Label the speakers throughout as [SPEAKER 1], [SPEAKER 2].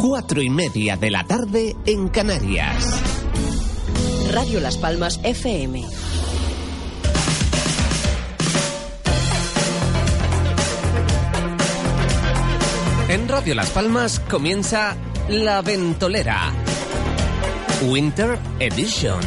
[SPEAKER 1] Cuatro y media de la tarde en Canarias.
[SPEAKER 2] Radio Las Palmas FM.
[SPEAKER 1] En Radio Las Palmas comienza La Ventolera. Winter Edition.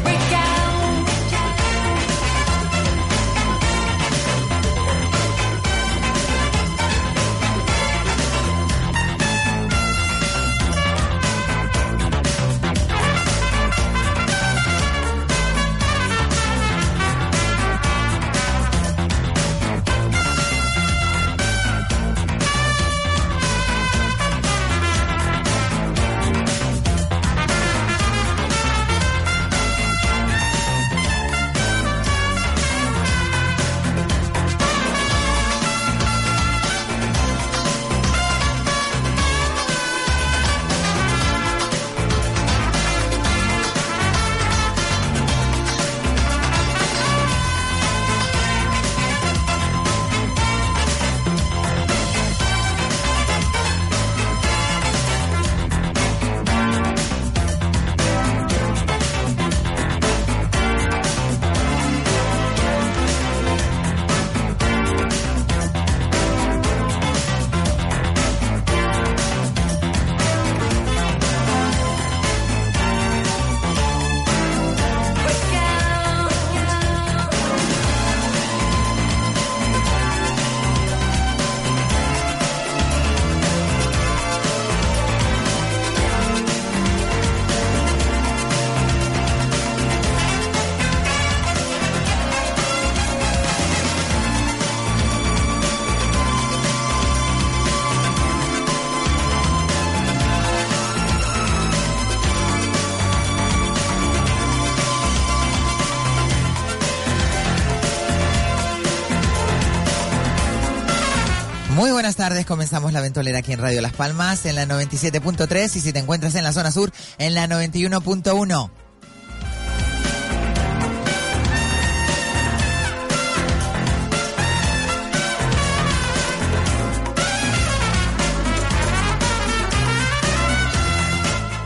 [SPEAKER 3] Muy buenas tardes, comenzamos la ventolera aquí en Radio Las Palmas en la 97.3 y si te encuentras en la zona sur en la 91.1.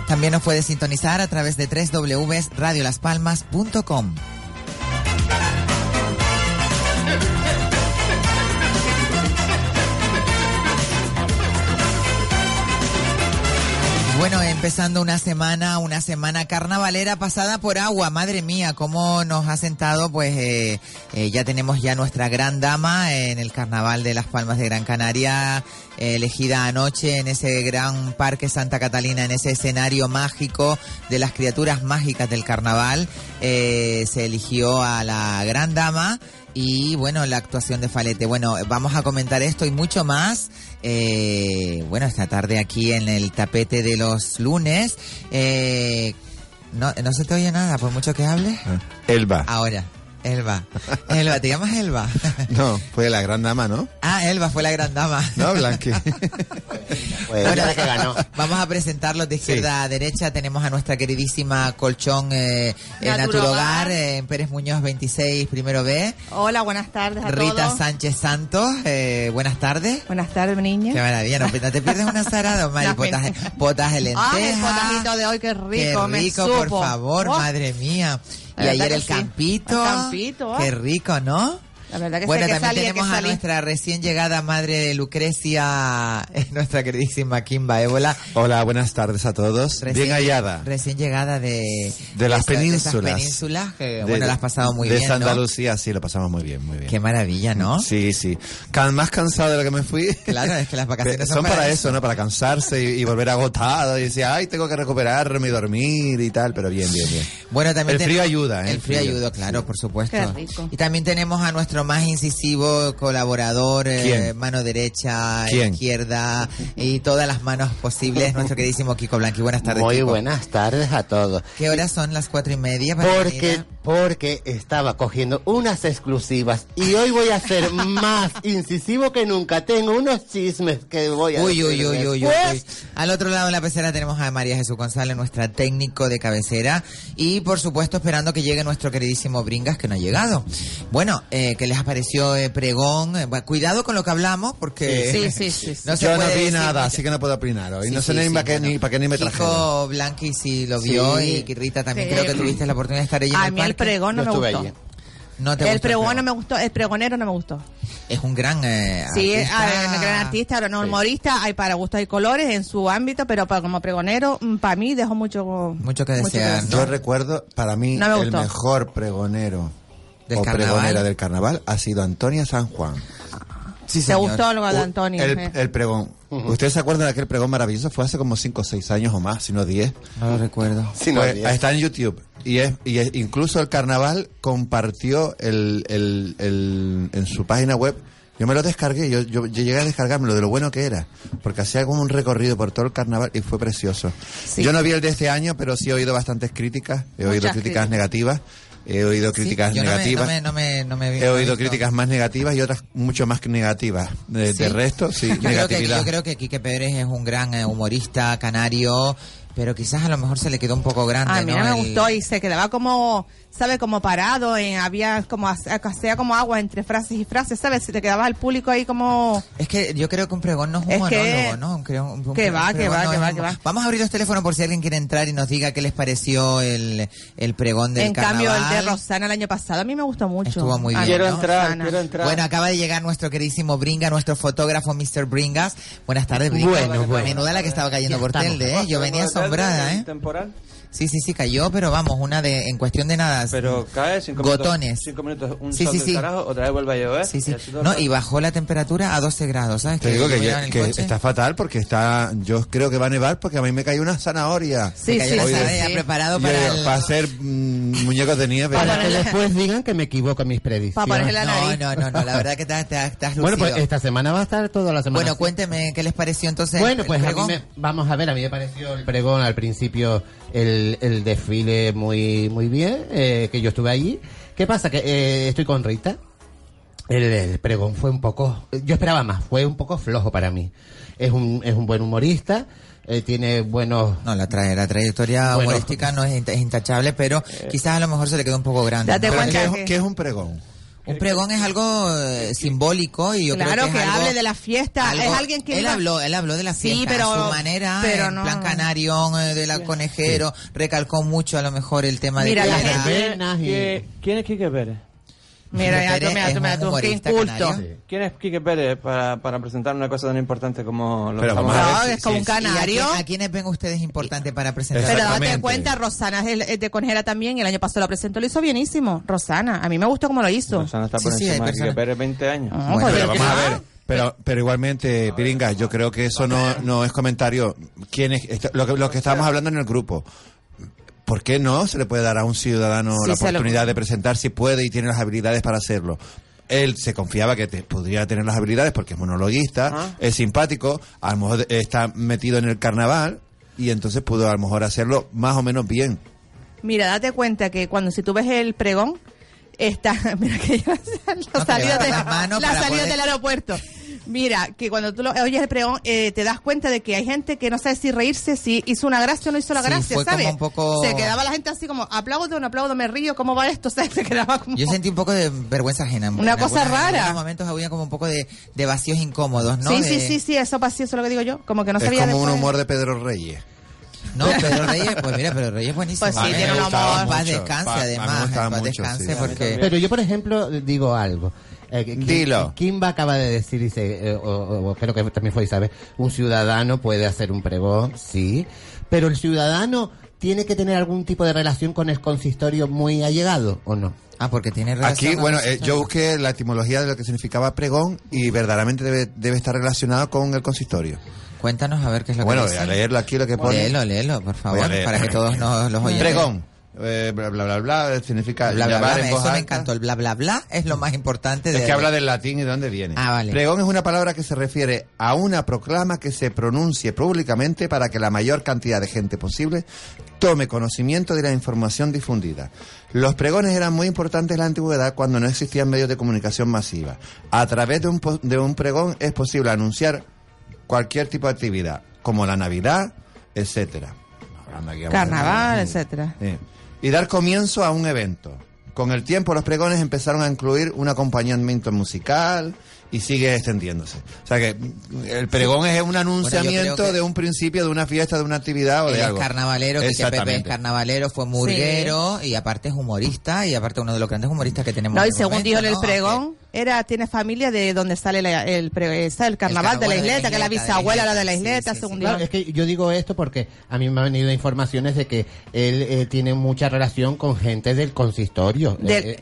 [SPEAKER 3] También nos puedes sintonizar a través de www.radiolaspalmas.com. Bueno, empezando una semana, una semana carnavalera pasada por agua. Madre mía, cómo nos ha sentado, pues eh, eh, ya tenemos ya nuestra gran dama en el Carnaval de las Palmas de Gran Canaria, eh, elegida anoche en ese gran parque Santa Catalina, en ese escenario mágico de las criaturas mágicas del carnaval. Eh, se eligió a la gran dama y bueno, la actuación de Falete. Bueno, vamos a comentar esto y mucho más. eh, bueno, esta tarde aquí en el tapete de los lunes. Eh, no, no se te oye nada, por mucho que hables.
[SPEAKER 4] Ah. Elba.
[SPEAKER 3] Ahora, Elba. Elba, ¿te llamas Elba?
[SPEAKER 4] No, fue la gran dama, ¿no?
[SPEAKER 3] Ah, Elba fue la gran dama.
[SPEAKER 4] No, Blanqui.
[SPEAKER 3] Bueno, Vamos a presentarlos de izquierda a derecha. Tenemos a nuestra queridísima colchón eh, eh,
[SPEAKER 5] Naturogar.
[SPEAKER 3] Naturogar, eh, en Pérez Muñoz 26, primero B.
[SPEAKER 5] Hola, buenas tardes a
[SPEAKER 3] Rita
[SPEAKER 5] todos.
[SPEAKER 3] Sánchez Santos, eh, buenas tardes.
[SPEAKER 5] Buenas tardes, niña.
[SPEAKER 3] Qué maravilla, no no te pierdes una zarada, Mari.
[SPEAKER 5] Las
[SPEAKER 3] Potaje,
[SPEAKER 5] ven-
[SPEAKER 3] potaje de
[SPEAKER 5] Ah,
[SPEAKER 3] lenteja.
[SPEAKER 5] el potajito de hoy, qué rico,
[SPEAKER 3] ¿eh? Qué
[SPEAKER 5] me
[SPEAKER 3] rico,
[SPEAKER 5] supo.
[SPEAKER 3] por favor,
[SPEAKER 5] Oh,
[SPEAKER 3] madre mía.
[SPEAKER 5] La
[SPEAKER 3] Y
[SPEAKER 5] verdad
[SPEAKER 3] ayer
[SPEAKER 5] que
[SPEAKER 3] el
[SPEAKER 5] sí.
[SPEAKER 3] campito.
[SPEAKER 5] El campito, ah.
[SPEAKER 3] Qué rico, ¿no?
[SPEAKER 5] La verdad que sé
[SPEAKER 3] bueno,
[SPEAKER 5] que
[SPEAKER 3] también
[SPEAKER 5] salí, que
[SPEAKER 3] tenemos a
[SPEAKER 5] salí.
[SPEAKER 3] nuestra recién llegada madre Lucrecia, nuestra queridísima Kimba Ébola.
[SPEAKER 4] Hola, buenas tardes a todos.
[SPEAKER 3] Recién-
[SPEAKER 4] Bien hallada.
[SPEAKER 3] Recién llegada de...
[SPEAKER 4] De las
[SPEAKER 3] esa- esas
[SPEAKER 4] penínsulas.
[SPEAKER 3] penínsulas que,
[SPEAKER 4] De-
[SPEAKER 3] bueno, las has pasado muy
[SPEAKER 4] de
[SPEAKER 3] bien,
[SPEAKER 4] Santa
[SPEAKER 3] ¿no?
[SPEAKER 4] Lucía, sí, lo pasamos muy bien, muy bien.
[SPEAKER 3] Qué maravilla, ¿no?
[SPEAKER 4] Sí, sí. Can- más cansado de lo que me fui.
[SPEAKER 3] Claro, es que las vacaciones
[SPEAKER 4] Pe-
[SPEAKER 3] son
[SPEAKER 4] son para,
[SPEAKER 3] para
[SPEAKER 4] eso, ¿no? Para cansarse y, y volver agotado y decir, ay, tengo que recuperarme y dormir y tal, pero bien, bien, bien.
[SPEAKER 3] Bueno, también
[SPEAKER 4] El frío ayuda, ¿eh?
[SPEAKER 3] El
[SPEAKER 4] El
[SPEAKER 3] frío
[SPEAKER 4] frío.
[SPEAKER 3] ayuda, claro, por supuesto.
[SPEAKER 5] Qué rico.
[SPEAKER 3] Y también tenemos a nuestro más incisivo colaborador, eh,
[SPEAKER 4] ¿Quién?
[SPEAKER 3] mano derecha,
[SPEAKER 4] ¿Quién?
[SPEAKER 3] izquierda y todas las manos posibles, nuestro queridísimo Kiko Blanqui. Buenas tardes.
[SPEAKER 6] Muy
[SPEAKER 3] Kiko.
[SPEAKER 6] buenas tardes a todos.
[SPEAKER 3] ¿Qué horas son las cuatro y media?
[SPEAKER 6] Porque
[SPEAKER 3] Valentina?
[SPEAKER 6] porque estaba cogiendo unas exclusivas y hoy voy a ser más incisivo que nunca. Tengo unos chismes que voy a Pues,
[SPEAKER 3] Uy, uy,
[SPEAKER 6] decir
[SPEAKER 3] uy, uy, uy,
[SPEAKER 6] después.
[SPEAKER 3] uy. Pues, Al otro lado de la pecera tenemos a María Jesús González, nuestra técnico de cabecera. Y, por supuesto, esperando que llegue nuestro queridísimo Bringas, que no ha llegado. Bueno, eh, ¿qué les pareció eh, Pregón? Eh, bueno, cuidado con lo que hablamos, porque...
[SPEAKER 5] Sí, sí, sí, sí.
[SPEAKER 3] No se
[SPEAKER 4] Yo no
[SPEAKER 3] puede
[SPEAKER 4] vi
[SPEAKER 3] decir
[SPEAKER 4] nada,
[SPEAKER 3] mucho.
[SPEAKER 4] así que no puedo opinar hoy. no
[SPEAKER 3] Sí,
[SPEAKER 4] sé
[SPEAKER 3] sí,
[SPEAKER 4] ni
[SPEAKER 3] sí,
[SPEAKER 4] para qué
[SPEAKER 3] bueno.
[SPEAKER 4] ni, para qué ni me trajeron.
[SPEAKER 3] Kiko Blanqui sí lo vio
[SPEAKER 6] Sí.
[SPEAKER 3] y Rita también
[SPEAKER 5] Sí.
[SPEAKER 3] creo que tuviste la oportunidad de estar ella en
[SPEAKER 5] A mí el
[SPEAKER 3] parque.
[SPEAKER 5] pregón no
[SPEAKER 6] Yo
[SPEAKER 5] me
[SPEAKER 6] estuve
[SPEAKER 5] gustó.
[SPEAKER 6] allí.
[SPEAKER 3] No te
[SPEAKER 5] El
[SPEAKER 3] gustó
[SPEAKER 5] pregón no me gustó, el pregonero no me gustó.
[SPEAKER 3] Es un gran eh,
[SPEAKER 5] Sí, es
[SPEAKER 3] artista.
[SPEAKER 5] un gran artista, era un humorista, hay para gustos y colores en su ámbito, pero pa- como pregonero, para mí dejó mucho...
[SPEAKER 3] Mucho que desear, ¿no?
[SPEAKER 4] Yo recuerdo, para mí,
[SPEAKER 5] No me
[SPEAKER 4] el
[SPEAKER 5] gustó.
[SPEAKER 4] mejor pregonero
[SPEAKER 3] Del
[SPEAKER 4] o
[SPEAKER 3] carnaval.
[SPEAKER 4] pregonera del carnaval ha sido Antonia San Juan.
[SPEAKER 3] Sí,
[SPEAKER 5] ¿Te
[SPEAKER 3] señor.
[SPEAKER 5] gustó lo de Antonio?
[SPEAKER 4] El,
[SPEAKER 5] eh?
[SPEAKER 4] el pregón. ¿Ustedes se acuerdan de aquel pregón maravilloso? Fue hace como 5 o 6 años o más, si no 10.
[SPEAKER 3] No lo recuerdo.
[SPEAKER 6] Sí, no,
[SPEAKER 4] Pues,
[SPEAKER 6] bien.
[SPEAKER 4] está en YouTube. Y, es, y es- incluso el carnaval compartió el, el- el- en su página web. Yo me lo descargué, yo, yo, yo llegué a descargarme lo de lo bueno que era, porque hacía como un recorrido por todo el carnaval y fue precioso.
[SPEAKER 5] Sí.
[SPEAKER 4] Yo no vi el de este año, pero sí he oído bastantes críticas, he oído
[SPEAKER 5] Muchas
[SPEAKER 4] críticas
[SPEAKER 5] críticas.
[SPEAKER 4] negativas, he oído
[SPEAKER 3] Sí,
[SPEAKER 4] críticas
[SPEAKER 3] yo no me-
[SPEAKER 4] negativas.
[SPEAKER 3] No me, no me, no me vi-
[SPEAKER 4] He
[SPEAKER 3] no
[SPEAKER 4] oído
[SPEAKER 3] visto.
[SPEAKER 4] críticas más negativas y otras mucho más que negativas. De,
[SPEAKER 3] Sí.
[SPEAKER 4] de resto, sí,
[SPEAKER 3] Yo creo, que,
[SPEAKER 4] negatividad.
[SPEAKER 3] yo creo que Quique Pérez es un gran eh, humorista canario, pero quizás a lo mejor se le quedó un poco grande.
[SPEAKER 5] A mí no
[SPEAKER 3] ¿no?
[SPEAKER 5] me
[SPEAKER 3] El-
[SPEAKER 5] gustó y se quedaba como, ¿sabes? Como parado, en, había como, hacía como agua entre frases y frases, ¿sabes? Si te quedabas al público ahí como...
[SPEAKER 3] Es que yo creo que un pregón no es un
[SPEAKER 5] Es que-
[SPEAKER 3] monólogo, ¿no? Un creo- un- un
[SPEAKER 5] Que
[SPEAKER 3] pre-
[SPEAKER 5] va,
[SPEAKER 3] un
[SPEAKER 5] que
[SPEAKER 3] pregón
[SPEAKER 5] va,
[SPEAKER 3] no
[SPEAKER 5] que
[SPEAKER 3] es
[SPEAKER 5] va,
[SPEAKER 3] un-
[SPEAKER 5] que va.
[SPEAKER 3] Vamos a abrir los teléfonos por si alguien quiere entrar y nos diga qué les pareció el, el pregón del
[SPEAKER 5] en
[SPEAKER 3] carnaval.
[SPEAKER 5] cambio, el de Ah, Rosana el año pasado a mí me gustó mucho.
[SPEAKER 3] Estuvo muy
[SPEAKER 5] A mí
[SPEAKER 3] bien,
[SPEAKER 6] Quiero
[SPEAKER 5] Rosana.
[SPEAKER 3] ¿no?
[SPEAKER 6] entrar, quiero entrar.
[SPEAKER 3] Bueno, acaba de llegar nuestro queridísimo Bringa, nuestro fotógrafo Mr. Bringas. Buenas tardes, Bringas.
[SPEAKER 6] Bueno, bueno.
[SPEAKER 3] Menuda la que estaba cayendo por telde, ¿eh? Yo venía asombrada, ¿eh?
[SPEAKER 7] Temporal,
[SPEAKER 3] Sí, sí, sí, cayó, pero vamos, una de, en cuestión de nada. mm,
[SPEAKER 7] pero cae cinco
[SPEAKER 3] Gotones.
[SPEAKER 7] minutos. Cinco minutos, un
[SPEAKER 3] Sí,
[SPEAKER 7] sol
[SPEAKER 3] sí,
[SPEAKER 7] del
[SPEAKER 3] sí.
[SPEAKER 7] carajo, otra vez vuelve a llover.
[SPEAKER 3] Sí,
[SPEAKER 7] y
[SPEAKER 3] sí.
[SPEAKER 7] así todo el
[SPEAKER 3] No,
[SPEAKER 7] rato.
[SPEAKER 3] y bajó la temperatura a 12 grados, ¿sabes?
[SPEAKER 4] Te digo que,
[SPEAKER 3] yo iba en el
[SPEAKER 4] que
[SPEAKER 3] coche.
[SPEAKER 4] está fatal porque está. Yo creo que va a nevar porque a mí me cayó una zanahoria.
[SPEAKER 5] Sí,
[SPEAKER 3] Cayó
[SPEAKER 5] sí,
[SPEAKER 3] la
[SPEAKER 5] sí,
[SPEAKER 3] sabe, ya
[SPEAKER 5] sí.
[SPEAKER 3] preparado
[SPEAKER 4] Yo
[SPEAKER 3] para
[SPEAKER 4] digo,
[SPEAKER 3] el...
[SPEAKER 4] para hacer mm, muñecos de nieve.
[SPEAKER 6] Para que después Pues digan que me equivoco en mis predicciones.
[SPEAKER 5] ponerle la
[SPEAKER 3] No,
[SPEAKER 5] nariz.
[SPEAKER 3] no, no, no, la verdad que te, has- te has- te has
[SPEAKER 6] Bueno, pues
[SPEAKER 3] lucido.
[SPEAKER 6] esta semana va a estar toda la semana.
[SPEAKER 3] Bueno,
[SPEAKER 6] así.
[SPEAKER 3] cuénteme, ¿qué les pareció entonces?
[SPEAKER 6] Bueno,
[SPEAKER 3] el
[SPEAKER 6] pues a mí
[SPEAKER 3] pregón?
[SPEAKER 6] me- vamos a ver, a mí me pareció el pregón al principio el, el desfile muy muy bien, eh, que yo estuve allí. ¿Qué pasa? Que eh, estoy con Rita. El, el pregón fue un poco, yo esperaba más, fue un poco flojo para mí. Es un, es un buen humorista, eh, tiene buenos...
[SPEAKER 3] No, la, trae, la trayectoria
[SPEAKER 6] Bueno.
[SPEAKER 3] humorística no es, int- es intachable, pero
[SPEAKER 7] Eh.
[SPEAKER 3] quizás a lo mejor se le quedó un poco grande.
[SPEAKER 5] Date
[SPEAKER 3] ¿no?
[SPEAKER 4] Pero
[SPEAKER 5] cuenta
[SPEAKER 4] ¿qué, es,
[SPEAKER 5] que-
[SPEAKER 4] qué es un pregón?
[SPEAKER 3] Un pregón es algo eh, simbólico y yo
[SPEAKER 5] claro
[SPEAKER 3] creo
[SPEAKER 5] que,
[SPEAKER 3] que, es algo-
[SPEAKER 5] hable de la fiesta.
[SPEAKER 3] algo-
[SPEAKER 5] es alguien que
[SPEAKER 3] él
[SPEAKER 5] iba-
[SPEAKER 3] habló, él habló de la
[SPEAKER 5] Sí,
[SPEAKER 3] fiesta
[SPEAKER 5] pero-
[SPEAKER 3] a su manera,
[SPEAKER 5] pero
[SPEAKER 3] en
[SPEAKER 5] no.
[SPEAKER 3] plan canario, eh, de la conejero, recalcó mucho a lo mejor el tema
[SPEAKER 5] Mira,
[SPEAKER 3] de
[SPEAKER 5] la
[SPEAKER 3] que era-
[SPEAKER 5] gente-
[SPEAKER 6] verbenas y-
[SPEAKER 7] ¿Qué- ¿Quién es Quique Pérez?
[SPEAKER 5] Mira, ya tú,
[SPEAKER 3] Pérez
[SPEAKER 5] mira,
[SPEAKER 3] es
[SPEAKER 5] tú, mira,
[SPEAKER 3] un
[SPEAKER 5] tú, qué
[SPEAKER 3] humorista
[SPEAKER 5] inculto.
[SPEAKER 3] canario.
[SPEAKER 7] ¿Quién es Quique Pérez para, para presentar una cosa tan importante como lo que
[SPEAKER 4] Pero
[SPEAKER 7] estamos
[SPEAKER 4] vamos a
[SPEAKER 7] hablando?
[SPEAKER 3] Ah,
[SPEAKER 5] No, es como un
[SPEAKER 3] ¿Y a,
[SPEAKER 5] canario.
[SPEAKER 3] quién- a quiénes ven ustedes importante para presentar?
[SPEAKER 5] Pero date
[SPEAKER 4] Exactamente.
[SPEAKER 5] cuenta, Rosana es, el- es de Conjera también. y El año pasado la presentó, lo hizo bienísimo. Rosana, a mí me gustó cómo lo hizo.
[SPEAKER 7] Rosana está por
[SPEAKER 3] Sí, sí, hay
[SPEAKER 7] encima de Quique
[SPEAKER 3] personas.
[SPEAKER 7] Pérez, 20 años.
[SPEAKER 5] Ah,
[SPEAKER 3] Bueno,
[SPEAKER 5] pues
[SPEAKER 4] Pero
[SPEAKER 5] yo
[SPEAKER 4] vamos a
[SPEAKER 5] creo-
[SPEAKER 4] ver. Pero, pero igualmente, Piringa, yo creo que eso no, no es comentario. ¿Quién es, esto- lo, que, lo que estábamos hablando en el grupo. ¿Por qué no se le puede dar a un ciudadano
[SPEAKER 5] Sí,
[SPEAKER 4] la
[SPEAKER 5] se lo-
[SPEAKER 4] oportunidad de presentar si puede y tiene las habilidades para hacerlo? Él se confiaba que te- podría tener las habilidades porque es monologuista,
[SPEAKER 7] Ah.
[SPEAKER 4] es simpático, a lo mejor está metido en el carnaval y entonces pudo a lo mejor hacerlo más o menos bien.
[SPEAKER 5] Mira, date cuenta que cuando si tú ves el pregón, está. Mira que ya- la
[SPEAKER 3] No, que
[SPEAKER 5] salida,
[SPEAKER 3] levanta
[SPEAKER 5] de-
[SPEAKER 3] las manos
[SPEAKER 5] la
[SPEAKER 3] para
[SPEAKER 5] salida
[SPEAKER 3] poder-
[SPEAKER 5] del aeropuerto. Mira, que cuando tú lo, oyes el pregón, eh, te das cuenta de que hay gente que no sabe si reírse, si hizo una gracia o no hizo la
[SPEAKER 3] Sí,
[SPEAKER 5] gracia,
[SPEAKER 3] fue como
[SPEAKER 5] ¿sabes?
[SPEAKER 3] un poco-
[SPEAKER 5] Se quedaba la gente así como, aplaudo, no aplaudo, me río, ¿cómo va esto? ¿Sabes? Se quedaba como...
[SPEAKER 3] Yo sentí un poco de vergüenza ajena. En
[SPEAKER 5] Una cosa
[SPEAKER 3] algunas-
[SPEAKER 5] rara.
[SPEAKER 3] En algunos momentos había como un poco de, de vacíos incómodos, ¿no?
[SPEAKER 5] sí,
[SPEAKER 3] De-
[SPEAKER 5] sí, sí, sí, eso pasó, eso es lo que digo yo. Como que no
[SPEAKER 4] es
[SPEAKER 5] sabía
[SPEAKER 4] como un
[SPEAKER 5] después.
[SPEAKER 4] humor de Pedro Reyes.
[SPEAKER 3] No, Pedro Reyes, pues mira, Pedro Reyes es buenísimo.
[SPEAKER 5] Pues sí,
[SPEAKER 3] A mí me
[SPEAKER 5] tiene un
[SPEAKER 3] gustaba
[SPEAKER 5] amor.
[SPEAKER 3] En paz
[SPEAKER 4] mucho.
[SPEAKER 3] descanse,
[SPEAKER 4] Pa- a mí me
[SPEAKER 3] además.
[SPEAKER 4] gustaba
[SPEAKER 3] En paz
[SPEAKER 4] mucho,
[SPEAKER 3] descanse,
[SPEAKER 4] sí. A mí
[SPEAKER 3] porque...
[SPEAKER 6] Pero yo, por ejemplo, digo algo. Eh, que- que-
[SPEAKER 4] Dilo.
[SPEAKER 6] Kimba acaba de decir, dice, eh, o- o- o creo que también fue Isabel, un ciudadano puede hacer un pregón, sí, pero el ciudadano tiene que tener algún tipo de relación con el consistorio muy allegado, ¿o no?
[SPEAKER 3] Ah, porque tiene relación.
[SPEAKER 4] Aquí,
[SPEAKER 3] con
[SPEAKER 4] bueno,
[SPEAKER 3] los-
[SPEAKER 4] eh, yo busqué la etimología de lo que significaba pregón y verdaderamente debe, debe estar relacionado con el consistorio.
[SPEAKER 3] Cuéntanos a ver qué es lo
[SPEAKER 4] Bueno,
[SPEAKER 3] que
[SPEAKER 4] voy
[SPEAKER 3] dice.
[SPEAKER 4] a leerlo aquí lo que pone.
[SPEAKER 3] Léelo, léelo, por favor,
[SPEAKER 4] leer.
[SPEAKER 3] para que todos nos los oyen.
[SPEAKER 4] Pregón. eh, bla, bla, bla, bla, significa
[SPEAKER 3] Bla, bla,
[SPEAKER 4] llamar
[SPEAKER 3] bla,
[SPEAKER 4] en
[SPEAKER 3] eso
[SPEAKER 4] voz
[SPEAKER 3] me
[SPEAKER 4] alta.
[SPEAKER 3] encantó. El bla, bla, bla es lo más importante.
[SPEAKER 4] Es
[SPEAKER 3] de-
[SPEAKER 4] que habla del latín y de dónde viene.
[SPEAKER 3] Ah, vale.
[SPEAKER 4] Pregón es una palabra que se refiere a una proclama que se pronuncie públicamente para que la mayor cantidad de gente posible tome conocimiento de la información difundida. Los pregones eran muy importantes en la antigüedad cuando no existían medios de comunicación masiva. A través de un, po- de un pregón es posible anunciar cualquier tipo de actividad, como la Navidad, etcétera. Hablando aquí, vamos a-
[SPEAKER 5] Carnaval, etcétera.
[SPEAKER 4] Sí. Y dar comienzo a un evento. Con el tiempo los pregones empezaron a incluir un acompañamiento musical y sigue extendiéndose. O sea que mm, el pregón es un anunciamiento
[SPEAKER 3] creo que-
[SPEAKER 4] de un principio, de una fiesta, de una actividad o
[SPEAKER 3] Él
[SPEAKER 4] de
[SPEAKER 3] es
[SPEAKER 4] algo.
[SPEAKER 3] carnavalero, que Pepe es
[SPEAKER 4] Exactamente.
[SPEAKER 3] carnavalero, fue murguero y aparte es humorista y aparte uno de los grandes humoristas que tenemos.
[SPEAKER 5] No,
[SPEAKER 3] en
[SPEAKER 5] y
[SPEAKER 3] el
[SPEAKER 5] según
[SPEAKER 3] momento,
[SPEAKER 5] dijo en el
[SPEAKER 3] ¿no?
[SPEAKER 5] pregón, era, tiene familia de donde sale la- el, pre- está el carnaval de la
[SPEAKER 3] carnaval de la
[SPEAKER 5] isleta, que la
[SPEAKER 3] isleta, de la
[SPEAKER 5] bisabuela era
[SPEAKER 3] isleta,
[SPEAKER 5] de la
[SPEAKER 3] sí,
[SPEAKER 5] isleta,
[SPEAKER 3] sí,
[SPEAKER 5] según
[SPEAKER 3] sí.
[SPEAKER 5] dijo.
[SPEAKER 6] Claro, es que yo digo esto porque a mí me han venido informaciones de que él eh, tiene mucha relación con gente del consistorio.
[SPEAKER 5] Del,
[SPEAKER 6] Eh, eh,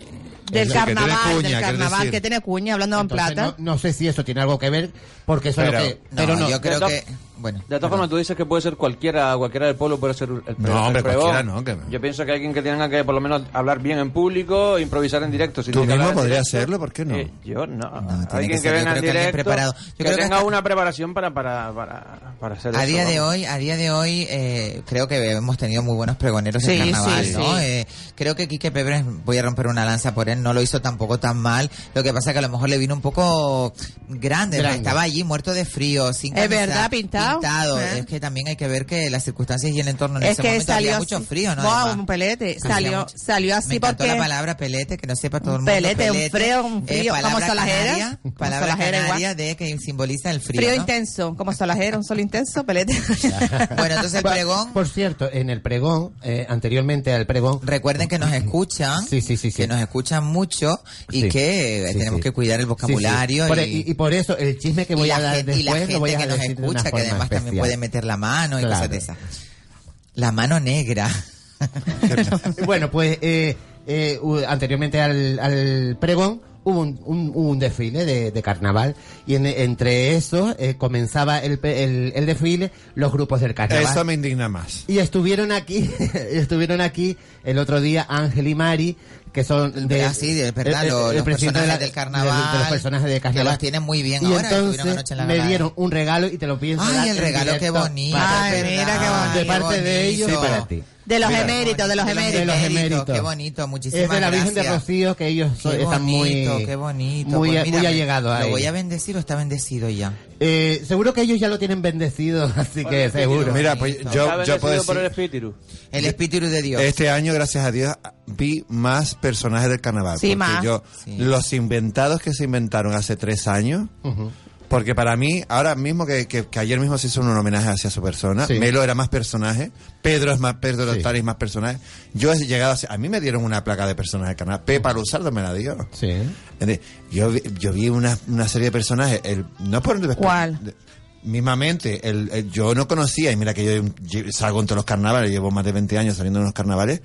[SPEAKER 5] del
[SPEAKER 4] que tiene
[SPEAKER 5] carnaval,
[SPEAKER 4] cuña,
[SPEAKER 5] del
[SPEAKER 4] quiere
[SPEAKER 5] carnaval,
[SPEAKER 4] decir.
[SPEAKER 5] que tiene cuña, hablando en
[SPEAKER 6] entonces
[SPEAKER 5] plata.
[SPEAKER 6] No, no sé si eso tiene algo que ver, porque eso
[SPEAKER 4] Pero-
[SPEAKER 6] es lo que...
[SPEAKER 3] No,
[SPEAKER 6] pero no,
[SPEAKER 3] yo creo
[SPEAKER 7] de-
[SPEAKER 3] que... Bueno,
[SPEAKER 7] De todas formas, tú dices que puede ser cualquiera, cualquiera del pueblo puede ser el pre-
[SPEAKER 4] No, hombre,
[SPEAKER 7] el pregón.
[SPEAKER 4] cualquiera no, que-
[SPEAKER 7] Yo pienso que alguien que tenga que por lo menos hablar bien en público, improvisar en directo. Si
[SPEAKER 4] Tú
[SPEAKER 7] tiene que
[SPEAKER 4] mismo
[SPEAKER 7] hablar en
[SPEAKER 4] podrías
[SPEAKER 7] directo,
[SPEAKER 4] hacerlo, ¿por qué no?
[SPEAKER 7] eh, yo no.
[SPEAKER 3] tiene que
[SPEAKER 7] alguien que,
[SPEAKER 3] ser, yo
[SPEAKER 7] venga
[SPEAKER 3] creo
[SPEAKER 7] en
[SPEAKER 3] que alguien
[SPEAKER 7] directo,
[SPEAKER 3] preparado. Yo
[SPEAKER 7] que
[SPEAKER 3] creo que
[SPEAKER 7] tenga
[SPEAKER 3] hasta-
[SPEAKER 7] una preparación para, para, para, para hacer
[SPEAKER 3] a
[SPEAKER 7] eso,
[SPEAKER 3] día de
[SPEAKER 7] vamos.
[SPEAKER 3] hoy, a día de hoy eh, creo que hemos tenido muy buenos pregoneros en
[SPEAKER 5] Sí,
[SPEAKER 3] carnaval,
[SPEAKER 5] sí,
[SPEAKER 3] ¿no?
[SPEAKER 5] sí.
[SPEAKER 3] Eh, creo que Quique Pebre, voy a romper una lanza por él, no lo hizo tampoco tan mal. Lo que pasa que a lo mejor le vino un poco grande,
[SPEAKER 6] Grande.
[SPEAKER 3] porque estaba allí muerto de frío, sin
[SPEAKER 5] Es
[SPEAKER 3] camisa,
[SPEAKER 5] verdad, pintado. ¿Eh?
[SPEAKER 3] Es que también hay que ver que las circunstancias y el entorno en
[SPEAKER 5] es
[SPEAKER 3] ese
[SPEAKER 5] que
[SPEAKER 3] momento
[SPEAKER 5] salió
[SPEAKER 3] había mucho
[SPEAKER 5] así.
[SPEAKER 3] frío, ¿no?
[SPEAKER 5] Wow,
[SPEAKER 3] Además.
[SPEAKER 5] un pelete.
[SPEAKER 3] Hacía
[SPEAKER 5] Salió,
[SPEAKER 3] mucho-
[SPEAKER 5] salió
[SPEAKER 3] Me
[SPEAKER 5] así
[SPEAKER 3] encantó
[SPEAKER 5] porque...
[SPEAKER 3] la palabra pelete, que no sepa todo el mundo. Eh,
[SPEAKER 5] Pelete, un frío, un frío, como
[SPEAKER 3] palabra
[SPEAKER 5] solajera,
[SPEAKER 3] canaria,
[SPEAKER 5] como
[SPEAKER 3] palabra
[SPEAKER 5] solajera igual.
[SPEAKER 3] canaria de que simboliza el frío.
[SPEAKER 5] Frío
[SPEAKER 3] ¿no?
[SPEAKER 5] intenso, como solajero, un sol intenso, pelete.
[SPEAKER 3] Bueno, entonces el
[SPEAKER 6] Por-
[SPEAKER 3] pregón,
[SPEAKER 6] Por cierto, en el pregón, eh, anteriormente al pregón,
[SPEAKER 3] recuerden que nos escuchan,
[SPEAKER 6] Sí, sí, sí, sí.
[SPEAKER 3] que nos escuchan mucho y
[SPEAKER 6] Sí.
[SPEAKER 3] que eh,
[SPEAKER 6] Sí,
[SPEAKER 3] tenemos
[SPEAKER 6] sí.
[SPEAKER 3] que cuidar el
[SPEAKER 6] Sí, sí.
[SPEAKER 3] vocabulario
[SPEAKER 6] Por- e-
[SPEAKER 3] y,
[SPEAKER 6] y, y por eso el chisme que voy
[SPEAKER 3] y la
[SPEAKER 6] a dar
[SPEAKER 3] gente, y la
[SPEAKER 6] después
[SPEAKER 3] gente
[SPEAKER 6] lo voy a
[SPEAKER 3] que nos
[SPEAKER 6] decir de una
[SPEAKER 3] escucha, que
[SPEAKER 6] forma
[SPEAKER 3] además también
[SPEAKER 6] especial.
[SPEAKER 3] puede meter la mano y
[SPEAKER 6] Claro.
[SPEAKER 3] cosas de esas. La mano negra.
[SPEAKER 6] bueno, pues eh, eh, u- anteriormente al, al pregón hubo un, un- un desfile de, de carnaval y en- entre esos eh, comenzaba el, pe- el- el desfile los grupos del carnaval.
[SPEAKER 4] Eso me indigna más.
[SPEAKER 6] Y estuvieron aquí, estuvieron aquí el otro día Ángel y Mari, que son de...
[SPEAKER 3] Ah, sí, de verdad, los- los
[SPEAKER 6] presidente
[SPEAKER 3] personajes del carnaval,
[SPEAKER 6] de los personajes del
[SPEAKER 3] que
[SPEAKER 6] carnaval.
[SPEAKER 3] los tienen muy bien
[SPEAKER 6] y
[SPEAKER 3] ahora, estuvieron
[SPEAKER 6] entonces
[SPEAKER 3] anoche en la
[SPEAKER 6] me
[SPEAKER 3] gala.
[SPEAKER 6] dieron un regalo y te lo pienso
[SPEAKER 3] Ay,
[SPEAKER 6] dar
[SPEAKER 3] el
[SPEAKER 6] en
[SPEAKER 3] regalo, qué
[SPEAKER 6] directo
[SPEAKER 3] bonito.
[SPEAKER 6] para
[SPEAKER 5] Ay,
[SPEAKER 6] ti.
[SPEAKER 5] mira, qué bonito.
[SPEAKER 6] De parte de ellos
[SPEAKER 3] Sí,
[SPEAKER 6] para ti.
[SPEAKER 5] De los
[SPEAKER 4] Mira,
[SPEAKER 5] eméritos, de los
[SPEAKER 3] bonito,
[SPEAKER 5] eméritos.
[SPEAKER 6] De los eméritos.
[SPEAKER 3] Qué bonito, muchísimas
[SPEAKER 6] Es de la Virgen de
[SPEAKER 3] gracias.
[SPEAKER 6] Rocío, que ellos son-
[SPEAKER 3] Qué
[SPEAKER 6] están
[SPEAKER 3] bonito,
[SPEAKER 6] muy,
[SPEAKER 3] qué bonito.
[SPEAKER 6] muy,
[SPEAKER 3] Pues
[SPEAKER 6] muy
[SPEAKER 3] mira,
[SPEAKER 6] allegados a
[SPEAKER 3] ¿Lo voy
[SPEAKER 6] ella.
[SPEAKER 3] a bendecir o está bendecido ya?
[SPEAKER 6] Eh, seguro que ellos ya lo tienen bendecido, así que
[SPEAKER 7] Bueno,
[SPEAKER 6] seguro.
[SPEAKER 7] Qué
[SPEAKER 4] Mira, pues
[SPEAKER 3] bonito.
[SPEAKER 7] Está
[SPEAKER 4] yo, yo
[SPEAKER 7] bendecido
[SPEAKER 4] puedo
[SPEAKER 7] por el
[SPEAKER 4] decir,
[SPEAKER 7] espíritu.
[SPEAKER 3] El Espíritu de Dios.
[SPEAKER 4] este año, gracias a Dios, vi más personajes del carnaval.
[SPEAKER 5] Sí,
[SPEAKER 4] porque
[SPEAKER 5] más.
[SPEAKER 4] yo-
[SPEAKER 3] Sí.
[SPEAKER 4] los inventados que se inventaron hace tres años,
[SPEAKER 6] Ujú.
[SPEAKER 4] Porque para mí, ahora mismo que, que- que ayer mismo se hizo un homenaje hacia su persona,
[SPEAKER 6] Sí.
[SPEAKER 4] Melo era más personaje, Pedro es más, Pedro
[SPEAKER 6] Sí.
[SPEAKER 4] Tari es más personaje. Yo he llegado a ser- a mí me dieron una placa de personaje del canal, Pepa Luzardo me la dio.
[SPEAKER 6] Sí.
[SPEAKER 4] ¿Entiendes? Yo, vi- yo vi una, una serie de personajes, el, no por
[SPEAKER 5] ¿Cuál?
[SPEAKER 4] de- Mismamente, el, el- yo no conocía, y mira que yo, yo salgo en todos los carnavales, llevo más de 20 años saliendo en los carnavales,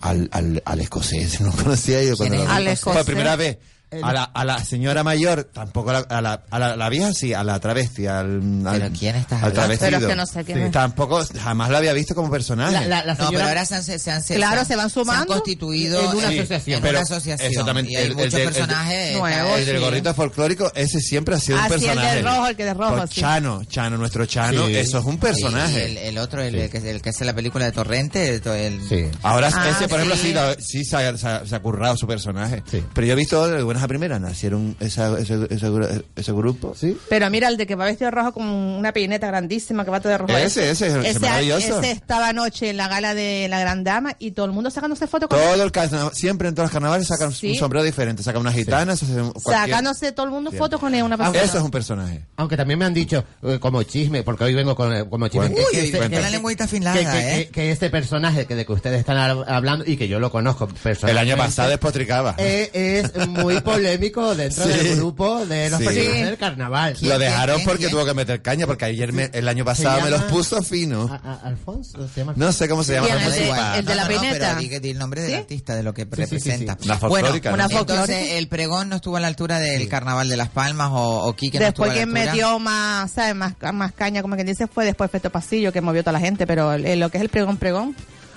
[SPEAKER 4] al, al, al escocés, no conocía yo cuando
[SPEAKER 3] ¿Quién es
[SPEAKER 4] lo vi.
[SPEAKER 5] el Al escocés?
[SPEAKER 4] Por primera vez, a la, a la señora mayor, tampoco a la, a la, a la, la vieja sí, a la travesti, al, al,
[SPEAKER 3] ¿Pero quién estás
[SPEAKER 4] al
[SPEAKER 3] hablando?
[SPEAKER 4] travestido.
[SPEAKER 5] Pero es que no sé quién es.
[SPEAKER 4] Tampoco, jamás la había visto como personaje.
[SPEAKER 6] La, la- la
[SPEAKER 3] No, pero
[SPEAKER 6] señora-
[SPEAKER 3] ahora se han, se han- se han-
[SPEAKER 5] Claro, se van
[SPEAKER 3] Se han
[SPEAKER 5] sumando
[SPEAKER 3] constituido
[SPEAKER 6] en una
[SPEAKER 3] eh,
[SPEAKER 6] asociación.
[SPEAKER 3] en
[SPEAKER 4] Pero,
[SPEAKER 3] una asociación.
[SPEAKER 4] exactamente,
[SPEAKER 3] Y hay
[SPEAKER 4] el- el
[SPEAKER 3] muchos
[SPEAKER 4] de- el de-
[SPEAKER 3] personajes.
[SPEAKER 5] Nuevo.
[SPEAKER 4] El del
[SPEAKER 5] Sí.
[SPEAKER 4] gorrito folclórico, ese siempre ha sido
[SPEAKER 5] Ah,
[SPEAKER 4] un
[SPEAKER 5] sí, el del
[SPEAKER 4] personaje.
[SPEAKER 5] rojo, el que de rojo,
[SPEAKER 4] Por
[SPEAKER 5] sí.
[SPEAKER 4] Chano, Chano, nuestro Chano,
[SPEAKER 6] Sí.
[SPEAKER 4] Ah, eso es un
[SPEAKER 3] Y
[SPEAKER 4] personaje.
[SPEAKER 3] El, el otro, el, que, el que hace la película de Torrente. El, el-
[SPEAKER 6] Sí.
[SPEAKER 4] Ahora,
[SPEAKER 5] Ah,
[SPEAKER 4] ese, por ejemplo,
[SPEAKER 5] sí.
[SPEAKER 4] sí, la- Eh, sí se, ha, se ha- se ha currado su personaje.
[SPEAKER 6] Sí.
[SPEAKER 4] Pero yo he visto de buenas a primeras, nacieron esa- ese, ese gru- ese grupo.
[SPEAKER 6] Sí.
[SPEAKER 5] Pero mira el de que va vestido de rojo con una peineta grandísima que va todo de rojo.
[SPEAKER 4] Ese, ese es el maravilloso.
[SPEAKER 5] ese estaba anoche en la gala de la Gran Dama y todo el mundo sacándose fotos con él.
[SPEAKER 4] Todo el carnaval, siempre en todos los carnavales sacan
[SPEAKER 5] Sí.
[SPEAKER 4] un sombrero diferente, sacan una gitana, se hacen cualquier-
[SPEAKER 5] Sacándose todo el mundo
[SPEAKER 4] Bien.
[SPEAKER 5] fotos con él, una
[SPEAKER 4] Ah,
[SPEAKER 5] persona.
[SPEAKER 4] Eso es un personaje.
[SPEAKER 6] Aunque también me han dicho, eh, como chisme, porque hoy vengo con, eh, como chisme.
[SPEAKER 4] Cuenta.
[SPEAKER 6] que-
[SPEAKER 4] Uy,
[SPEAKER 6] que-
[SPEAKER 4] cuenta.
[SPEAKER 6] que-
[SPEAKER 4] Una
[SPEAKER 3] lengüita afilada,
[SPEAKER 6] este, que- que-
[SPEAKER 3] ¿eh?
[SPEAKER 6] que- que este personaje que de que ustedes están hab- hablando y que yo lo conozco
[SPEAKER 4] El
[SPEAKER 6] personalmente.
[SPEAKER 4] año pasado despotricaba.
[SPEAKER 6] eh, es muy polémico dentro
[SPEAKER 4] Sí.
[SPEAKER 6] del grupo de los
[SPEAKER 4] Sí.
[SPEAKER 6] personajes del carnaval.
[SPEAKER 4] Lo
[SPEAKER 3] ¿Quién,
[SPEAKER 4] dejaron
[SPEAKER 3] quién,
[SPEAKER 4] porque
[SPEAKER 3] quién?
[SPEAKER 4] tuvo que meter caña, porque ayer me- el año
[SPEAKER 6] Se
[SPEAKER 4] pasado me los
[SPEAKER 6] llama-
[SPEAKER 4] puso fino.
[SPEAKER 6] A- a- Alfonso se llama.
[SPEAKER 4] No sé cómo se llama.
[SPEAKER 5] Bien,
[SPEAKER 4] no
[SPEAKER 5] el
[SPEAKER 4] sé
[SPEAKER 5] de-
[SPEAKER 4] si pa-
[SPEAKER 5] el de la peineta.
[SPEAKER 3] pero di, que- di el nombre del
[SPEAKER 5] ¿Sí?
[SPEAKER 3] artista, de lo que
[SPEAKER 6] sí, sí, sí.
[SPEAKER 3] representa.
[SPEAKER 4] Una folclórica,
[SPEAKER 3] bueno,
[SPEAKER 5] ¿no? Una
[SPEAKER 3] entonces
[SPEAKER 5] folclórica.
[SPEAKER 3] el pregón no estuvo a la altura del Carnaval de Las Palmas o, o Quique
[SPEAKER 5] después
[SPEAKER 3] no estuvo a
[SPEAKER 5] quien
[SPEAKER 3] la altura.
[SPEAKER 5] metió más, ¿sabes? Más, más caña, como quien dice, fue después Feto Pasillo, que movió toda la gente, pero eh, lo que es el pregón, pregón.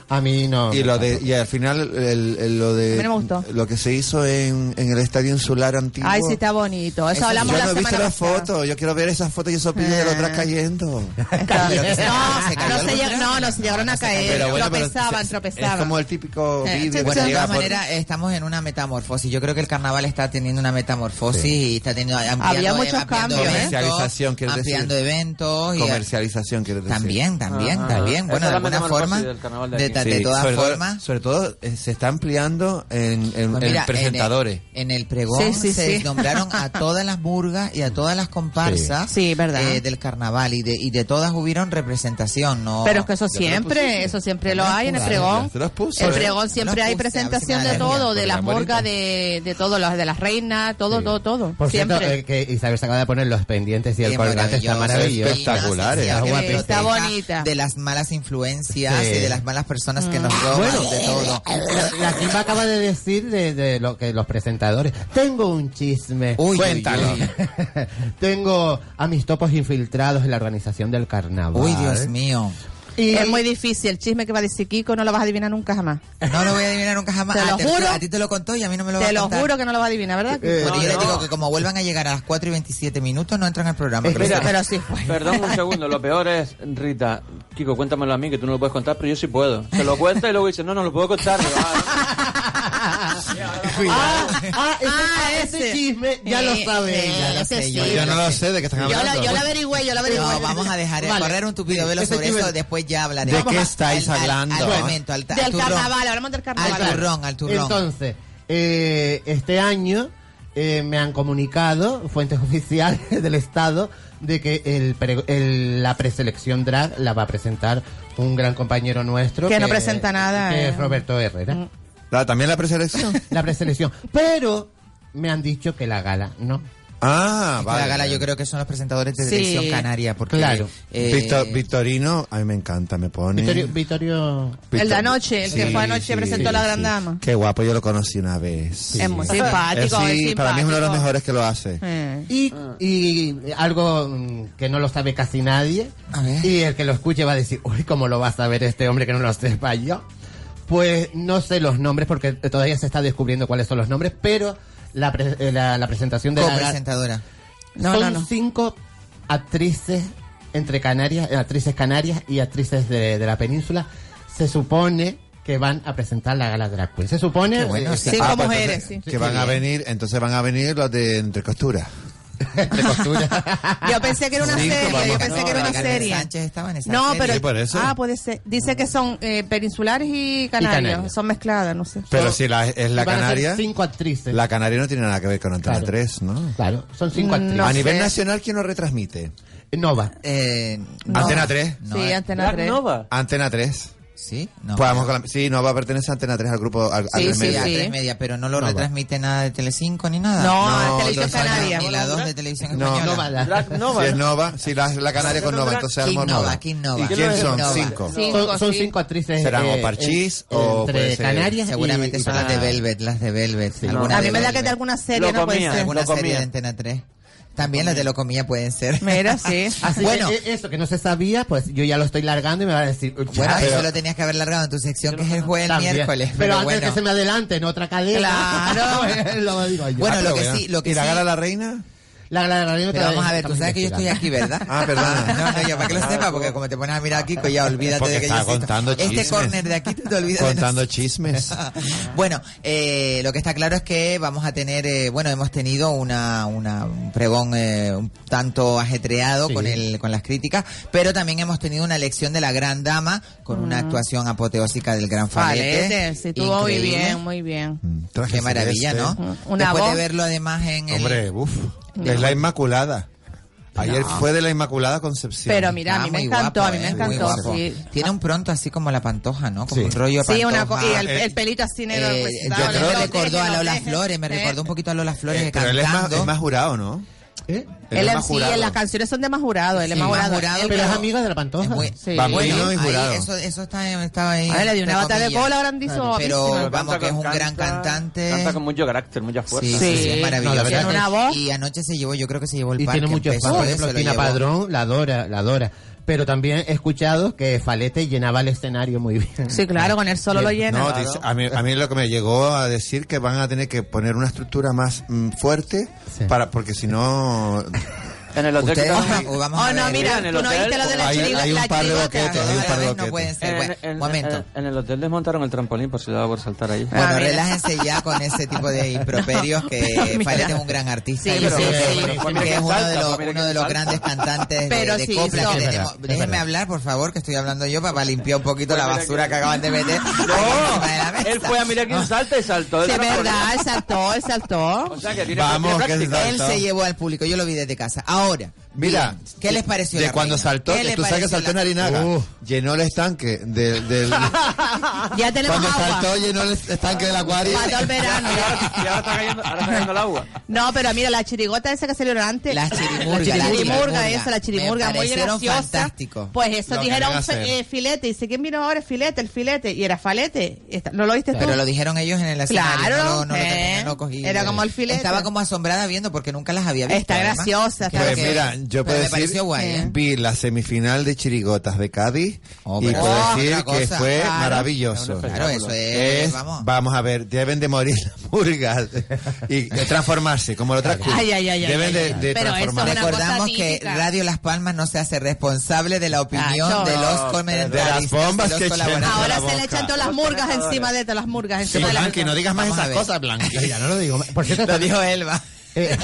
[SPEAKER 6] A mí no.
[SPEAKER 4] Y,
[SPEAKER 6] me
[SPEAKER 4] lo de,
[SPEAKER 6] encantó.
[SPEAKER 4] y al final, el- el- lo
[SPEAKER 5] A
[SPEAKER 4] de.
[SPEAKER 5] mí no me gustó.
[SPEAKER 4] Lo que se hizo en, en el Estadio Insular Antiguo.
[SPEAKER 5] Ay, sí, está bonito. Eso,
[SPEAKER 3] Eso
[SPEAKER 4] Yo
[SPEAKER 5] hablamos la
[SPEAKER 4] no he
[SPEAKER 5] semana
[SPEAKER 4] visto las
[SPEAKER 5] pasada. Eh.
[SPEAKER 4] fotos. Yo quiero ver esas fotos y esos vídeos de los atrás cayendo.
[SPEAKER 5] Está-
[SPEAKER 3] Cayó, que se cayó, se
[SPEAKER 5] No,
[SPEAKER 3] cayó
[SPEAKER 5] no,
[SPEAKER 3] el
[SPEAKER 5] se lleg- no,
[SPEAKER 3] programa.
[SPEAKER 5] no se llegaron a caer.
[SPEAKER 4] pero
[SPEAKER 5] tropezaban,
[SPEAKER 4] es-
[SPEAKER 5] tropezaban.
[SPEAKER 4] Es como el típico
[SPEAKER 5] Eh,
[SPEAKER 4] vídeo.
[SPEAKER 5] sí,
[SPEAKER 3] Bueno,
[SPEAKER 4] que
[SPEAKER 3] de
[SPEAKER 4] llega
[SPEAKER 3] todas
[SPEAKER 4] por-
[SPEAKER 3] maneras, estamos en una metamorfosis. Yo creo que el carnaval está teniendo una metamorfosis y está teniendo ampliando,
[SPEAKER 5] Había muchos
[SPEAKER 3] ampliando
[SPEAKER 5] cambios, ¿eh?
[SPEAKER 3] eventos,
[SPEAKER 4] Comercialización, quieres
[SPEAKER 3] ampliando
[SPEAKER 4] decir.
[SPEAKER 3] eventos y
[SPEAKER 4] comercialización, quiero decir.
[SPEAKER 3] también, también,
[SPEAKER 7] Ah,
[SPEAKER 3] también.
[SPEAKER 7] esa
[SPEAKER 3] Bueno, de
[SPEAKER 7] es la
[SPEAKER 3] alguna
[SPEAKER 7] metamorfosis
[SPEAKER 3] forma,
[SPEAKER 7] del carnaval de
[SPEAKER 3] de,
[SPEAKER 7] aquí.
[SPEAKER 3] ta- de
[SPEAKER 4] Sí,
[SPEAKER 3] todas
[SPEAKER 4] sobre todo-
[SPEAKER 3] formas.
[SPEAKER 4] sobre todo eh, se está ampliando en, en-
[SPEAKER 3] pues
[SPEAKER 4] en
[SPEAKER 3] mira,
[SPEAKER 4] presentadores.
[SPEAKER 3] En el, en el pregón
[SPEAKER 5] Sí, sí,
[SPEAKER 3] se
[SPEAKER 5] sí.
[SPEAKER 3] nombraron a todas las burgas y a todas las comparsas
[SPEAKER 5] Sí. Sí, verdad.
[SPEAKER 3] eh, del carnaval y de, y de todas hubieron representación, ¿no?
[SPEAKER 5] Pero es que eso
[SPEAKER 4] te lo
[SPEAKER 5] siempre,
[SPEAKER 4] pusiste.
[SPEAKER 5] eso siempre
[SPEAKER 3] Ya
[SPEAKER 5] lo
[SPEAKER 3] me lo
[SPEAKER 5] hay en el
[SPEAKER 3] puse.
[SPEAKER 5] pregón.
[SPEAKER 4] Ya te los puse.
[SPEAKER 5] El
[SPEAKER 4] Ya
[SPEAKER 5] pregón
[SPEAKER 3] me
[SPEAKER 5] siempre
[SPEAKER 3] los
[SPEAKER 5] hay
[SPEAKER 3] puse, a ver si me
[SPEAKER 5] presentación
[SPEAKER 3] da
[SPEAKER 5] de
[SPEAKER 3] alergia,
[SPEAKER 5] todo,
[SPEAKER 4] porque
[SPEAKER 5] de las
[SPEAKER 4] eran bonitos.
[SPEAKER 5] morgas, de, de todo, las de las reinas, todo, todo, todo.
[SPEAKER 6] Por
[SPEAKER 5] siempre.
[SPEAKER 6] cierto, eh, que Isabel se acaba de poner los pendientes y
[SPEAKER 3] Qué
[SPEAKER 6] el colgante está
[SPEAKER 3] maravilloso.
[SPEAKER 6] maravilloso.
[SPEAKER 4] Espectacular,
[SPEAKER 3] Sí,
[SPEAKER 4] eh.
[SPEAKER 3] sí,
[SPEAKER 6] Está
[SPEAKER 3] que
[SPEAKER 5] Está
[SPEAKER 3] proteja
[SPEAKER 5] bonita. Mm.
[SPEAKER 3] De las malas influencias
[SPEAKER 6] Sí.
[SPEAKER 3] y de las malas personas que nos roban de todo.
[SPEAKER 6] eh, La Kimba acaba de decir de, de lo que los presentadores. Tengo un chisme.
[SPEAKER 3] Uy, uy,
[SPEAKER 6] Cuéntalo.
[SPEAKER 3] uy.
[SPEAKER 6] Tengo a mis topos infiltrados en la organización del carnaval.
[SPEAKER 3] Uy, Dios mío.
[SPEAKER 6] Y
[SPEAKER 5] Es muy difícil. El chisme que va a decir Kiko no lo vas a adivinar nunca jamás.
[SPEAKER 3] No lo voy a adivinar nunca jamás.
[SPEAKER 5] Te lo
[SPEAKER 3] Ah,
[SPEAKER 5] juro.
[SPEAKER 3] A ti te lo contó y a mí no me lo va
[SPEAKER 5] Te
[SPEAKER 3] a
[SPEAKER 5] lo
[SPEAKER 3] contar. Eh,
[SPEAKER 5] juro Eh, que no lo vas a adivinar, ¿verdad? Kiko?
[SPEAKER 3] Porque yo
[SPEAKER 7] No,
[SPEAKER 3] les
[SPEAKER 7] no.
[SPEAKER 3] digo que como vuelvan a llegar a las 4 y 27 minutos, no entran al programa. que lo
[SPEAKER 6] Espera.
[SPEAKER 3] sepan.
[SPEAKER 5] Pero sí fue.
[SPEAKER 7] Perdón un segundo, lo peor es, Rita, Kiko, cuéntamelo a mí, que tú no lo puedes contar, pero yo sí puedo. Se lo cuenta y luego dice, no, no lo puedo contar. Digo, ah,
[SPEAKER 6] Ah, ah, ese,
[SPEAKER 5] Ah,
[SPEAKER 6] ah, ese
[SPEAKER 5] ese.
[SPEAKER 6] chisme ya lo
[SPEAKER 5] Eh,
[SPEAKER 6] sabe
[SPEAKER 5] eh,
[SPEAKER 6] ella.
[SPEAKER 5] ese sí.
[SPEAKER 4] Yo no lo sé de qué están
[SPEAKER 5] Yo
[SPEAKER 4] hablando.
[SPEAKER 5] lo, yo lo averigüé, yo lo averigüé.
[SPEAKER 3] No, vamos a dejar
[SPEAKER 5] Vale.
[SPEAKER 3] correr un tupido velo
[SPEAKER 6] Ese
[SPEAKER 3] sobre
[SPEAKER 6] nivel-
[SPEAKER 3] eso, después ya hablaremos.
[SPEAKER 4] ¿De qué
[SPEAKER 3] Vamos a-
[SPEAKER 4] estáis
[SPEAKER 3] al- al-
[SPEAKER 4] hablando?
[SPEAKER 3] Al momento, al, ta-
[SPEAKER 5] Del
[SPEAKER 3] turrón.
[SPEAKER 5] carnaval, hablamos del carnaval.
[SPEAKER 3] Al turrón, al turrón.
[SPEAKER 6] Entonces, eh, este año eh, me han comunicado fuentes oficiales del Estado de que el pre- el- la preselección drag la va a presentar un gran compañero nuestro.
[SPEAKER 5] Que no presenta nada,
[SPEAKER 6] Que
[SPEAKER 5] eh.
[SPEAKER 6] es Roberto Herrera.
[SPEAKER 4] Ah, También la preselección.
[SPEAKER 6] La preselección. Pero me han dicho que la gala no.
[SPEAKER 4] Ah,
[SPEAKER 3] Es que
[SPEAKER 4] vale.
[SPEAKER 3] La gala yo creo que son los presentadores de
[SPEAKER 5] Sí.
[SPEAKER 3] Televisión Canaria. Porque, eh,
[SPEAKER 6] Claro.
[SPEAKER 4] Victor- Victorino, a mí me encanta, me pone.
[SPEAKER 6] Vittorio, Vittorio-
[SPEAKER 5] El de anoche, el que
[SPEAKER 4] Sí,
[SPEAKER 5] fue anoche
[SPEAKER 4] sí,
[SPEAKER 5] presentó a la gran
[SPEAKER 4] sí.
[SPEAKER 5] dama.
[SPEAKER 4] Qué guapo, yo lo conocí una vez.
[SPEAKER 5] Es muy
[SPEAKER 4] Eh,
[SPEAKER 5] simpático, es
[SPEAKER 4] sí, para mí es uno de los
[SPEAKER 5] simpático.
[SPEAKER 4] mejores que lo hace.
[SPEAKER 5] Eh.
[SPEAKER 6] Y, y algo mm, que no lo sabe casi nadie,
[SPEAKER 3] A ver.
[SPEAKER 6] y el que lo escuche va a decir, uy, ¿cómo lo va a saber este hombre que no lo sepa yo? Pues no sé los nombres, porque todavía se está descubriendo cuáles son los nombres, pero la, pre- eh, la, la presentación de la
[SPEAKER 3] Co-presentadora.
[SPEAKER 5] No,
[SPEAKER 6] son
[SPEAKER 5] no, no.
[SPEAKER 6] cinco actrices entre canarias, eh, actrices canarias y actrices de, de la península. Se supone que van a presentar la gala drag queen. Se supone...
[SPEAKER 3] Qué bueno,
[SPEAKER 6] eh,
[SPEAKER 3] sí.
[SPEAKER 5] Cinco
[SPEAKER 4] pues
[SPEAKER 5] mujeres,
[SPEAKER 4] entonces,
[SPEAKER 5] sí.
[SPEAKER 4] Que van a venir, entonces van a venir los de Entre Costuras.
[SPEAKER 6] de costura.
[SPEAKER 5] Yo pensé que era una
[SPEAKER 4] Sí,
[SPEAKER 5] serie, yo
[SPEAKER 4] vamos.
[SPEAKER 5] pensé que era
[SPEAKER 3] No,
[SPEAKER 5] una
[SPEAKER 3] Carmen
[SPEAKER 5] serie.
[SPEAKER 3] Sánchez estaba en esa
[SPEAKER 5] No,
[SPEAKER 3] serie.
[SPEAKER 5] pero.
[SPEAKER 4] Sí, por eso.
[SPEAKER 5] Ah, puede ser. Dice que son eh, peninsulares y canarios.
[SPEAKER 6] canarios.
[SPEAKER 5] Son mezcladas, no sé.
[SPEAKER 4] Pero
[SPEAKER 6] Son-
[SPEAKER 4] si la, es la
[SPEAKER 6] van a ser
[SPEAKER 4] Canaria,
[SPEAKER 6] cinco actrices.
[SPEAKER 4] la Canaria no tiene nada que ver con Antena
[SPEAKER 6] Claro.
[SPEAKER 4] 3, ¿no?
[SPEAKER 6] Claro, son cinco actrices.
[SPEAKER 5] No
[SPEAKER 4] a nivel
[SPEAKER 5] sé.
[SPEAKER 4] nacional, ¿quién lo retransmite?
[SPEAKER 6] Nova.
[SPEAKER 3] Eh,
[SPEAKER 4] Antena 3.
[SPEAKER 3] No,
[SPEAKER 5] sí,
[SPEAKER 3] eh,
[SPEAKER 5] Antena
[SPEAKER 7] Black
[SPEAKER 5] 3.
[SPEAKER 7] Nova.
[SPEAKER 4] Antena 3.
[SPEAKER 3] Sí, no.
[SPEAKER 4] Pues vamos con la- sí, no va a pertenecer a Antena 3 al grupo. Al, al
[SPEAKER 5] Sí,
[SPEAKER 4] del
[SPEAKER 5] sí,
[SPEAKER 4] medio.
[SPEAKER 3] media,
[SPEAKER 5] sí.
[SPEAKER 3] tres media, pero no lo
[SPEAKER 6] No,
[SPEAKER 3] retransmite nada de Telecinco ni nada.
[SPEAKER 5] No,
[SPEAKER 4] No,
[SPEAKER 5] Televisión
[SPEAKER 4] entonces-
[SPEAKER 5] Canaria.
[SPEAKER 3] Ni la 2 de Televisión
[SPEAKER 4] No,
[SPEAKER 3] Española.
[SPEAKER 6] Nova, la-
[SPEAKER 7] Black Nova.
[SPEAKER 4] Si es Nova, si la, la Canaria con Nova, entonces
[SPEAKER 3] King
[SPEAKER 4] Almor
[SPEAKER 3] Nova,
[SPEAKER 4] Nova.
[SPEAKER 3] King Nova.
[SPEAKER 4] ¿Y quién
[SPEAKER 7] ¿Quién
[SPEAKER 4] son?
[SPEAKER 7] Nova?
[SPEAKER 4] Cinco.
[SPEAKER 5] Cinco,
[SPEAKER 6] son, son
[SPEAKER 5] sí.
[SPEAKER 6] cinco actrices. eh,
[SPEAKER 4] ¿Serán o parchís o puede
[SPEAKER 6] entre
[SPEAKER 4] ser-
[SPEAKER 6] Canarias? y-
[SPEAKER 3] Seguramente
[SPEAKER 6] y
[SPEAKER 3] son las de
[SPEAKER 6] Granada?
[SPEAKER 3] Velvet, las de Velvet.
[SPEAKER 6] Sí.
[SPEAKER 3] Algunas
[SPEAKER 5] A mí
[SPEAKER 3] de
[SPEAKER 5] me da
[SPEAKER 3] Velvet.
[SPEAKER 5] que de alguna serie
[SPEAKER 7] Lo
[SPEAKER 5] no puede
[SPEAKER 7] comía.
[SPEAKER 5] ser.
[SPEAKER 3] Alguna
[SPEAKER 7] Lo
[SPEAKER 3] serie
[SPEAKER 7] comía.
[SPEAKER 3] de Antena 3. También las de Locomía pueden ser.
[SPEAKER 5] Mira, sí.
[SPEAKER 6] Así que,
[SPEAKER 3] Bueno.
[SPEAKER 6] eh, eso que no se sabía, pues yo ya lo estoy largando y me va a decir. "Ya".
[SPEAKER 4] Ah,
[SPEAKER 3] Bueno,
[SPEAKER 6] Pero
[SPEAKER 3] eso lo tenías que haber largado en tu sección, que es el jueves el
[SPEAKER 6] también.
[SPEAKER 3] miércoles.
[SPEAKER 6] Pero,
[SPEAKER 3] Pero
[SPEAKER 6] antes
[SPEAKER 3] bueno.
[SPEAKER 6] que se me adelante en otra cadena.
[SPEAKER 5] Claro.
[SPEAKER 6] lo digo yo.
[SPEAKER 3] Bueno,
[SPEAKER 6] Ah,
[SPEAKER 3] lo
[SPEAKER 6] pero
[SPEAKER 3] que sí, lo que
[SPEAKER 4] ¿Y la
[SPEAKER 3] sí-
[SPEAKER 4] gala la reina?
[SPEAKER 6] La, la, la- la-
[SPEAKER 3] Pero vamos a ver, tú
[SPEAKER 6] estamos
[SPEAKER 3] sabes que yo estoy
[SPEAKER 6] investigando.
[SPEAKER 3] aquí, ¿verdad?
[SPEAKER 4] Ah, perdona.
[SPEAKER 3] No, no, ya para que lo sepa, porque como te pones a mirar a Kiko, ya olvídate
[SPEAKER 4] Porque
[SPEAKER 3] de que yo
[SPEAKER 4] estaba
[SPEAKER 3] existo.
[SPEAKER 4] contando
[SPEAKER 3] Este
[SPEAKER 4] chismes.
[SPEAKER 3] corner de aquí tú te olvidas de
[SPEAKER 4] Contando chismes.
[SPEAKER 3] bueno, eh, lo que está claro es que vamos a tener, eh, bueno, hemos tenido una, una- un pregón eh, un tanto ajetreado
[SPEAKER 6] Sí.
[SPEAKER 3] con, el, con las críticas, pero también hemos tenido una elección de la gran dama con una actuación apoteósica del gran Falete.
[SPEAKER 5] Falete, sí, estuvo muy
[SPEAKER 3] ¿eh? Increíble.
[SPEAKER 5] bien, muy bien.
[SPEAKER 4] Mm, traje
[SPEAKER 3] Qué maravilla,
[SPEAKER 4] celeste.
[SPEAKER 3] ¿no?
[SPEAKER 5] Una
[SPEAKER 3] Después de
[SPEAKER 5] voz.
[SPEAKER 3] verlo además en el...
[SPEAKER 4] Hombre, uff. Es la Inmaculada. Ayer fue de la Inmaculada Concepción.
[SPEAKER 5] Pero mira, a
[SPEAKER 3] Ah,
[SPEAKER 5] mí me
[SPEAKER 3] muy
[SPEAKER 5] encantó,
[SPEAKER 3] guapo,
[SPEAKER 5] a mí me
[SPEAKER 3] eh, muy
[SPEAKER 5] encantó.
[SPEAKER 3] guapo.
[SPEAKER 5] Sí,
[SPEAKER 3] Tiene un pronto así como la pantoja, ¿no? Como
[SPEAKER 4] Sí.
[SPEAKER 3] un rollo
[SPEAKER 5] Sí, una co-
[SPEAKER 3] pantoja.
[SPEAKER 5] y el,
[SPEAKER 4] eh,
[SPEAKER 5] el pelito así negro.
[SPEAKER 3] Eh,
[SPEAKER 5] pues,
[SPEAKER 3] yo
[SPEAKER 5] estaba,
[SPEAKER 3] creo que
[SPEAKER 5] los
[SPEAKER 3] recordó
[SPEAKER 5] dejes,
[SPEAKER 3] a
[SPEAKER 5] los
[SPEAKER 3] Lola
[SPEAKER 5] dejes,
[SPEAKER 3] Flores, me
[SPEAKER 5] eh.
[SPEAKER 3] recordó un poquito a Lola Flores
[SPEAKER 4] Eh, pero él es
[SPEAKER 3] cantando.
[SPEAKER 4] más, es más jurado, ¿no?
[SPEAKER 6] ¿Eh?
[SPEAKER 4] es
[SPEAKER 5] Él en
[SPEAKER 4] más
[SPEAKER 5] sí,
[SPEAKER 4] jurado.
[SPEAKER 5] en las canciones son de más jurado. Él es
[SPEAKER 3] Sí,
[SPEAKER 5] más
[SPEAKER 3] más
[SPEAKER 5] jurado.
[SPEAKER 3] jurado,
[SPEAKER 5] Él-
[SPEAKER 6] Pero es
[SPEAKER 3] pero-
[SPEAKER 6] amiga de la Pantoja.
[SPEAKER 3] Es muy-
[SPEAKER 5] Sí.
[SPEAKER 4] Bambino y
[SPEAKER 3] Ahí,
[SPEAKER 4] jurado.
[SPEAKER 3] eso, eso está, estaba ahí.
[SPEAKER 5] A ver, le dio una
[SPEAKER 3] entre
[SPEAKER 5] bata de
[SPEAKER 3] comillas.
[SPEAKER 5] cola grandísimo.
[SPEAKER 3] Pero vamos,
[SPEAKER 7] canta
[SPEAKER 3] que es
[SPEAKER 7] con-
[SPEAKER 3] un gran
[SPEAKER 7] canta-
[SPEAKER 3] cantante.
[SPEAKER 7] Canta con mucho carácter, mucha
[SPEAKER 3] Sí,
[SPEAKER 7] fuerza.
[SPEAKER 3] sí,
[SPEAKER 5] Sí.
[SPEAKER 3] es
[SPEAKER 6] No, la
[SPEAKER 3] maravilloso.
[SPEAKER 6] verdad
[SPEAKER 5] Tiene una voz.
[SPEAKER 3] Y anoche se llevó, yo creo que se llevó el
[SPEAKER 6] y
[SPEAKER 3] parque.
[SPEAKER 6] tiene muchos
[SPEAKER 3] empezó,
[SPEAKER 6] fans. Por
[SPEAKER 3] eso
[SPEAKER 6] ejemplo,
[SPEAKER 3] lo
[SPEAKER 6] Tina
[SPEAKER 3] llevó.
[SPEAKER 6] Padrón la adora, la adora. Pero también he escuchado que Falete llenaba el escenario muy bien.
[SPEAKER 5] Sí, claro, con él solo lo llena.
[SPEAKER 4] No, dice- a, mí, a mí lo que me llegó a decir que van a tener que poner una estructura más mm, fuerte
[SPEAKER 6] Sí.
[SPEAKER 4] para porque si no
[SPEAKER 7] En el hotel.
[SPEAKER 3] Ustedes
[SPEAKER 7] que-
[SPEAKER 3] van a- o vamos a
[SPEAKER 5] Oh, no,
[SPEAKER 3] ver.
[SPEAKER 5] mira,
[SPEAKER 7] En el
[SPEAKER 5] tú no
[SPEAKER 7] hotel,
[SPEAKER 5] viste lo de la
[SPEAKER 4] hay-
[SPEAKER 5] chirigota.
[SPEAKER 4] hay un
[SPEAKER 5] la
[SPEAKER 4] par de
[SPEAKER 5] chirigota.
[SPEAKER 4] boquetes,
[SPEAKER 3] Todos
[SPEAKER 4] hay un
[SPEAKER 3] a la
[SPEAKER 4] par de
[SPEAKER 3] vez no
[SPEAKER 4] boquetes.
[SPEAKER 3] pueden ser.
[SPEAKER 7] En,
[SPEAKER 3] Bueno,
[SPEAKER 7] en-
[SPEAKER 3] Eh, momento.
[SPEAKER 7] en- en el hotel desmontaron el trampolín por si le daba por saltar ahí.
[SPEAKER 3] Bueno,
[SPEAKER 5] Ah, mira.
[SPEAKER 3] relájense ya con ese tipo de improperios que
[SPEAKER 5] Mira.
[SPEAKER 3] Falete es un gran artista.
[SPEAKER 5] Sí,
[SPEAKER 3] yo
[SPEAKER 5] pero-
[SPEAKER 3] creo
[SPEAKER 5] sí,
[SPEAKER 3] que-
[SPEAKER 5] sí.
[SPEAKER 3] que
[SPEAKER 7] Pues mira
[SPEAKER 3] es
[SPEAKER 7] quién
[SPEAKER 3] uno de
[SPEAKER 7] salta,
[SPEAKER 3] los,
[SPEAKER 7] pues mira
[SPEAKER 3] uno de
[SPEAKER 7] quién
[SPEAKER 3] los
[SPEAKER 7] salta.
[SPEAKER 3] grandes cantantes de-
[SPEAKER 5] Pero
[SPEAKER 3] de
[SPEAKER 5] sí,
[SPEAKER 3] copla
[SPEAKER 5] son-
[SPEAKER 3] que
[SPEAKER 5] Es
[SPEAKER 6] verdad,
[SPEAKER 3] tenemos.
[SPEAKER 6] es
[SPEAKER 3] Déjenme
[SPEAKER 6] verdad.
[SPEAKER 3] hablar, por favor, que estoy hablando yo para limpiar un poquito
[SPEAKER 7] Pues
[SPEAKER 3] la
[SPEAKER 7] mira
[SPEAKER 3] basura
[SPEAKER 7] quién-
[SPEAKER 3] que acaban de meter. encima de la
[SPEAKER 7] No,
[SPEAKER 3] mesa.
[SPEAKER 7] él fue a mirar quién salta y saltó.
[SPEAKER 5] Sí,
[SPEAKER 7] de
[SPEAKER 5] es verdad, él saltó, él saltó.
[SPEAKER 7] O sea que tiene
[SPEAKER 4] Vamos,
[SPEAKER 7] tiene
[SPEAKER 4] que
[SPEAKER 7] práctica.
[SPEAKER 4] salta.
[SPEAKER 3] Él
[SPEAKER 4] Saltó.
[SPEAKER 3] se llevó al público, yo lo vi desde casa. Ahora,
[SPEAKER 4] Mira,
[SPEAKER 3] digan, ¿qué les pareció?
[SPEAKER 4] De
[SPEAKER 3] la
[SPEAKER 4] cuando
[SPEAKER 3] reina?
[SPEAKER 4] saltó,
[SPEAKER 3] ¿Qué
[SPEAKER 4] que
[SPEAKER 3] les
[SPEAKER 4] tú sabes que
[SPEAKER 3] pareció
[SPEAKER 4] saltó en
[SPEAKER 3] la-
[SPEAKER 4] Arinaga,
[SPEAKER 6] Uh.
[SPEAKER 4] llenó el estanque del... del
[SPEAKER 3] Uh.
[SPEAKER 5] Ya tenemos
[SPEAKER 4] cuando
[SPEAKER 5] agua.
[SPEAKER 4] saltó, llenó el estanque del acuario.
[SPEAKER 5] Para todo el verano.
[SPEAKER 7] Y ahora, y ahora está cayendo, ahora está cayendo el agua.
[SPEAKER 5] No, pero mira, la chirigota esa que salieron antes.
[SPEAKER 3] La chirimurga,
[SPEAKER 5] La
[SPEAKER 3] la
[SPEAKER 5] chirimurga,
[SPEAKER 3] chirimurga.
[SPEAKER 5] esa, la chirimurga,
[SPEAKER 3] Me
[SPEAKER 5] muy
[SPEAKER 3] parecieron
[SPEAKER 5] graciosa.
[SPEAKER 3] fantástico.
[SPEAKER 5] Pues eso
[SPEAKER 4] Lo que van a
[SPEAKER 5] dijeron
[SPEAKER 4] hacer.
[SPEAKER 5] fe- eh, filete. Dice, ¿quién vino ahora? Filete, el filete. Y era falete. Esta- ¿No lo viste tú?
[SPEAKER 3] Pero lo dijeron ellos en el escenario.
[SPEAKER 5] Claro,
[SPEAKER 3] no, lo- no lo
[SPEAKER 5] ¿eh?
[SPEAKER 3] terminé, no cogí.
[SPEAKER 5] Era como el filete.
[SPEAKER 3] Estaba como asombrada viendo porque nunca las había visto.
[SPEAKER 5] Está
[SPEAKER 3] además.
[SPEAKER 5] graciosa, está
[SPEAKER 4] Pues
[SPEAKER 5] Creo que-
[SPEAKER 4] mira, yo
[SPEAKER 3] Pero
[SPEAKER 4] puedo
[SPEAKER 3] me
[SPEAKER 4] decir,
[SPEAKER 3] pareció guay, ¿eh?
[SPEAKER 4] vi la semifinal de Chirigotas de Cádiz
[SPEAKER 3] Oh,
[SPEAKER 4] y
[SPEAKER 3] pero-
[SPEAKER 4] puedo
[SPEAKER 3] Oh,
[SPEAKER 4] decir
[SPEAKER 3] otra cosa,
[SPEAKER 4] que fue
[SPEAKER 3] claro.
[SPEAKER 4] maravilloso.
[SPEAKER 3] Claro, eso es.
[SPEAKER 4] Es-
[SPEAKER 3] vamos.
[SPEAKER 4] vamos. a ver, deben de morir las murgas y de transformarse, como lo otras
[SPEAKER 5] Ay, ay, ay, ay,
[SPEAKER 4] Deben
[SPEAKER 5] ay,
[SPEAKER 4] de,
[SPEAKER 5] ay.
[SPEAKER 4] de
[SPEAKER 5] Pero eso es
[SPEAKER 4] transformarse.
[SPEAKER 5] una
[SPEAKER 3] Recordamos
[SPEAKER 5] cosa
[SPEAKER 3] que
[SPEAKER 5] típica.
[SPEAKER 3] Radio Las Palmas no se hace responsable de la opinión
[SPEAKER 5] Ah, no.
[SPEAKER 3] de
[SPEAKER 5] No,
[SPEAKER 3] los
[SPEAKER 4] de las
[SPEAKER 3] comentaristas.
[SPEAKER 4] bombas
[SPEAKER 3] los
[SPEAKER 4] que
[SPEAKER 3] colaboradores.
[SPEAKER 4] echan.
[SPEAKER 5] Ahora
[SPEAKER 4] la
[SPEAKER 5] se le
[SPEAKER 4] boca.
[SPEAKER 5] echan todas las murgas encima de todas las murgas
[SPEAKER 4] Sí,
[SPEAKER 5] encima de la
[SPEAKER 4] Blanqui, no digas más
[SPEAKER 3] Vamos a
[SPEAKER 4] esas
[SPEAKER 3] ver.
[SPEAKER 4] cosas, Blanqui.
[SPEAKER 6] Ya no lo digo. Por cierto,
[SPEAKER 3] Lo dijo Elba.
[SPEAKER 6] eh,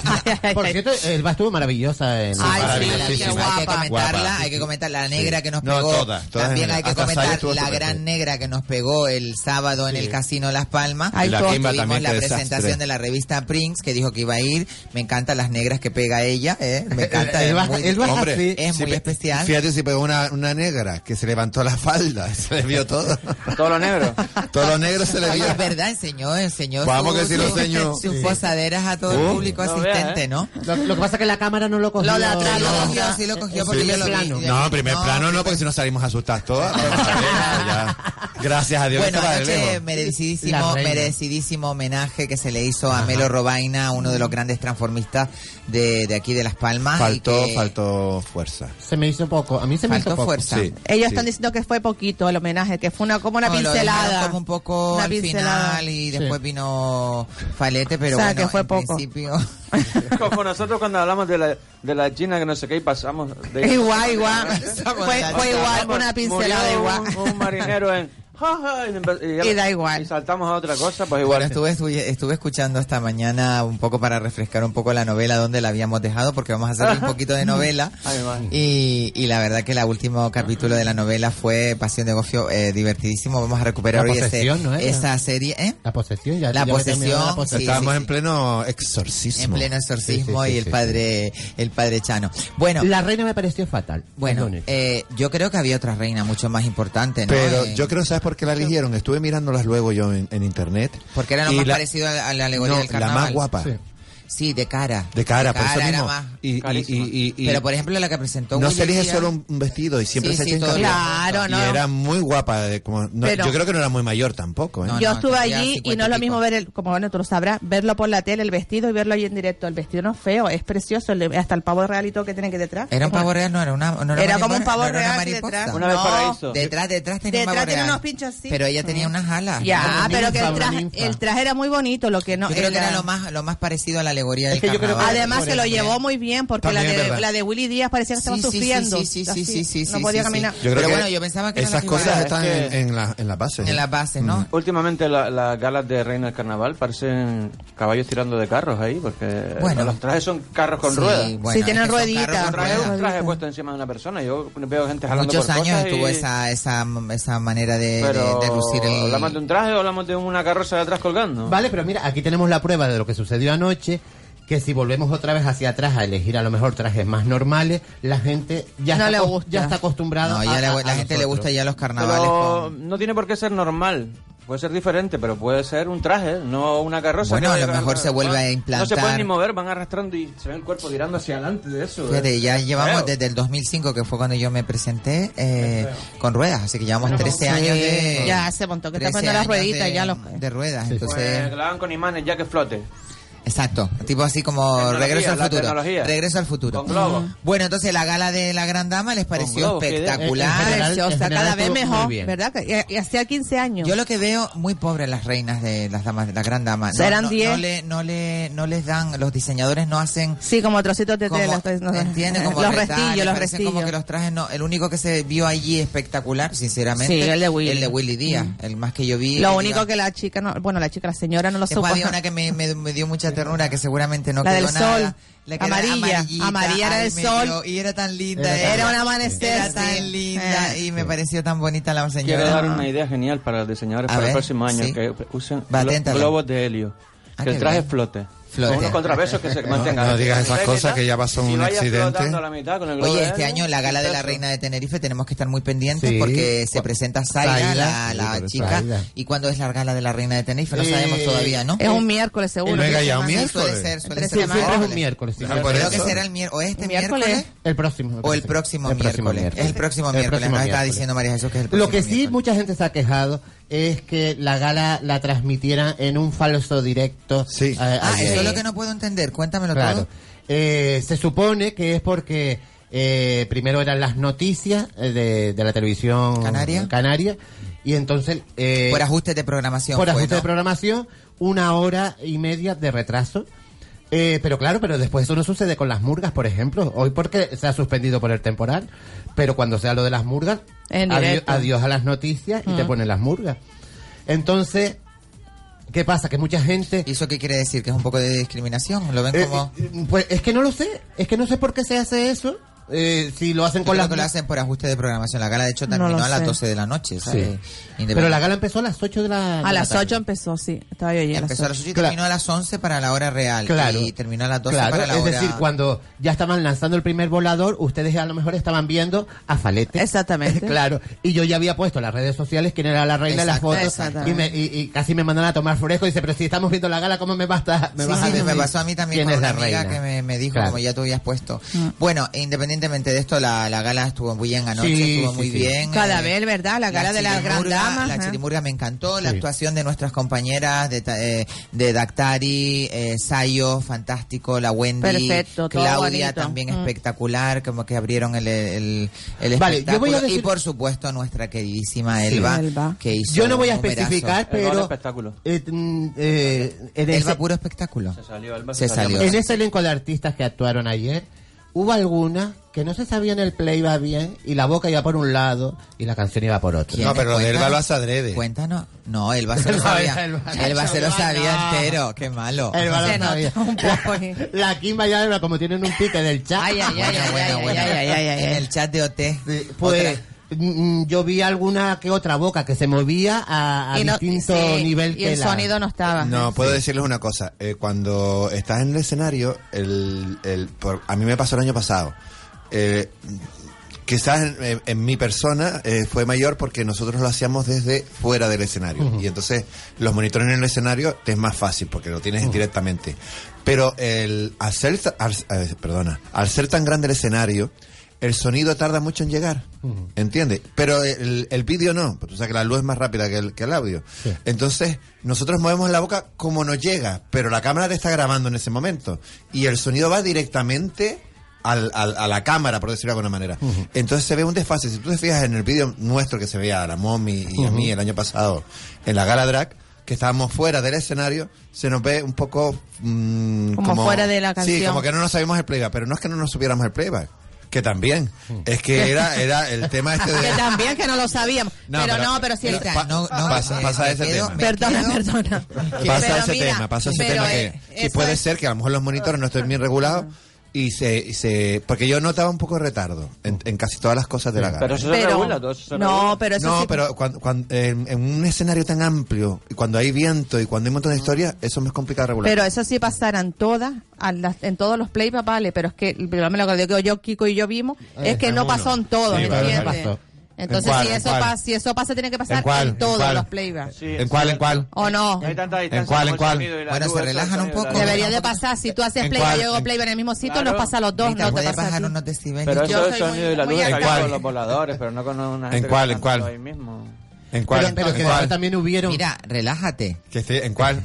[SPEAKER 6] por
[SPEAKER 5] ay.
[SPEAKER 6] cierto, Elba estuvo maravillosa en
[SPEAKER 5] Ay, sí,
[SPEAKER 4] maravillosísima.
[SPEAKER 5] qué
[SPEAKER 3] hay que
[SPEAKER 5] guapa.
[SPEAKER 3] comentarla,
[SPEAKER 4] Guapa.
[SPEAKER 3] Ah, hay que comentar la negra
[SPEAKER 4] Sí.
[SPEAKER 3] que nos
[SPEAKER 4] No,
[SPEAKER 3] pegó.
[SPEAKER 4] todas, todas
[SPEAKER 3] También
[SPEAKER 4] en-
[SPEAKER 3] hay que
[SPEAKER 4] hasta este Saya
[SPEAKER 3] comentar
[SPEAKER 4] estuvo
[SPEAKER 3] la
[SPEAKER 4] estupenda.
[SPEAKER 3] gran negra que nos pegó el sábado en el casino Las Palmas.
[SPEAKER 5] Ay, La todo.
[SPEAKER 4] Kimba
[SPEAKER 3] Tuvimos
[SPEAKER 4] también,
[SPEAKER 3] la
[SPEAKER 4] qué
[SPEAKER 3] presentación
[SPEAKER 4] desastre.
[SPEAKER 3] de la revista Prince que dijo que iba a ir. Me encantan las negras que pega ella, eh, me encanta. es
[SPEAKER 6] Elba-
[SPEAKER 3] muy-
[SPEAKER 6] Elba es
[SPEAKER 4] Hombre,
[SPEAKER 6] así.
[SPEAKER 3] es
[SPEAKER 4] si
[SPEAKER 3] muy
[SPEAKER 4] pe-
[SPEAKER 3] especial.
[SPEAKER 4] Fíjate si pegó una, una negra que se levantó la falda, se le vio todo.
[SPEAKER 7] Todo lo negro.
[SPEAKER 4] Todo lo negro se le
[SPEAKER 3] Oye,
[SPEAKER 4] vio.
[SPEAKER 3] es verdad, enseñó, enseñó
[SPEAKER 4] Vamos
[SPEAKER 3] su-
[SPEAKER 4] que sí lo
[SPEAKER 3] su-
[SPEAKER 4] enseñó.
[SPEAKER 3] sus
[SPEAKER 4] Sí.
[SPEAKER 3] posaderas a todo el
[SPEAKER 4] Oh.
[SPEAKER 3] público
[SPEAKER 7] No vea,
[SPEAKER 3] asistente,
[SPEAKER 7] ¿eh?
[SPEAKER 3] ¿no?
[SPEAKER 6] Lo, lo que pasa es que la cámara no lo cogió.
[SPEAKER 5] Lo de atrás, no.
[SPEAKER 3] Sí lo cogió, sí lo cogió porque
[SPEAKER 4] Sí.
[SPEAKER 3] yo lo vi.
[SPEAKER 6] Plano.
[SPEAKER 4] No, en primer plano no, porque si no salimos asustados todos. Vamos a ver, ya. Gracias a Dios.
[SPEAKER 3] Bueno,
[SPEAKER 4] que estaba de
[SPEAKER 3] anoche
[SPEAKER 4] lejos.
[SPEAKER 3] merecidísimo,
[SPEAKER 6] La reina.
[SPEAKER 3] merecidísimo homenaje que se le hizo a Melo Robaina, uno de los grandes transformistas de, de aquí de Las Palmas.
[SPEAKER 4] faltó,
[SPEAKER 3] y que
[SPEAKER 4] faltó fuerza.
[SPEAKER 6] Se me hizo poco. A mí se me hizo
[SPEAKER 3] faltó
[SPEAKER 6] poco.
[SPEAKER 3] fuerza.
[SPEAKER 4] Sí.
[SPEAKER 5] Ellos están diciendo que fue poquito el homenaje, que fue una como una
[SPEAKER 3] No, lo dejaron
[SPEAKER 5] pincelada.
[SPEAKER 3] como un poco
[SPEAKER 5] Una
[SPEAKER 3] al
[SPEAKER 5] pincelada.
[SPEAKER 3] final y después vino Falete, pero
[SPEAKER 5] O sea,
[SPEAKER 3] bueno,
[SPEAKER 5] que fue
[SPEAKER 3] en
[SPEAKER 5] poco.
[SPEAKER 3] principio...
[SPEAKER 7] Como nosotros cuando hablamos de la, de la China que no sé qué y pasamos de...
[SPEAKER 5] Igual, igual.
[SPEAKER 3] Estamos
[SPEAKER 5] fue,
[SPEAKER 3] tan-
[SPEAKER 5] fue igual,
[SPEAKER 7] Vamos,
[SPEAKER 5] una pincelada
[SPEAKER 7] murió
[SPEAKER 5] igual.
[SPEAKER 7] Un, un marinero en... ja, ja, y empe-
[SPEAKER 5] Y da igual.
[SPEAKER 7] Y saltamos a otra cosa, pues
[SPEAKER 3] Bueno,
[SPEAKER 7] igual.
[SPEAKER 3] estuve, estuve, estuve escuchando esta mañana un poco para refrescar un poco la novela donde la habíamos dejado, porque vamos a hacer un poquito de novela.
[SPEAKER 7] Ay, madre.
[SPEAKER 3] Y, y la verdad que el último capítulo de la novela fue Pasión de Gofio, eh, divertidísimo. Vamos a recuperar
[SPEAKER 6] La
[SPEAKER 3] hoy ese-
[SPEAKER 6] posesión, ¿no era?
[SPEAKER 3] esa serie. ¿eh?
[SPEAKER 6] La posesión ya.
[SPEAKER 3] La
[SPEAKER 6] ya me terminó
[SPEAKER 3] posesión,
[SPEAKER 6] la posesión.
[SPEAKER 3] Sí,
[SPEAKER 4] Estábamos
[SPEAKER 3] sí,
[SPEAKER 4] en
[SPEAKER 3] sí.
[SPEAKER 4] pleno exorcismo.
[SPEAKER 3] En pleno exorcismo
[SPEAKER 6] Sí, sí, sí,
[SPEAKER 3] y el
[SPEAKER 6] sí,
[SPEAKER 3] padre el padre Chano. Bueno,
[SPEAKER 6] La reina me pareció fatal. Es lo
[SPEAKER 3] bueno
[SPEAKER 6] único.
[SPEAKER 3] eh, yo creo que había otra reina mucho más importante, ¿no?
[SPEAKER 4] Pero
[SPEAKER 3] Eh,
[SPEAKER 4] yo creo, ¿sabes por qué la eligieron? Estuve mirándolas luego yo en, en internet.
[SPEAKER 3] Porque era lo
[SPEAKER 4] Y
[SPEAKER 3] más
[SPEAKER 4] la-
[SPEAKER 3] parecido a la, a la alegoría
[SPEAKER 4] no,
[SPEAKER 3] del
[SPEAKER 4] la
[SPEAKER 3] carnaval.
[SPEAKER 4] más guapa.
[SPEAKER 6] Sí.
[SPEAKER 3] Sí, de cara.
[SPEAKER 4] De cara, por eso
[SPEAKER 3] era
[SPEAKER 4] mismo.
[SPEAKER 3] más-
[SPEAKER 4] Y, y-
[SPEAKER 7] Carísima.
[SPEAKER 4] y- y- y-
[SPEAKER 3] Pero por ejemplo la que presentó
[SPEAKER 4] no
[SPEAKER 3] Willy
[SPEAKER 4] se elige
[SPEAKER 3] Díaz-
[SPEAKER 4] solo un un vestido y siempre
[SPEAKER 3] Sí,
[SPEAKER 4] se
[SPEAKER 3] sí,
[SPEAKER 4] elige
[SPEAKER 3] todo
[SPEAKER 4] en
[SPEAKER 3] el-
[SPEAKER 5] Claro,
[SPEAKER 4] Y
[SPEAKER 5] no.
[SPEAKER 4] era muy guapa. de como- no,
[SPEAKER 5] Pero-
[SPEAKER 4] yo creo que no era muy mayor tampoco. ¿eh?
[SPEAKER 3] No,
[SPEAKER 5] Yo estuve
[SPEAKER 3] tendría
[SPEAKER 5] allí y
[SPEAKER 3] 50
[SPEAKER 5] no es lo
[SPEAKER 3] y pico.
[SPEAKER 5] mismo ver, el, como bueno, tú lo sabrás, verlo por la tele, el vestido y verlo allí en directo. El vestido no es feo, es precioso, el- hasta el pavo real y todo que tiene que detrás.
[SPEAKER 3] Era un pavo real, no era una.
[SPEAKER 5] Era
[SPEAKER 3] no mariposa,
[SPEAKER 5] como un pavo
[SPEAKER 3] no era una
[SPEAKER 5] real así
[SPEAKER 3] mariposa.
[SPEAKER 5] detrás.
[SPEAKER 7] Una vez
[SPEAKER 5] No,
[SPEAKER 7] paraíso.
[SPEAKER 3] Detrás, detrás tenía un
[SPEAKER 5] Detrás
[SPEAKER 3] pavo
[SPEAKER 5] tiene
[SPEAKER 3] real. Ah,
[SPEAKER 5] unos pinchos así.
[SPEAKER 3] Pero ella tenía unas alas.
[SPEAKER 5] Ya,
[SPEAKER 6] Una
[SPEAKER 5] pero que el
[SPEAKER 6] ninfa, una
[SPEAKER 5] traje,
[SPEAKER 6] ninfa.
[SPEAKER 5] el traje era muy bonito, lo que no
[SPEAKER 3] Yo creo que
[SPEAKER 5] era-
[SPEAKER 3] era lo más, lo más parecido a la alegoría
[SPEAKER 6] Es
[SPEAKER 3] del
[SPEAKER 6] que ¿eh? yo creo
[SPEAKER 3] carnaval.
[SPEAKER 6] que-
[SPEAKER 5] Además se lo
[SPEAKER 3] También.
[SPEAKER 5] llevó muy bien porque la
[SPEAKER 4] También es
[SPEAKER 5] de,
[SPEAKER 4] verdad.
[SPEAKER 5] la de Willy Díaz parecía que estaba
[SPEAKER 3] Sí, sí,
[SPEAKER 5] sufriendo.
[SPEAKER 3] sí, sí, sí,
[SPEAKER 5] así,
[SPEAKER 3] sí, sí,
[SPEAKER 5] No
[SPEAKER 3] sí,
[SPEAKER 5] podía
[SPEAKER 3] sí, sí.
[SPEAKER 5] caminar.
[SPEAKER 4] Yo creo
[SPEAKER 3] Pero
[SPEAKER 4] que
[SPEAKER 3] bueno, yo pensaba que era la
[SPEAKER 4] esas
[SPEAKER 3] que
[SPEAKER 4] cosas
[SPEAKER 3] iba-
[SPEAKER 4] están
[SPEAKER 7] Es
[SPEAKER 4] en,
[SPEAKER 7] que-
[SPEAKER 4] en la, en la base.
[SPEAKER 3] En las bases, ¿no?
[SPEAKER 7] Últimamente la- las galas de Reina del Carnaval parecen caballos tirando de carros ahí, porque
[SPEAKER 3] Bueno.
[SPEAKER 7] los trajes son carros con
[SPEAKER 3] Sí,
[SPEAKER 7] ruedas.
[SPEAKER 3] bueno,
[SPEAKER 5] Sí, tienen
[SPEAKER 3] es que son
[SPEAKER 5] rueditas.
[SPEAKER 3] carros
[SPEAKER 7] Un
[SPEAKER 3] con
[SPEAKER 7] traje,
[SPEAKER 3] ruedas.
[SPEAKER 7] un traje puesto encima de una persona. Yo veo gente jalando
[SPEAKER 3] Muchos
[SPEAKER 7] por
[SPEAKER 3] años
[SPEAKER 7] cosas
[SPEAKER 3] estuvo
[SPEAKER 7] y-
[SPEAKER 3] esa, esa, esa manera de, de-
[SPEAKER 7] Pero
[SPEAKER 3] de lucir el...
[SPEAKER 7] hablamos de un traje o hablamos de una carroza de atrás colgando.
[SPEAKER 6] Vale, pero mira, aquí tenemos la prueba de lo que sucedió anoche, que si volvemos otra vez hacia atrás a elegir a lo mejor trajes más normales, la gente ya,
[SPEAKER 5] No
[SPEAKER 6] está,
[SPEAKER 5] le
[SPEAKER 6] acos-
[SPEAKER 5] gusta.
[SPEAKER 6] ya está acostumbrada
[SPEAKER 3] No, ya
[SPEAKER 6] a-
[SPEAKER 3] le-
[SPEAKER 6] a-
[SPEAKER 3] la
[SPEAKER 6] a
[SPEAKER 3] gente le
[SPEAKER 6] nosotros.
[SPEAKER 3] gusta ya los
[SPEAKER 7] Pero
[SPEAKER 3] carnavales con...
[SPEAKER 7] no tiene por qué ser normal. Puede ser diferente, pero puede ser un traje, no una carroza.
[SPEAKER 3] Bueno,
[SPEAKER 7] que
[SPEAKER 3] a lo
[SPEAKER 7] vaya
[SPEAKER 3] mejor
[SPEAKER 7] cargada.
[SPEAKER 3] se vuelve a
[SPEAKER 7] No se
[SPEAKER 3] implantar.
[SPEAKER 7] pueden ni mover, van arrastrando y se ve el cuerpo tirando hacia adelante de eso.
[SPEAKER 3] Fíjate,
[SPEAKER 7] ¿eh?
[SPEAKER 3] ya llevamos
[SPEAKER 7] Feo.
[SPEAKER 3] desde el 2005, que fue cuando yo me presenté, eh, con ruedas, así que llevamos 13 años de...
[SPEAKER 5] ya hace montón que está
[SPEAKER 3] 13
[SPEAKER 5] poniendo las
[SPEAKER 3] años
[SPEAKER 5] rueditas,
[SPEAKER 3] de-
[SPEAKER 5] ya los-
[SPEAKER 3] De ruedas,
[SPEAKER 7] Pues,
[SPEAKER 3] entonces...
[SPEAKER 7] que la hagan con imanes ya que flote.
[SPEAKER 3] Exacto, tipo así como
[SPEAKER 7] Tecnología,
[SPEAKER 3] regreso al
[SPEAKER 7] la
[SPEAKER 3] futuro.
[SPEAKER 7] tecnología.
[SPEAKER 3] Regreso al futuro.
[SPEAKER 7] Con globos.
[SPEAKER 3] Ujú. Bueno, entonces la gala de la Gran Dama les pareció
[SPEAKER 7] globos, qué idea.
[SPEAKER 3] espectacular.
[SPEAKER 6] En general-
[SPEAKER 5] Preciosa,
[SPEAKER 6] en general
[SPEAKER 5] cada vez
[SPEAKER 6] estuvo muy
[SPEAKER 5] mejor,
[SPEAKER 6] bien.
[SPEAKER 5] ¿verdad? Que- Y, y hacía 15 años.
[SPEAKER 3] Yo lo que veo muy pobre las reinas de las damas de la Gran Dama. No,
[SPEAKER 5] Serán
[SPEAKER 3] no-
[SPEAKER 5] 10.
[SPEAKER 3] no le no le no les dan los diseñadores no hacen
[SPEAKER 5] Sí, como trocitos de
[SPEAKER 3] como,
[SPEAKER 5] tela. entonces, no-
[SPEAKER 3] entiende, como
[SPEAKER 5] Eh, los
[SPEAKER 3] retales,
[SPEAKER 5] restillos, los
[SPEAKER 3] parecen
[SPEAKER 5] restillos.
[SPEAKER 3] como que los trajes no, el único que se vio allí espectacular, sinceramente,
[SPEAKER 5] Sí, el de Willy. Mm.
[SPEAKER 3] Díaz, el más que yo vi.
[SPEAKER 5] Lo
[SPEAKER 3] el
[SPEAKER 5] único
[SPEAKER 3] Díaz.
[SPEAKER 5] que la chica, no, bueno, la chica, la señora no lo supo.
[SPEAKER 3] Después había una que me, me- me dio mucha ternura, que seguramente no
[SPEAKER 5] La
[SPEAKER 3] quedó
[SPEAKER 5] del
[SPEAKER 3] nada.
[SPEAKER 5] sol.
[SPEAKER 3] que era
[SPEAKER 5] Amarilla.
[SPEAKER 3] amarillita.
[SPEAKER 5] Amarilla era
[SPEAKER 3] Ay,
[SPEAKER 5] el
[SPEAKER 3] me
[SPEAKER 5] sol.
[SPEAKER 3] dio- y era tan linda.
[SPEAKER 6] Era tan-
[SPEAKER 5] Era un amanecer,
[SPEAKER 3] Era tan
[SPEAKER 5] sí.
[SPEAKER 3] linda.
[SPEAKER 5] Eh.
[SPEAKER 3] Y me pareció tan bonita la
[SPEAKER 7] Quiero dar
[SPEAKER 3] señora.
[SPEAKER 7] una idea genial para los diseñadores
[SPEAKER 3] A
[SPEAKER 7] para
[SPEAKER 3] ver,
[SPEAKER 7] el próximo año,
[SPEAKER 3] sí.
[SPEAKER 7] que usen
[SPEAKER 3] Va,
[SPEAKER 7] glo-
[SPEAKER 3] téntala.
[SPEAKER 7] globos de helio.
[SPEAKER 3] Ah,
[SPEAKER 7] que el
[SPEAKER 3] qué
[SPEAKER 7] traje
[SPEAKER 3] bien.
[SPEAKER 7] flote.
[SPEAKER 3] Flote.
[SPEAKER 7] Con unos contrapesos que se mantengan.
[SPEAKER 4] no digas esas
[SPEAKER 7] Técnica,
[SPEAKER 4] cosas que ya pasó
[SPEAKER 7] y
[SPEAKER 4] un
[SPEAKER 7] vaya
[SPEAKER 4] accidente.
[SPEAKER 7] flotando a la mitad con el globo
[SPEAKER 3] Oye,
[SPEAKER 7] de
[SPEAKER 3] este
[SPEAKER 7] helio,
[SPEAKER 3] año la gala de la
[SPEAKER 7] eso.
[SPEAKER 3] Reina de Tenerife tenemos que estar muy pendientes
[SPEAKER 6] Sí.
[SPEAKER 3] porque se
[SPEAKER 6] Cu-
[SPEAKER 3] presenta Zaira, la,
[SPEAKER 6] Zaira.
[SPEAKER 3] la
[SPEAKER 6] Sí, por eso.
[SPEAKER 3] chica.
[SPEAKER 6] Zaira.
[SPEAKER 3] ¿Y cuándo es la gala de la Reina de Tenerife? No sabemos
[SPEAKER 6] Eh,
[SPEAKER 3] todavía, ¿no?
[SPEAKER 5] Es un miércoles, seguro.
[SPEAKER 4] Venga,
[SPEAKER 5] Tres
[SPEAKER 4] ya, un
[SPEAKER 5] semanas.
[SPEAKER 4] miércoles.
[SPEAKER 3] Suele ser, suele
[SPEAKER 5] Tres
[SPEAKER 3] ser.
[SPEAKER 5] semanas.
[SPEAKER 6] Siempre es un
[SPEAKER 3] miércoles.
[SPEAKER 6] miércoles. sí.
[SPEAKER 4] Ah,
[SPEAKER 6] Siempre
[SPEAKER 4] por
[SPEAKER 6] es
[SPEAKER 3] Creo
[SPEAKER 6] un
[SPEAKER 4] eso.
[SPEAKER 3] que será el miércoles. ¿O este
[SPEAKER 5] Miércoles.
[SPEAKER 3] miércoles?
[SPEAKER 6] El próximo.
[SPEAKER 3] O el próximo
[SPEAKER 6] El próximo
[SPEAKER 3] miércoles. Es el próximo
[SPEAKER 6] El
[SPEAKER 3] miércoles.
[SPEAKER 6] próximo
[SPEAKER 3] no estaba
[SPEAKER 6] miércoles.
[SPEAKER 3] diciendo María Jesús que es el próximo
[SPEAKER 6] Lo que sí
[SPEAKER 3] miércoles.
[SPEAKER 6] mucha gente se ha quejado es que la gala la transmitieran en un falso directo. eh,
[SPEAKER 4] Sí.
[SPEAKER 3] Ah,
[SPEAKER 6] ayer.
[SPEAKER 3] eso es lo que no puedo entender. Cuéntamelo
[SPEAKER 6] Claro.
[SPEAKER 3] todo.
[SPEAKER 6] Eh, se supone que es porque eh, primero eran las noticias eh, de, de la televisión
[SPEAKER 3] Canaria.
[SPEAKER 6] canaria, y entonces eh,
[SPEAKER 3] Por ajustes de programación.
[SPEAKER 6] por
[SPEAKER 3] fue,
[SPEAKER 6] ajuste
[SPEAKER 3] ¿no?
[SPEAKER 6] de programación una hora y media de retraso. Eh, pero claro, pero después eso no sucede con las murgas, por ejemplo. Hoy porque se ha suspendido por el temporal, pero cuando sea lo de las murgas,
[SPEAKER 5] En
[SPEAKER 6] adi-
[SPEAKER 5] directo. Mm.
[SPEAKER 6] adiós a las noticias y te ponen las murgas. Entonces, ¿qué pasa? Que mucha gente...
[SPEAKER 3] ¿Y eso qué quiere decir? ¿Que es un poco de discriminación? ¿Lo ven
[SPEAKER 6] Eh,
[SPEAKER 3] como...?
[SPEAKER 6] eh, pues es que no lo sé, es que no sé por qué se hace eso. eh, si lo hacen
[SPEAKER 3] Yo
[SPEAKER 6] con
[SPEAKER 3] creo
[SPEAKER 6] las
[SPEAKER 3] que lo hacen por ajuste de programación. La gala, de hecho,
[SPEAKER 5] No
[SPEAKER 3] terminó
[SPEAKER 5] lo
[SPEAKER 3] a las
[SPEAKER 5] sé.
[SPEAKER 3] 12 de la noche, ¿sabes?
[SPEAKER 6] Sí.
[SPEAKER 3] Independiente.
[SPEAKER 6] Pero la gala empezó a las 8 de la
[SPEAKER 5] A
[SPEAKER 6] de la
[SPEAKER 5] las
[SPEAKER 6] tarde.
[SPEAKER 5] 8 empezó, sí. Estaba yo allí a las
[SPEAKER 3] Empezó a las
[SPEAKER 5] 8.
[SPEAKER 3] 8 y
[SPEAKER 6] Claro.
[SPEAKER 3] terminó a las 11 para la hora real.
[SPEAKER 6] Claro.
[SPEAKER 3] Y terminó a las 12
[SPEAKER 6] Claro,
[SPEAKER 3] para la
[SPEAKER 6] es
[SPEAKER 3] hora...
[SPEAKER 6] decir, cuando ya estaban lanzando el primer volador, ustedes a lo mejor estaban viendo a Falete.
[SPEAKER 5] Exactamente.
[SPEAKER 6] claro. Y yo ya había puesto en las redes sociales quién era la reina de las
[SPEAKER 3] Exacto,
[SPEAKER 6] fotos. Y,
[SPEAKER 5] exactamente.
[SPEAKER 6] me, y, y casi me mandan a tomar fresco y dice, pero si estamos viendo la gala, ¿cómo me basta?
[SPEAKER 3] Me,
[SPEAKER 6] vas a
[SPEAKER 3] me
[SPEAKER 6] decir
[SPEAKER 3] pasó a mí también
[SPEAKER 6] quién
[SPEAKER 3] con
[SPEAKER 6] es
[SPEAKER 3] una
[SPEAKER 6] la
[SPEAKER 3] amiga
[SPEAKER 6] reina?
[SPEAKER 3] que eh, me, me dijo,
[SPEAKER 6] Claro.
[SPEAKER 3] como ya tú habías puesto.
[SPEAKER 5] Mm.
[SPEAKER 3] Bueno, independientemente de esto, la, la gala estuvo muy bien anoche,
[SPEAKER 6] Sí,
[SPEAKER 3] estuvo
[SPEAKER 6] sí,
[SPEAKER 3] muy
[SPEAKER 6] sí.
[SPEAKER 3] bien.
[SPEAKER 5] Cada
[SPEAKER 3] eh,
[SPEAKER 5] vez, ¿verdad? La gala de la gran
[SPEAKER 3] chirimurga-
[SPEAKER 5] dama. ¿eh?
[SPEAKER 3] La
[SPEAKER 5] ajá.
[SPEAKER 3] chirimurga me encantó, la
[SPEAKER 6] Sí.
[SPEAKER 3] actuación de nuestras compañeras de, ta- eh, de Dactari, eh, Sayo, fantástico, la Wendy,
[SPEAKER 5] Perfecto, todo
[SPEAKER 3] Claudia
[SPEAKER 5] bonito.
[SPEAKER 3] también
[SPEAKER 5] Mm.
[SPEAKER 3] espectacular, como que abrieron el, el, el
[SPEAKER 6] Vale,
[SPEAKER 3] espectáculo.
[SPEAKER 6] yo voy a decir-
[SPEAKER 3] Y por supuesto nuestra queridísima
[SPEAKER 6] Sí.
[SPEAKER 3] Elba,
[SPEAKER 5] Elba.
[SPEAKER 3] que hizo
[SPEAKER 6] Yo no voy a
[SPEAKER 3] un numerazo.
[SPEAKER 6] especificar,
[SPEAKER 7] El gol
[SPEAKER 6] pero...
[SPEAKER 7] espectáculo.
[SPEAKER 6] eh, mm, eh, en
[SPEAKER 3] Elba
[SPEAKER 6] ese-
[SPEAKER 3] puro espectáculo.
[SPEAKER 7] Se salió, Alba,
[SPEAKER 3] Se salió.
[SPEAKER 6] En este ese elenco de artistas que actuaron ayer, hubo algunas que no se sabían el play iba bien y la boca iba por un lado y la canción iba por otro.
[SPEAKER 3] ¿Quién
[SPEAKER 4] No,
[SPEAKER 3] es?
[SPEAKER 4] pero lo de
[SPEAKER 3] Cuéntanos.
[SPEAKER 4] Elba lo hace adrede.
[SPEAKER 3] Cuéntanos. No, Elba se lo
[SPEAKER 6] No,
[SPEAKER 3] sabía.
[SPEAKER 6] Elba-
[SPEAKER 3] Elba se lo
[SPEAKER 6] Elba
[SPEAKER 3] sabía
[SPEAKER 6] no.
[SPEAKER 3] entero. Qué malo.
[SPEAKER 6] El balón
[SPEAKER 5] Se
[SPEAKER 6] no había.
[SPEAKER 5] nota un poco, eh.
[SPEAKER 6] La, la Kimba y Alba, como tienen un pique del chat.
[SPEAKER 5] Ay, ay, ay,
[SPEAKER 3] Buena,
[SPEAKER 5] ay,
[SPEAKER 3] buena,
[SPEAKER 5] ay,
[SPEAKER 3] buena.
[SPEAKER 5] ay, ay, ay, ay,
[SPEAKER 3] En
[SPEAKER 5] ay.
[SPEAKER 3] el chat de OT.
[SPEAKER 6] Sí, Pues mm, mm, yo vi alguna que otra boca que se movía a, a
[SPEAKER 5] Y no-
[SPEAKER 6] distinto
[SPEAKER 5] sí,
[SPEAKER 6] nivel
[SPEAKER 5] Y
[SPEAKER 6] que
[SPEAKER 5] el
[SPEAKER 6] la-
[SPEAKER 5] sonido no estaba.
[SPEAKER 4] No, puedo decirles una cosa. Eh, cuando estás en el escenario, el, el- por- a mí me pasó el año pasado. Eh, quizás en, en- en mi persona eh, fue mayor porque nosotros lo hacíamos desde fuera del escenario. Y entonces los monitores en el escenario te es más fácil porque lo tienes directamente. Pero el, al, ser, ta- al- eh, perdona, al ser tan grande el escenario, el sonido tarda mucho en llegar, ¿entiendes? Pero el, el vídeo no, porque tú sabes que la luz es más rápida que el, que el audio. Entonces, nosotros movemos la boca como nos llega, pero la cámara te está grabando en ese momento. Y el sonido va directamente al, al- a la cámara, por decirlo de alguna manera. Entonces se ve un desfase. Si tú te fijas en el vídeo nuestro que se veía a la momi y a mí el año pasado en la gala drag, que estábamos fuera del escenario, se nos ve un poco... mm,
[SPEAKER 5] Como fuera de la
[SPEAKER 4] Sí,
[SPEAKER 5] canción.
[SPEAKER 4] como que no nos sabíamos el playback, pero no es que no nos supiéramos el playback, que también. Es que era, era el tema este de...
[SPEAKER 5] Que también que no lo sabíamos.
[SPEAKER 4] No,
[SPEAKER 5] pero,
[SPEAKER 4] pero-
[SPEAKER 5] no, pero sí
[SPEAKER 4] pero
[SPEAKER 5] el chat.
[SPEAKER 4] pa-
[SPEAKER 3] No, no,
[SPEAKER 4] pasa-
[SPEAKER 3] me-
[SPEAKER 4] pasa
[SPEAKER 3] me
[SPEAKER 4] ese
[SPEAKER 3] quedo-
[SPEAKER 4] tema.
[SPEAKER 3] me
[SPEAKER 5] Perdona,
[SPEAKER 3] quedo-
[SPEAKER 5] perdona.
[SPEAKER 4] Pasa
[SPEAKER 5] Pero
[SPEAKER 4] ese
[SPEAKER 5] mira,
[SPEAKER 4] tema, pasa ese
[SPEAKER 5] pero,
[SPEAKER 4] tema que,
[SPEAKER 5] eh,
[SPEAKER 4] que
[SPEAKER 5] eso
[SPEAKER 4] puede
[SPEAKER 5] es-
[SPEAKER 4] ser que a lo mejor los monitores no estén bien regulados y se, y se porque yo notaba un poco de retardo en, en casi todas las cosas de la gala.
[SPEAKER 7] Pero eso se
[SPEAKER 5] pero-
[SPEAKER 7] regula, todo eso se
[SPEAKER 5] no,
[SPEAKER 7] regula.
[SPEAKER 5] pero eso
[SPEAKER 4] no,
[SPEAKER 5] sí-
[SPEAKER 4] pero cuando, cuando- en, en un escenario tan amplio y cuando hay viento y cuando hay un montón de historias, eso me es complicado regular.
[SPEAKER 5] Pero eso sí pasaran todas, a las- en todos los playback, vale, pero es que el problema lo que digo yo, Kiko y yo vimos, es que no pasó en todos,
[SPEAKER 6] Sí,
[SPEAKER 5] ¿me
[SPEAKER 6] vale,
[SPEAKER 5] entiendes?
[SPEAKER 6] pasó.
[SPEAKER 5] Entonces,
[SPEAKER 8] ¿En cuál?
[SPEAKER 5] si,
[SPEAKER 8] ¿En
[SPEAKER 5] eso
[SPEAKER 8] cuál?
[SPEAKER 5] pasa, si eso pasa, tiene que pasar
[SPEAKER 8] ¿En
[SPEAKER 5] en,
[SPEAKER 8] cuál? ¿En
[SPEAKER 5] todos
[SPEAKER 8] cuál?
[SPEAKER 5] los playbacks.
[SPEAKER 7] Sí,
[SPEAKER 8] ¿En cuál, en cuál?
[SPEAKER 5] ¿O no?
[SPEAKER 7] Hay tanta distancia
[SPEAKER 8] ¿En cuál,
[SPEAKER 7] como
[SPEAKER 8] en
[SPEAKER 7] el
[SPEAKER 8] cuál?
[SPEAKER 7] sonido y la
[SPEAKER 3] Bueno,
[SPEAKER 7] luz,
[SPEAKER 3] se
[SPEAKER 7] el
[SPEAKER 3] relajan un
[SPEAKER 7] sonido y la
[SPEAKER 3] poco.
[SPEAKER 7] luz.
[SPEAKER 5] Debería de pasar. Si tú haces
[SPEAKER 8] ¿En
[SPEAKER 5] playback,
[SPEAKER 8] cuál?
[SPEAKER 5] yo hago
[SPEAKER 8] ¿En-
[SPEAKER 5] playback en el mismo sitio,
[SPEAKER 7] Claro.
[SPEAKER 5] nos pasa a los dos,
[SPEAKER 3] Rita,
[SPEAKER 5] no te
[SPEAKER 3] puede
[SPEAKER 5] pasa a
[SPEAKER 3] bajar
[SPEAKER 5] ti.
[SPEAKER 3] unos decibelios.
[SPEAKER 7] Pero
[SPEAKER 5] Yo
[SPEAKER 7] eso es
[SPEAKER 5] soy muy-
[SPEAKER 7] sonido y la
[SPEAKER 5] muy
[SPEAKER 7] luz está
[SPEAKER 8] alta.
[SPEAKER 7] con los voladores, pero no con una
[SPEAKER 8] ¿En
[SPEAKER 7] gente que
[SPEAKER 8] cuál,
[SPEAKER 7] está
[SPEAKER 8] en cuál?
[SPEAKER 7] ahí mismo.
[SPEAKER 8] ¿En cuál?
[SPEAKER 6] Pero, pero
[SPEAKER 8] ¿En
[SPEAKER 6] que
[SPEAKER 8] cuál?
[SPEAKER 6] también hubieron.
[SPEAKER 3] Mira, relájate.
[SPEAKER 8] Que esté- ¿En cuál?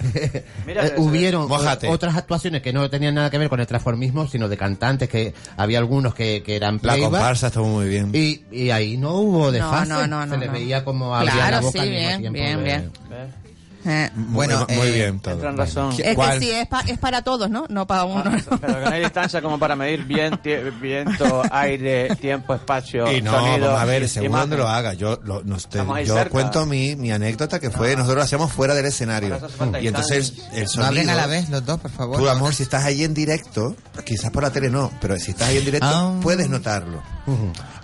[SPEAKER 7] Mira,
[SPEAKER 6] Eh,
[SPEAKER 7] se- se-
[SPEAKER 6] hubieron
[SPEAKER 8] Mójate.
[SPEAKER 6] o- otras actuaciones que no tenían nada que ver con el transformismo, sino de cantantes que había algunos que, que eran
[SPEAKER 4] La
[SPEAKER 6] playback,
[SPEAKER 4] comparsa estuvo muy bien.
[SPEAKER 6] y, y ahí no hubo de
[SPEAKER 5] no, no, no,
[SPEAKER 6] se les
[SPEAKER 5] no.
[SPEAKER 6] veía como abría
[SPEAKER 5] Claro,
[SPEAKER 6] la boca
[SPEAKER 5] sí,
[SPEAKER 6] al mismo
[SPEAKER 5] bien,
[SPEAKER 6] tiempo
[SPEAKER 5] bien,
[SPEAKER 6] de-
[SPEAKER 5] bien.
[SPEAKER 7] ¿ves?
[SPEAKER 5] Eh,
[SPEAKER 3] Bueno,
[SPEAKER 4] muy, muy
[SPEAKER 3] eh,
[SPEAKER 4] bien todo.
[SPEAKER 7] entra en razón.
[SPEAKER 8] Bueno,
[SPEAKER 5] Es
[SPEAKER 8] ¿Cuál?
[SPEAKER 5] que sí, es, pa- es para todos, ¿no? No para uno.
[SPEAKER 7] Pero que no hay distancia como para medir bien, tie- viento, aire, tiempo, espacio,
[SPEAKER 8] Y
[SPEAKER 4] No,
[SPEAKER 7] sonido.
[SPEAKER 4] vamos a ver,
[SPEAKER 7] y-
[SPEAKER 4] según
[SPEAKER 7] imagen.
[SPEAKER 4] donde lo haga, yo lo- no estoy-
[SPEAKER 7] Estamos ahí
[SPEAKER 4] yo
[SPEAKER 7] cerca.
[SPEAKER 4] cuento mi, mi anécdota que fue, nosotros lo hacíamos fuera del escenario.
[SPEAKER 7] Para eso hace falta
[SPEAKER 4] Y entonces
[SPEAKER 7] distancia.
[SPEAKER 4] el
[SPEAKER 3] No hablen
[SPEAKER 4] sonido...
[SPEAKER 3] a la vez los dos, por favor.
[SPEAKER 4] Tú, amor, si estás ahí en directo, quizás por la tele no, pero si estás ahí en directo,
[SPEAKER 3] Ah.
[SPEAKER 4] puedes notarlo.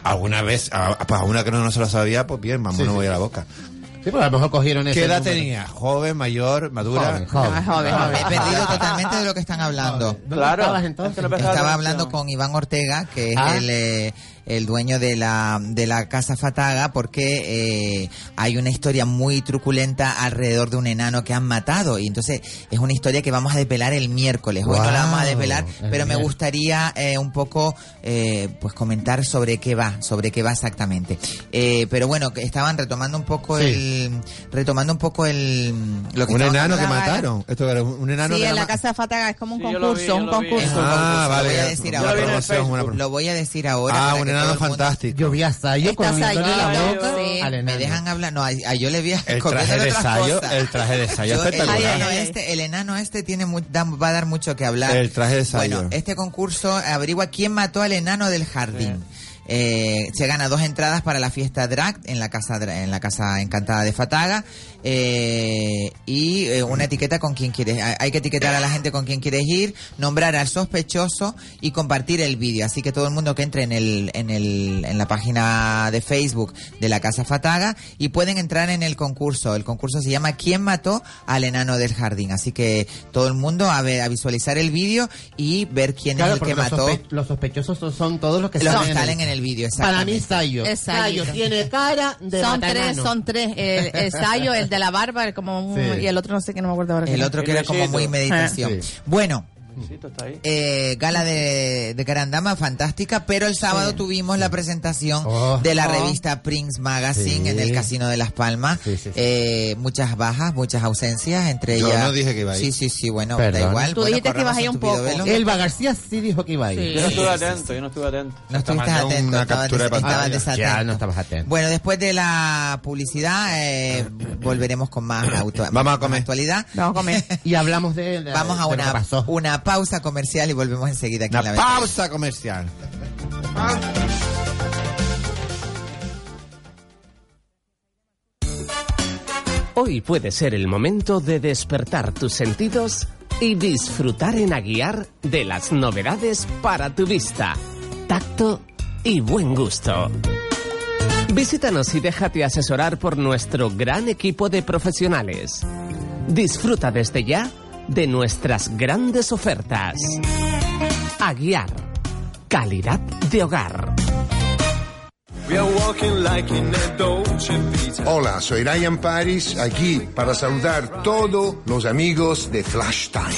[SPEAKER 4] Alguna vez, Ah, pues a, para una que no, no se lo sabía, pues bien, mamá, no voy pues a la boca.
[SPEAKER 6] Sí, pero a lo mejor cogieron ese
[SPEAKER 4] ¿Qué edad
[SPEAKER 6] número.
[SPEAKER 4] tenía? ¿Joven, mayor, madura?
[SPEAKER 6] Joven, joven.
[SPEAKER 5] Ah, joven,
[SPEAKER 3] Me
[SPEAKER 5] joven.
[SPEAKER 3] he perdido totalmente de lo que están hablando.
[SPEAKER 6] ¿Dónde
[SPEAKER 7] Claro.
[SPEAKER 6] estabas
[SPEAKER 7] Es que lo
[SPEAKER 6] entonces?
[SPEAKER 7] pensaba
[SPEAKER 3] Estaba
[SPEAKER 7] todo
[SPEAKER 3] hablando
[SPEAKER 7] eso.
[SPEAKER 3] con Iván Ortega, que es
[SPEAKER 6] Ah.
[SPEAKER 3] el, eh, el dueño de la, de la Casa Fataga, porque eh, hay una historia muy truculenta alrededor de un enano que han matado. Y entonces es una historia que vamos a desvelar el miércoles. Hoy no la vamos a
[SPEAKER 6] Guau,
[SPEAKER 3] desvelar,
[SPEAKER 6] el
[SPEAKER 3] pero me
[SPEAKER 6] miércoles.
[SPEAKER 3] gustaría eh, un poco eh, pues comentar sobre qué va, sobre qué va exactamente. Eh, pero bueno, que estaban retomando un poco
[SPEAKER 6] Sí.
[SPEAKER 3] el... Retomando un poco el... Lo que
[SPEAKER 4] Un
[SPEAKER 3] estaban
[SPEAKER 4] enano que
[SPEAKER 5] hablando.
[SPEAKER 4] mataron. Esto era un un enano
[SPEAKER 5] Sí,
[SPEAKER 4] que
[SPEAKER 5] en
[SPEAKER 4] era
[SPEAKER 5] la
[SPEAKER 4] ma-
[SPEAKER 5] casa de Fataga es como un
[SPEAKER 7] Sí, yo lo
[SPEAKER 5] concurso,
[SPEAKER 7] vi, yo
[SPEAKER 5] un
[SPEAKER 7] lo vi.
[SPEAKER 5] concurso.
[SPEAKER 4] Ah,
[SPEAKER 3] Lo voy a
[SPEAKER 4] vale.
[SPEAKER 3] decir
[SPEAKER 4] ya.
[SPEAKER 3] ahora.
[SPEAKER 4] Una
[SPEAKER 7] Yo lo vi en el
[SPEAKER 4] promoción, una
[SPEAKER 7] Facebook.
[SPEAKER 4] promoción.
[SPEAKER 3] Lo voy a decir ahora.
[SPEAKER 4] Ah,
[SPEAKER 3] para
[SPEAKER 4] un
[SPEAKER 3] que todo
[SPEAKER 4] enano
[SPEAKER 3] el mundo-
[SPEAKER 4] fantástico.
[SPEAKER 6] Yo vi hasta ahí
[SPEAKER 5] Estás ahí
[SPEAKER 6] comiéndole
[SPEAKER 5] con
[SPEAKER 6] la
[SPEAKER 5] la
[SPEAKER 6] boca
[SPEAKER 5] boca, sí.
[SPEAKER 6] al enano.
[SPEAKER 3] Me dejan hablar. No, a- a- yo le vi a
[SPEAKER 4] El
[SPEAKER 3] comiendo
[SPEAKER 4] traje de
[SPEAKER 3] otras
[SPEAKER 4] ensayo,
[SPEAKER 3] cosas.
[SPEAKER 4] el traje de ensayo
[SPEAKER 3] Yo- el,
[SPEAKER 4] espectacular.
[SPEAKER 3] enano este, el enano este tiene mu- da- va a dar mucho que hablar.
[SPEAKER 4] El traje de ensayo.
[SPEAKER 3] Bueno, este concurso averigua quién mató al enano del jardín. Eh, se gana dos entradas para la fiesta drag en la casa dra- en la casa encantada de Fataga eh, y eh, una etiqueta con quien quieres hay- hay que etiquetar a la gente con quien quieres ir nombrar al sospechoso y compartir el vídeo así que todo el mundo que entre en el en el en la página de Facebook de la casa Fataga y pueden entrar en el concurso el concurso se llama quién mató al enano del jardín así que todo el mundo a ver a visualizar el vídeo y ver quién
[SPEAKER 6] Claro,
[SPEAKER 3] es el
[SPEAKER 6] porque
[SPEAKER 3] que
[SPEAKER 6] los,
[SPEAKER 3] mató
[SPEAKER 6] sospe- los sospechosos son, son todos los que
[SPEAKER 3] los que
[SPEAKER 6] salen,
[SPEAKER 3] salen en el vídeo
[SPEAKER 6] Para
[SPEAKER 3] exactamente.
[SPEAKER 6] mí, Sayo.
[SPEAKER 5] Es Sayo.
[SPEAKER 6] Sayo tiene cara de
[SPEAKER 5] Son
[SPEAKER 6] matanano.
[SPEAKER 5] tres, son tres. El, el Sayo, el de la barba, el como un-
[SPEAKER 6] Sí.
[SPEAKER 5] y el otro no sé qué, no me acuerdo ahora. qué
[SPEAKER 3] El
[SPEAKER 5] era.
[SPEAKER 3] otro que era como muy meditación.
[SPEAKER 6] Sí.
[SPEAKER 3] Bueno,
[SPEAKER 7] Luisito está ahí.
[SPEAKER 3] eh, gala de, de Carandama, fantástica, pero el sábado tuvimos la presentación
[SPEAKER 6] Oh.
[SPEAKER 3] de la
[SPEAKER 5] Oh.
[SPEAKER 3] revista Prince Magazine
[SPEAKER 6] Sí.
[SPEAKER 3] en el Casino de Las Palmas.
[SPEAKER 6] Sí, sí, sí.
[SPEAKER 3] Eh, muchas bajas, muchas ausencias, entre
[SPEAKER 4] Yo
[SPEAKER 3] ellas.
[SPEAKER 4] no dije que iba a ir.
[SPEAKER 3] Sí, sí, sí, bueno, da
[SPEAKER 6] Perdón.
[SPEAKER 3] igual.
[SPEAKER 5] Tú
[SPEAKER 3] bueno,
[SPEAKER 5] dijiste que
[SPEAKER 3] corremos
[SPEAKER 5] ibas a ir un
[SPEAKER 3] tupido
[SPEAKER 5] poco.
[SPEAKER 3] velo.
[SPEAKER 6] Elba García sí dijo que iba a ir.
[SPEAKER 7] Yo no estuve atento, yo no estuve atento.
[SPEAKER 3] No estuviste
[SPEAKER 4] mandando
[SPEAKER 3] atento,
[SPEAKER 4] una
[SPEAKER 3] estabas
[SPEAKER 4] captura de
[SPEAKER 3] des- estabas
[SPEAKER 4] pantalla.
[SPEAKER 3] desatento.
[SPEAKER 6] Ya, no estabas atento.
[SPEAKER 3] Bueno, después de la publicidad, eh, volveremos con más auto-
[SPEAKER 4] Vamos a comer.
[SPEAKER 3] actualidad.
[SPEAKER 5] Vamos a comer.
[SPEAKER 6] Y hablamos de... de-
[SPEAKER 3] Vamos a
[SPEAKER 6] de lo que
[SPEAKER 3] una,
[SPEAKER 6] pasó.
[SPEAKER 3] una pausa comercial y volvemos enseguida aquí en
[SPEAKER 4] Una
[SPEAKER 3] la ventana.
[SPEAKER 4] pausa comercial.
[SPEAKER 1] Hoy puede ser el momento de despertar tus sentidos y disfrutar en Aguiar de las novedades para tu vista, tacto y buen gusto. Visítanos y déjate asesorar por nuestro gran equipo de profesionales. Disfruta desde ya de nuestras grandes ofertas. Aguiar, calidad de hogar.
[SPEAKER 9] Hola, soy Ryan Paris, aquí para saludar todos los amigos de Flash Time.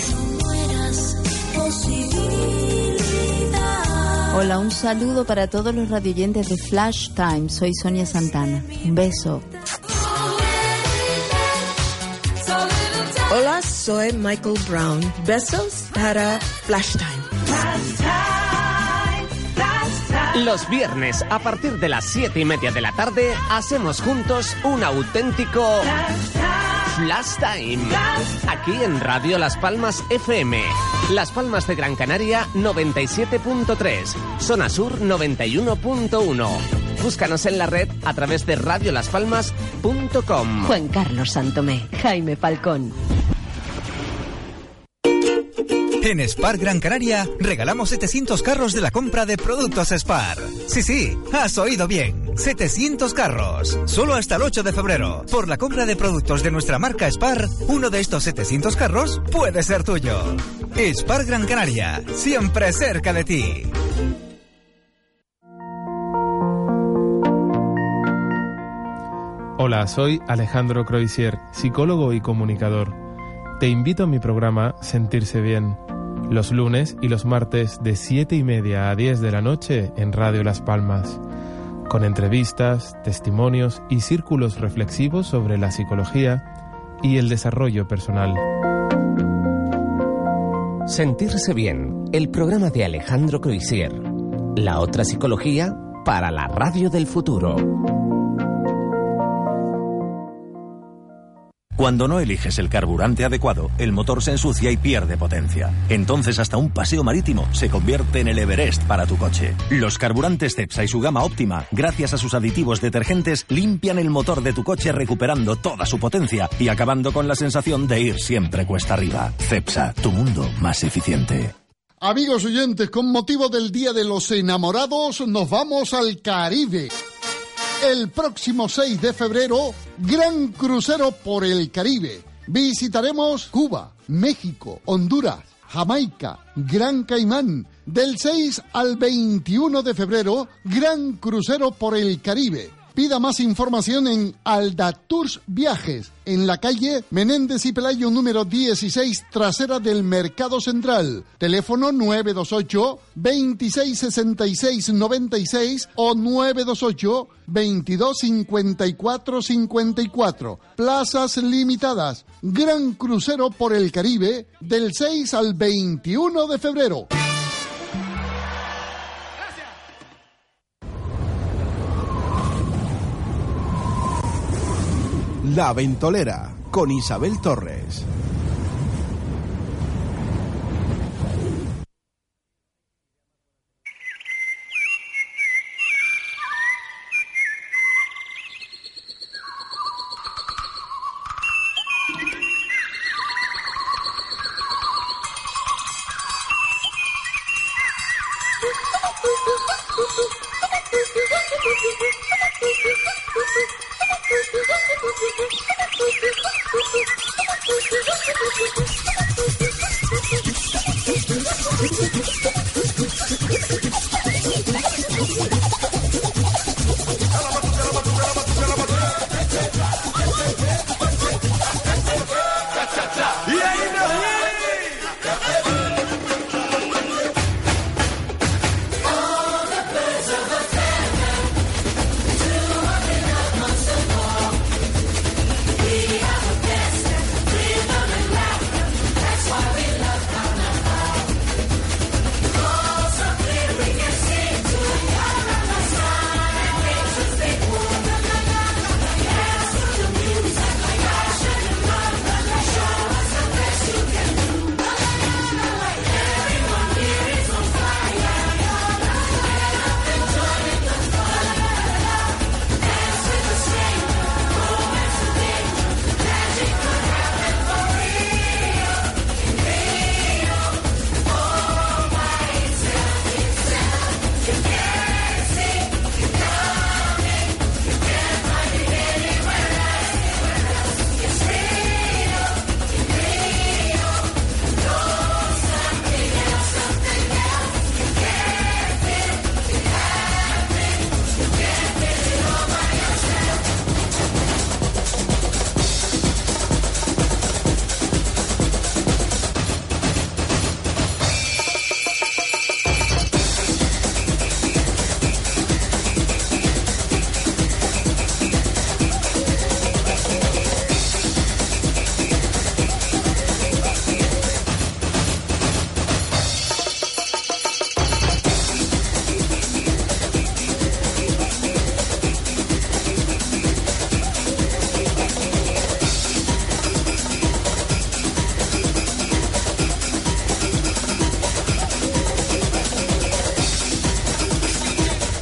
[SPEAKER 10] Hola, un saludo para todos los radioyentes de Flash Time. Soy Sonia Santana. Un beso.
[SPEAKER 11] Hola, soy Michael Brown. Besos para Flash Time.
[SPEAKER 1] Los viernes, a partir de las siete y media de la tarde, hacemos juntos un auténtico Flash Time. Aquí en Radio Las Palmas FM. Las Palmas de Gran Canaria 97.3. Zona Sur 91.1. Búscanos en la red a través de radiolaspalmas.com.
[SPEAKER 2] Juan Carlos Santomé, Jaime Falcón.
[SPEAKER 12] En Spar Gran Canaria regalamos 700 carros de la compra de productos Spar. Sí, sí, has oído bien. 700 carros. Solo hasta el 8 de febrero. Por la compra de productos de nuestra marca Spar, uno de estos 700 carros puede ser tuyo. Spar Gran Canaria, siempre cerca de ti.
[SPEAKER 8] Hola, soy Alejandro Croisier, psicólogo y comunicador. Te invito a mi programa Sentirse Bien, los lunes y los martes de 7 y media a 10 de la noche en Radio Las Palmas, con entrevistas, testimonios y círculos reflexivos sobre la psicología y el desarrollo personal.
[SPEAKER 1] Sentirse bien, el programa de Alejandro Croisier. La otra psicología para la radio del futuro.
[SPEAKER 13] Cuando no eliges el carburante adecuado, el motor se ensucia y pierde potencia. Entonces hasta un paseo marítimo se convierte en el Everest para tu coche. Los carburantes Cepsa y su gama óptima, gracias a sus aditivos detergentes, limpian el motor de tu coche recuperando toda su potencia y acabando con la sensación de ir siempre cuesta arriba. Cepsa, tu mundo más eficiente.
[SPEAKER 14] Amigos oyentes, con motivo del Día de los Enamorados, nos vamos al Caribe. El próximo 6 de febrero, gran crucero por el Caribe. Visitaremos Cuba, México, Honduras, Jamaica, Gran Caimán. Del 6 al 21 de febrero, gran crucero por el Caribe. Pida más información en Alda Tours Viajes, en la calle Menéndez y Pelayo número 16, trasera del Mercado Central. Teléfono 928 266696 96 o 928 225454 54. Plazas limitadas. Gran crucero por el Caribe del 6 al 21 de febrero.
[SPEAKER 15] La Ventolera con Isabel Torres.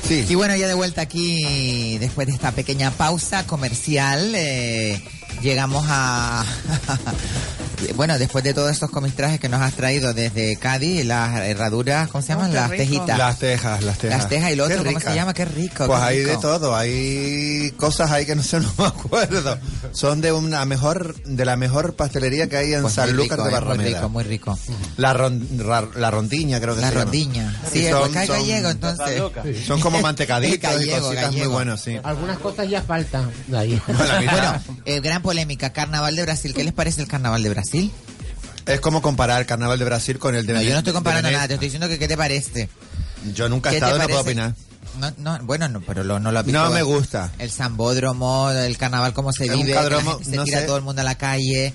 [SPEAKER 16] Y bueno, ya de vuelta aquí, después de esta pequeña pausa comercial, eh, llegamos a,
[SPEAKER 3] bueno, después de todos estos comistrajes que nos has traído desde Cádiz, las herraduras, ¿cómo se llaman?
[SPEAKER 4] qué
[SPEAKER 3] las
[SPEAKER 4] rico.
[SPEAKER 3] tejitas.
[SPEAKER 4] Las tejas, las tejas.
[SPEAKER 3] Las tejas y lo
[SPEAKER 4] Qué
[SPEAKER 3] otro, ¿cómo
[SPEAKER 4] rica.
[SPEAKER 3] se llama? Qué rico.
[SPEAKER 4] Pues
[SPEAKER 3] qué
[SPEAKER 4] hay de
[SPEAKER 3] rico.
[SPEAKER 4] todo, hay cosas ahí que no se nos me acuerdo. Son de una mejor, de la mejor pastelería que hay en
[SPEAKER 3] Pues muy
[SPEAKER 4] Sanlúcar de
[SPEAKER 3] rico, eh, muy
[SPEAKER 4] Barrameda.
[SPEAKER 3] rico, muy rico.
[SPEAKER 4] La, ron- ra- la rondiña, creo que
[SPEAKER 3] La
[SPEAKER 4] se llama.
[SPEAKER 3] rondiña. Sí,
[SPEAKER 4] son-
[SPEAKER 3] pues, que hay
[SPEAKER 4] son-
[SPEAKER 3] gallego, entonces.
[SPEAKER 4] Son como mantecaditos y
[SPEAKER 3] Gallego,
[SPEAKER 4] cositas
[SPEAKER 3] gallego.
[SPEAKER 4] muy buenas, sí.
[SPEAKER 6] Algunas cosas ya faltan. Ahí.
[SPEAKER 3] Bueno, eh, gran polémica, Carnaval de Brasil. ¿Qué les parece el Carnaval de Brasil?
[SPEAKER 4] Es como comparar el carnaval de Brasil con el de
[SPEAKER 3] No, yo
[SPEAKER 4] Vene-
[SPEAKER 3] no estoy
[SPEAKER 4] de
[SPEAKER 3] comparando
[SPEAKER 4] Venecia.
[SPEAKER 3] nada, te estoy diciendo que qué te parece.
[SPEAKER 4] Yo nunca he
[SPEAKER 3] ¿Qué te
[SPEAKER 4] estado, no puedo
[SPEAKER 3] parece?
[SPEAKER 4] opinar.
[SPEAKER 3] No, no, bueno, no, pero lo- no lo has visto.
[SPEAKER 4] No me gusta.
[SPEAKER 3] El sambódromo, el carnaval, cómo se
[SPEAKER 4] El
[SPEAKER 3] vive, que la
[SPEAKER 4] bucadromo,
[SPEAKER 3] gente se
[SPEAKER 4] no
[SPEAKER 3] tira
[SPEAKER 4] sé.
[SPEAKER 3] todo el mundo a la calle,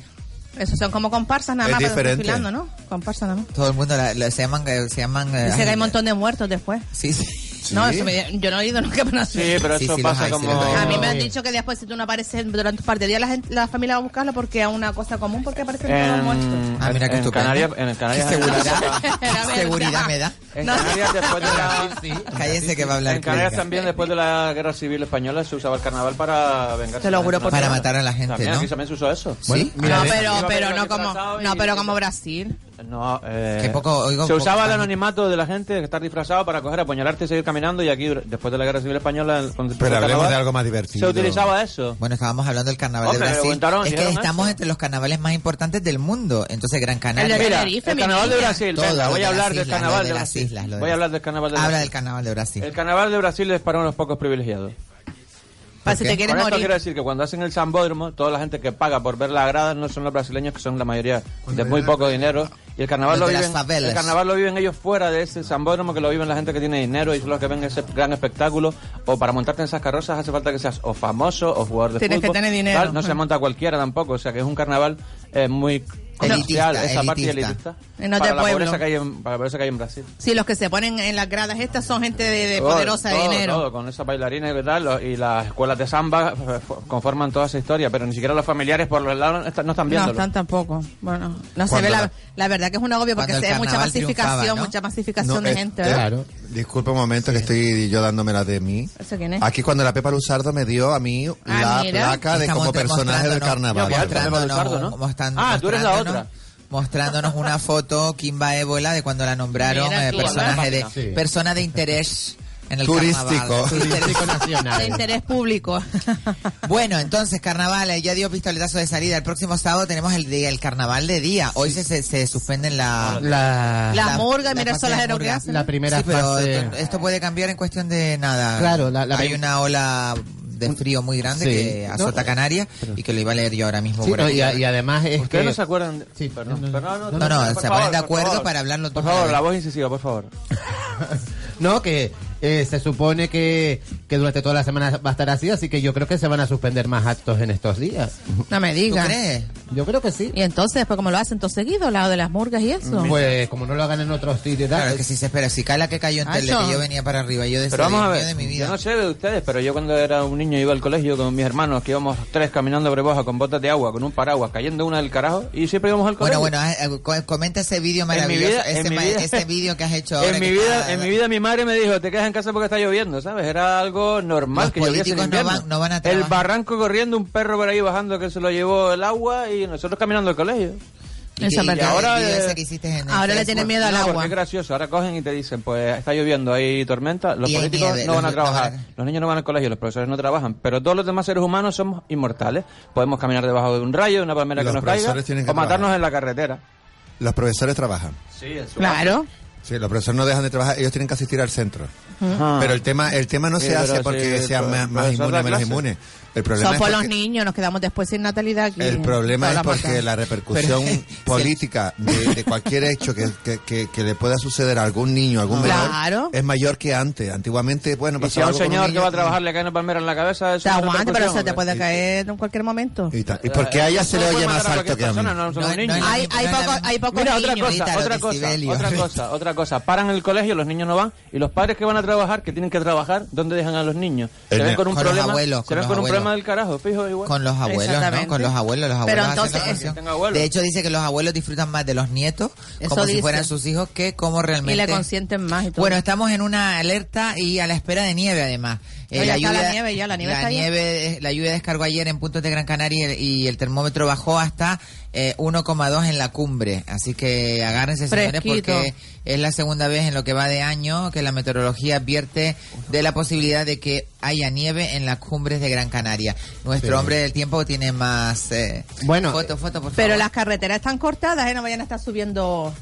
[SPEAKER 5] Eso son como comparsas nada
[SPEAKER 3] Es
[SPEAKER 5] más, pero
[SPEAKER 3] diferente.
[SPEAKER 5] desfilando, ¿no? Comparsas nada más.
[SPEAKER 3] todo el mundo, la- la- se llaman, eh, se llaman... eh,
[SPEAKER 5] Dice que hay
[SPEAKER 3] ay,
[SPEAKER 5] un montón de muertos después.
[SPEAKER 3] Sí, sí.
[SPEAKER 5] No, eso me- yo no he ido nunca para una-
[SPEAKER 7] Sí, pero
[SPEAKER 3] Sí,
[SPEAKER 7] eso
[SPEAKER 3] sí, los
[SPEAKER 7] pasa
[SPEAKER 3] hay, sí,
[SPEAKER 7] como...
[SPEAKER 3] los hay.
[SPEAKER 5] A mí me han dicho que después si tú no apareces durante un par de días la, gente- la familia va a buscarlo porque es una cosa común porque aparecen
[SPEAKER 7] Em,
[SPEAKER 5] todos muertos.
[SPEAKER 3] Ah,
[SPEAKER 7] En, en Canarias, en Canarias,
[SPEAKER 3] Qué
[SPEAKER 7] en
[SPEAKER 3] seguridad.
[SPEAKER 5] Era verdad.
[SPEAKER 3] Seguridad me da.
[SPEAKER 7] En Canarias después de la...
[SPEAKER 3] Cállense que va a hablar.
[SPEAKER 7] En Canarias
[SPEAKER 3] Clériga.
[SPEAKER 7] también, después de la guerra civil española, se usaba el carnaval para vengarse.
[SPEAKER 3] Te lo juro por Para
[SPEAKER 7] También,
[SPEAKER 3] matar a la gente,
[SPEAKER 7] también,
[SPEAKER 3] ¿no?
[SPEAKER 7] Aquí también se usó eso.
[SPEAKER 3] Bueno, mira,
[SPEAKER 5] No,
[SPEAKER 3] de-
[SPEAKER 5] pero,
[SPEAKER 7] Iba
[SPEAKER 5] pero
[SPEAKER 7] Pedro
[SPEAKER 5] no como,
[SPEAKER 7] disfrazado
[SPEAKER 5] no,
[SPEAKER 7] y-
[SPEAKER 5] pero como Brasil.
[SPEAKER 7] No, eh,
[SPEAKER 3] Qué poco- oigo
[SPEAKER 7] se
[SPEAKER 3] poco
[SPEAKER 7] usaba el
[SPEAKER 3] pánico.
[SPEAKER 7] anonimato de la gente que está disfrazado para coger, apuñalarte y seguir caminando. Y aquí, después de la guerra civil española, con- con el
[SPEAKER 4] Pero hablemos
[SPEAKER 7] carnaval,
[SPEAKER 4] de algo más divertido.
[SPEAKER 7] Se utilizaba eso.
[SPEAKER 3] Bueno, estábamos hablando del carnaval
[SPEAKER 7] Hombre,
[SPEAKER 3] de Brasil.
[SPEAKER 7] aguantaron,
[SPEAKER 3] Es que
[SPEAKER 7] llegaron a
[SPEAKER 3] estamos entre los carnavales más importantes del mundo. Entonces, Gran Canaria.
[SPEAKER 7] Mira, el carnaval de Brasil.
[SPEAKER 3] Todo,
[SPEAKER 7] Venga,
[SPEAKER 3] lo
[SPEAKER 7] voy
[SPEAKER 3] de
[SPEAKER 7] a
[SPEAKER 3] las
[SPEAKER 7] hablar del
[SPEAKER 3] islas, lo
[SPEAKER 7] carnaval
[SPEAKER 3] de
[SPEAKER 7] de
[SPEAKER 3] las
[SPEAKER 7] Brasil.
[SPEAKER 3] islas, lo de
[SPEAKER 7] Voy a
[SPEAKER 3] las-
[SPEAKER 7] hablar del carnaval de
[SPEAKER 3] Habla
[SPEAKER 7] Brasil.
[SPEAKER 3] del carnaval de Brasil.
[SPEAKER 7] El carnaval de Brasil es para unos pocos privilegiados.
[SPEAKER 5] Para si te quieres
[SPEAKER 7] Con esto
[SPEAKER 5] morir.
[SPEAKER 7] quiero decir que cuando hacen el sambódromo, toda la gente que paga por ver las gradas no son los brasileños, que son la mayoría de muy poco dinero. Y el carnaval, lo
[SPEAKER 3] Los de
[SPEAKER 7] viven,
[SPEAKER 3] las favelas.
[SPEAKER 7] el carnaval lo viven ellos fuera de ese sambódromo, que lo viven la gente que tiene dinero y son los que ven ese gran espectáculo. O para montarte en esas carrozas hace falta que seas o famoso o jugador de
[SPEAKER 5] Tienes que
[SPEAKER 7] fútbol.
[SPEAKER 5] tener dinero.
[SPEAKER 7] tal. No se monta cualquiera tampoco, o sea que es un carnaval eh, muy comercial,
[SPEAKER 5] Elitista,
[SPEAKER 7] esa parte
[SPEAKER 5] elitista.
[SPEAKER 7] elitista.
[SPEAKER 5] Y no
[SPEAKER 7] para,
[SPEAKER 5] de
[SPEAKER 7] la
[SPEAKER 5] pueblo.
[SPEAKER 7] pobreza que hay en, para la pobreza que hay en Brasil.
[SPEAKER 5] Sí, los que se ponen en las gradas estas son gente de, de
[SPEAKER 7] Todo,
[SPEAKER 5] poderosa de
[SPEAKER 7] todo,
[SPEAKER 5] dinero.
[SPEAKER 7] todo, con esas bailarinas y tal, lo- y las escuelas de samba eh, fo- conforman toda esa historia, pero ni siquiera los familiares por los lados no está- no están
[SPEAKER 5] No,
[SPEAKER 7] viéndolo.
[SPEAKER 5] están tampoco. Bueno, no se
[SPEAKER 7] Cuando
[SPEAKER 5] ve la,
[SPEAKER 7] la-
[SPEAKER 5] la verdad que es un agobio porque
[SPEAKER 7] Cuando
[SPEAKER 5] se
[SPEAKER 7] el
[SPEAKER 5] ve mucha
[SPEAKER 7] carnaval
[SPEAKER 5] masificación,
[SPEAKER 7] triunfaba, ¿no? este,
[SPEAKER 5] mucha masificación de
[SPEAKER 4] es-
[SPEAKER 5] gente.
[SPEAKER 4] es-
[SPEAKER 5] ¿verdad?
[SPEAKER 4] Disculpa eh, un momento que estoy yo dándome la de mí.
[SPEAKER 5] ¿Eso quién es?
[SPEAKER 4] Aquí cuando la Pepa Luzardo me dio a mí
[SPEAKER 5] Eh. Ah,
[SPEAKER 4] la
[SPEAKER 5] mira.
[SPEAKER 4] placa de
[SPEAKER 3] Estamos
[SPEAKER 4] como personaje del
[SPEAKER 3] mostrándonos-
[SPEAKER 4] carnaval.
[SPEAKER 3] Mostrándonos, mostrando-
[SPEAKER 7] Ah, tú eres la
[SPEAKER 3] mostrándonos-
[SPEAKER 7] otra.
[SPEAKER 3] Mostrándonos una foto, Kimba Ébola, de cuando la nombraron
[SPEAKER 5] Mira
[SPEAKER 3] eh,
[SPEAKER 5] tú,
[SPEAKER 3] personaje de,
[SPEAKER 5] ¿verdad? Sí.
[SPEAKER 3] persona de interés en el
[SPEAKER 4] Turístico.
[SPEAKER 3] carnaval.
[SPEAKER 4] Turístico
[SPEAKER 5] nacional. De interés público.
[SPEAKER 3] bueno, entonces, carnaval, eh, ya dio pistoletazo de salida. El próximo sábado tenemos el, día- el carnaval de día. Hoy se, se, se suspenden la...
[SPEAKER 6] La-
[SPEAKER 5] La murga, mira
[SPEAKER 3] fase
[SPEAKER 5] eso las
[SPEAKER 3] de
[SPEAKER 5] aero que
[SPEAKER 3] murga.
[SPEAKER 5] hacen,
[SPEAKER 6] ¿no? La primera
[SPEAKER 3] Sí, pero
[SPEAKER 6] fase.
[SPEAKER 3] esto- esto puede cambiar en cuestión de nada.
[SPEAKER 6] Claro, la- la
[SPEAKER 3] hay
[SPEAKER 6] prim-
[SPEAKER 3] una ola de frío muy grande
[SPEAKER 6] Sí.
[SPEAKER 3] que azota
[SPEAKER 6] No. eh,
[SPEAKER 3] Canarias y que lo iba a leer yo ahora mismo.
[SPEAKER 6] Sí,
[SPEAKER 3] por
[SPEAKER 6] no,
[SPEAKER 3] aquí.
[SPEAKER 6] y, a- y además es
[SPEAKER 7] Ustedes
[SPEAKER 6] que...
[SPEAKER 7] no se acuerdan. de- perdón,
[SPEAKER 3] No, no,
[SPEAKER 7] perdón, por
[SPEAKER 3] se
[SPEAKER 7] favor,
[SPEAKER 3] ponen de
[SPEAKER 7] por
[SPEAKER 3] acuerdo
[SPEAKER 7] favor.
[SPEAKER 3] para hablarlo
[SPEAKER 7] Por
[SPEAKER 3] todos a
[SPEAKER 7] favor,
[SPEAKER 3] la
[SPEAKER 7] la
[SPEAKER 3] vez.
[SPEAKER 7] voz incisiva, por favor.
[SPEAKER 6] No, que eh, se supone que, que durante toda la semana va a estar así, así que yo creo que se van a suspender más actos en estos días.
[SPEAKER 5] No me digas.
[SPEAKER 6] Yo creo que sí.
[SPEAKER 5] Y entonces, después, ¿cómo lo hacen todo seguido? Lado de las murgas y eso.
[SPEAKER 6] Pues como no lo hagan en otros sitios, eh,
[SPEAKER 3] Claro, es que si se espera, si cae la que cayó en
[SPEAKER 5] Ay,
[SPEAKER 3] tele,
[SPEAKER 6] Ah,
[SPEAKER 5] yo-
[SPEAKER 3] que yo venía para arriba, yo decía,
[SPEAKER 7] Pero vamos a
[SPEAKER 3] Dios mío
[SPEAKER 7] ver,
[SPEAKER 3] de mi vida.
[SPEAKER 7] yo no sé de ustedes, pero yo cuando era un niño iba al colegio con mis hermanos, que íbamos tres caminando sobre boja con botas de agua, con un paraguas, cayendo una del carajo, y siempre íbamos al colegio.
[SPEAKER 3] Bueno, bueno, ah, eh, co- comenta ese vídeo maravilloso,
[SPEAKER 7] vida-
[SPEAKER 3] ese
[SPEAKER 7] en mi
[SPEAKER 3] ma-
[SPEAKER 7] vida-
[SPEAKER 3] ese vídeo que has hecho ahora.
[SPEAKER 7] En mi,
[SPEAKER 3] que
[SPEAKER 7] vida,
[SPEAKER 3] está-
[SPEAKER 7] en mi vida mi madre me dijo, te quedas en casa porque está lloviendo, ¿sabes? Era algo normal
[SPEAKER 3] Los
[SPEAKER 7] que lloviese en
[SPEAKER 3] políticos no
[SPEAKER 7] invierno.
[SPEAKER 3] van- no van a
[SPEAKER 7] el
[SPEAKER 3] trabajar.
[SPEAKER 7] barranco corriendo, un perro por ahí bajando que se lo llevó el agua y nosotros caminando al colegio.
[SPEAKER 5] Eso es verdad.
[SPEAKER 7] ahora,
[SPEAKER 5] El vídeo
[SPEAKER 7] eh,
[SPEAKER 5] ese que hiciste en el Ahora le Facebook. tienen miedo al
[SPEAKER 7] No,
[SPEAKER 5] agua.
[SPEAKER 7] porque Es gracioso, ahora cogen y te dicen, pues está lloviendo, hay tormenta, los
[SPEAKER 5] Y hay
[SPEAKER 7] políticos
[SPEAKER 5] nieve,
[SPEAKER 7] no van a
[SPEAKER 5] los- no van a-
[SPEAKER 7] trabajar, los niños no van al colegio, los profesores no trabajan, pero todos los demás seres humanos somos inmortales. Podemos caminar debajo de un rayo, de una palmera
[SPEAKER 4] Los
[SPEAKER 7] que nos
[SPEAKER 4] profesores
[SPEAKER 7] caiga,
[SPEAKER 4] tienen que
[SPEAKER 7] o matarnos
[SPEAKER 4] trabajar.
[SPEAKER 7] en la carretera.
[SPEAKER 4] Los profesores trabajan.
[SPEAKER 7] Sí, en su
[SPEAKER 5] Claro.
[SPEAKER 4] Sí, los profesores no dejan de trabajar, ellos tienen que asistir al centro.
[SPEAKER 7] Ah.
[SPEAKER 4] Pero el tema, el tema no
[SPEAKER 7] Sí,
[SPEAKER 4] se
[SPEAKER 7] pero
[SPEAKER 4] hace
[SPEAKER 7] sí,
[SPEAKER 4] porque
[SPEAKER 7] el
[SPEAKER 4] sean
[SPEAKER 7] pro-
[SPEAKER 4] más, más
[SPEAKER 7] profesor da
[SPEAKER 4] inmunes o menos
[SPEAKER 7] clase.
[SPEAKER 4] inmunes. El problema
[SPEAKER 5] Son
[SPEAKER 4] es
[SPEAKER 5] por
[SPEAKER 4] porque-
[SPEAKER 5] los niños, nos quedamos después sin natalidad aquí.
[SPEAKER 4] El problema
[SPEAKER 5] Toda
[SPEAKER 4] es
[SPEAKER 5] la
[SPEAKER 4] porque
[SPEAKER 5] mata.
[SPEAKER 4] la repercusión
[SPEAKER 5] Pero-
[SPEAKER 4] política de, de cualquier hecho que, que, que- que le pueda suceder a algún niño, a algún menor,
[SPEAKER 5] Claro.
[SPEAKER 4] es mayor que antes. Antiguamente, bueno,
[SPEAKER 7] Y si
[SPEAKER 4] pasaba
[SPEAKER 7] a un
[SPEAKER 4] algo con un
[SPEAKER 7] señor que
[SPEAKER 4] niño-
[SPEAKER 7] va a trabajar le cae una palmera en la cabeza, eso
[SPEAKER 5] Te
[SPEAKER 7] es una
[SPEAKER 5] aguante, pero
[SPEAKER 7] repercusión,
[SPEAKER 5] se te
[SPEAKER 7] ¿ok?
[SPEAKER 5] puede caer en cualquier momento.
[SPEAKER 4] Y, tal. Y porque a ella se le
[SPEAKER 7] Puede
[SPEAKER 4] oye
[SPEAKER 7] matar
[SPEAKER 4] más
[SPEAKER 7] a
[SPEAKER 4] alto que a mí.
[SPEAKER 7] cualquier persona, no solo niños.
[SPEAKER 5] Hay, hay pocos, hay pocos
[SPEAKER 7] Mira, otra
[SPEAKER 5] niños.
[SPEAKER 7] cosa, otra cosa, otra cosa, otra cosa. Paran el colegio, los niños no van, y los padres que van a trabajar, que tienen que trabajar, ¿dónde dejan a los niños? Se
[SPEAKER 3] En
[SPEAKER 7] ven
[SPEAKER 3] el-
[SPEAKER 7] con un
[SPEAKER 3] con los
[SPEAKER 7] problema,
[SPEAKER 3] abuelos,
[SPEAKER 7] se
[SPEAKER 3] con
[SPEAKER 7] ven
[SPEAKER 3] los
[SPEAKER 7] con un
[SPEAKER 3] abuelos.
[SPEAKER 7] problema del carajo, fijo, igual.
[SPEAKER 3] Con los abuelos, ¿no? Con los abuelos, los
[SPEAKER 7] Pero
[SPEAKER 3] abuelos. hacen
[SPEAKER 7] entonces-
[SPEAKER 3] la cuestión.
[SPEAKER 7] Tengo abuelos.
[SPEAKER 3] de hecho, dice que los abuelos disfrutan más de los nietos
[SPEAKER 5] Eso
[SPEAKER 3] como
[SPEAKER 5] dice.
[SPEAKER 3] si fueran sus hijos que como
[SPEAKER 5] Y
[SPEAKER 3] realmente.
[SPEAKER 5] le consienten más y todo.
[SPEAKER 3] Bueno, estamos en una alerta y a la espera de nieve, además. Eh,
[SPEAKER 5] No, ya está la nieve, ya, la nieve está ahí.
[SPEAKER 3] nieve, eh, la lluvia descargó ayer en puntos de Gran Canaria y el, y el termómetro bajó hasta eh, 1,2 en la cumbre. Así que agárrense, señores,
[SPEAKER 5] Fresquito.
[SPEAKER 3] porque es la segunda vez en lo que va de año que la meteorología advierte de la posibilidad de que haya nieve en las cumbres de Gran Canaria. Nuestro
[SPEAKER 6] Sí.
[SPEAKER 3] hombre del tiempo tiene más eh,
[SPEAKER 6] Bueno,
[SPEAKER 3] foto, foto, por
[SPEAKER 5] Pero
[SPEAKER 3] favor.
[SPEAKER 5] las carreteras están cortadas, ¿eh? No vayan a estar subiendo.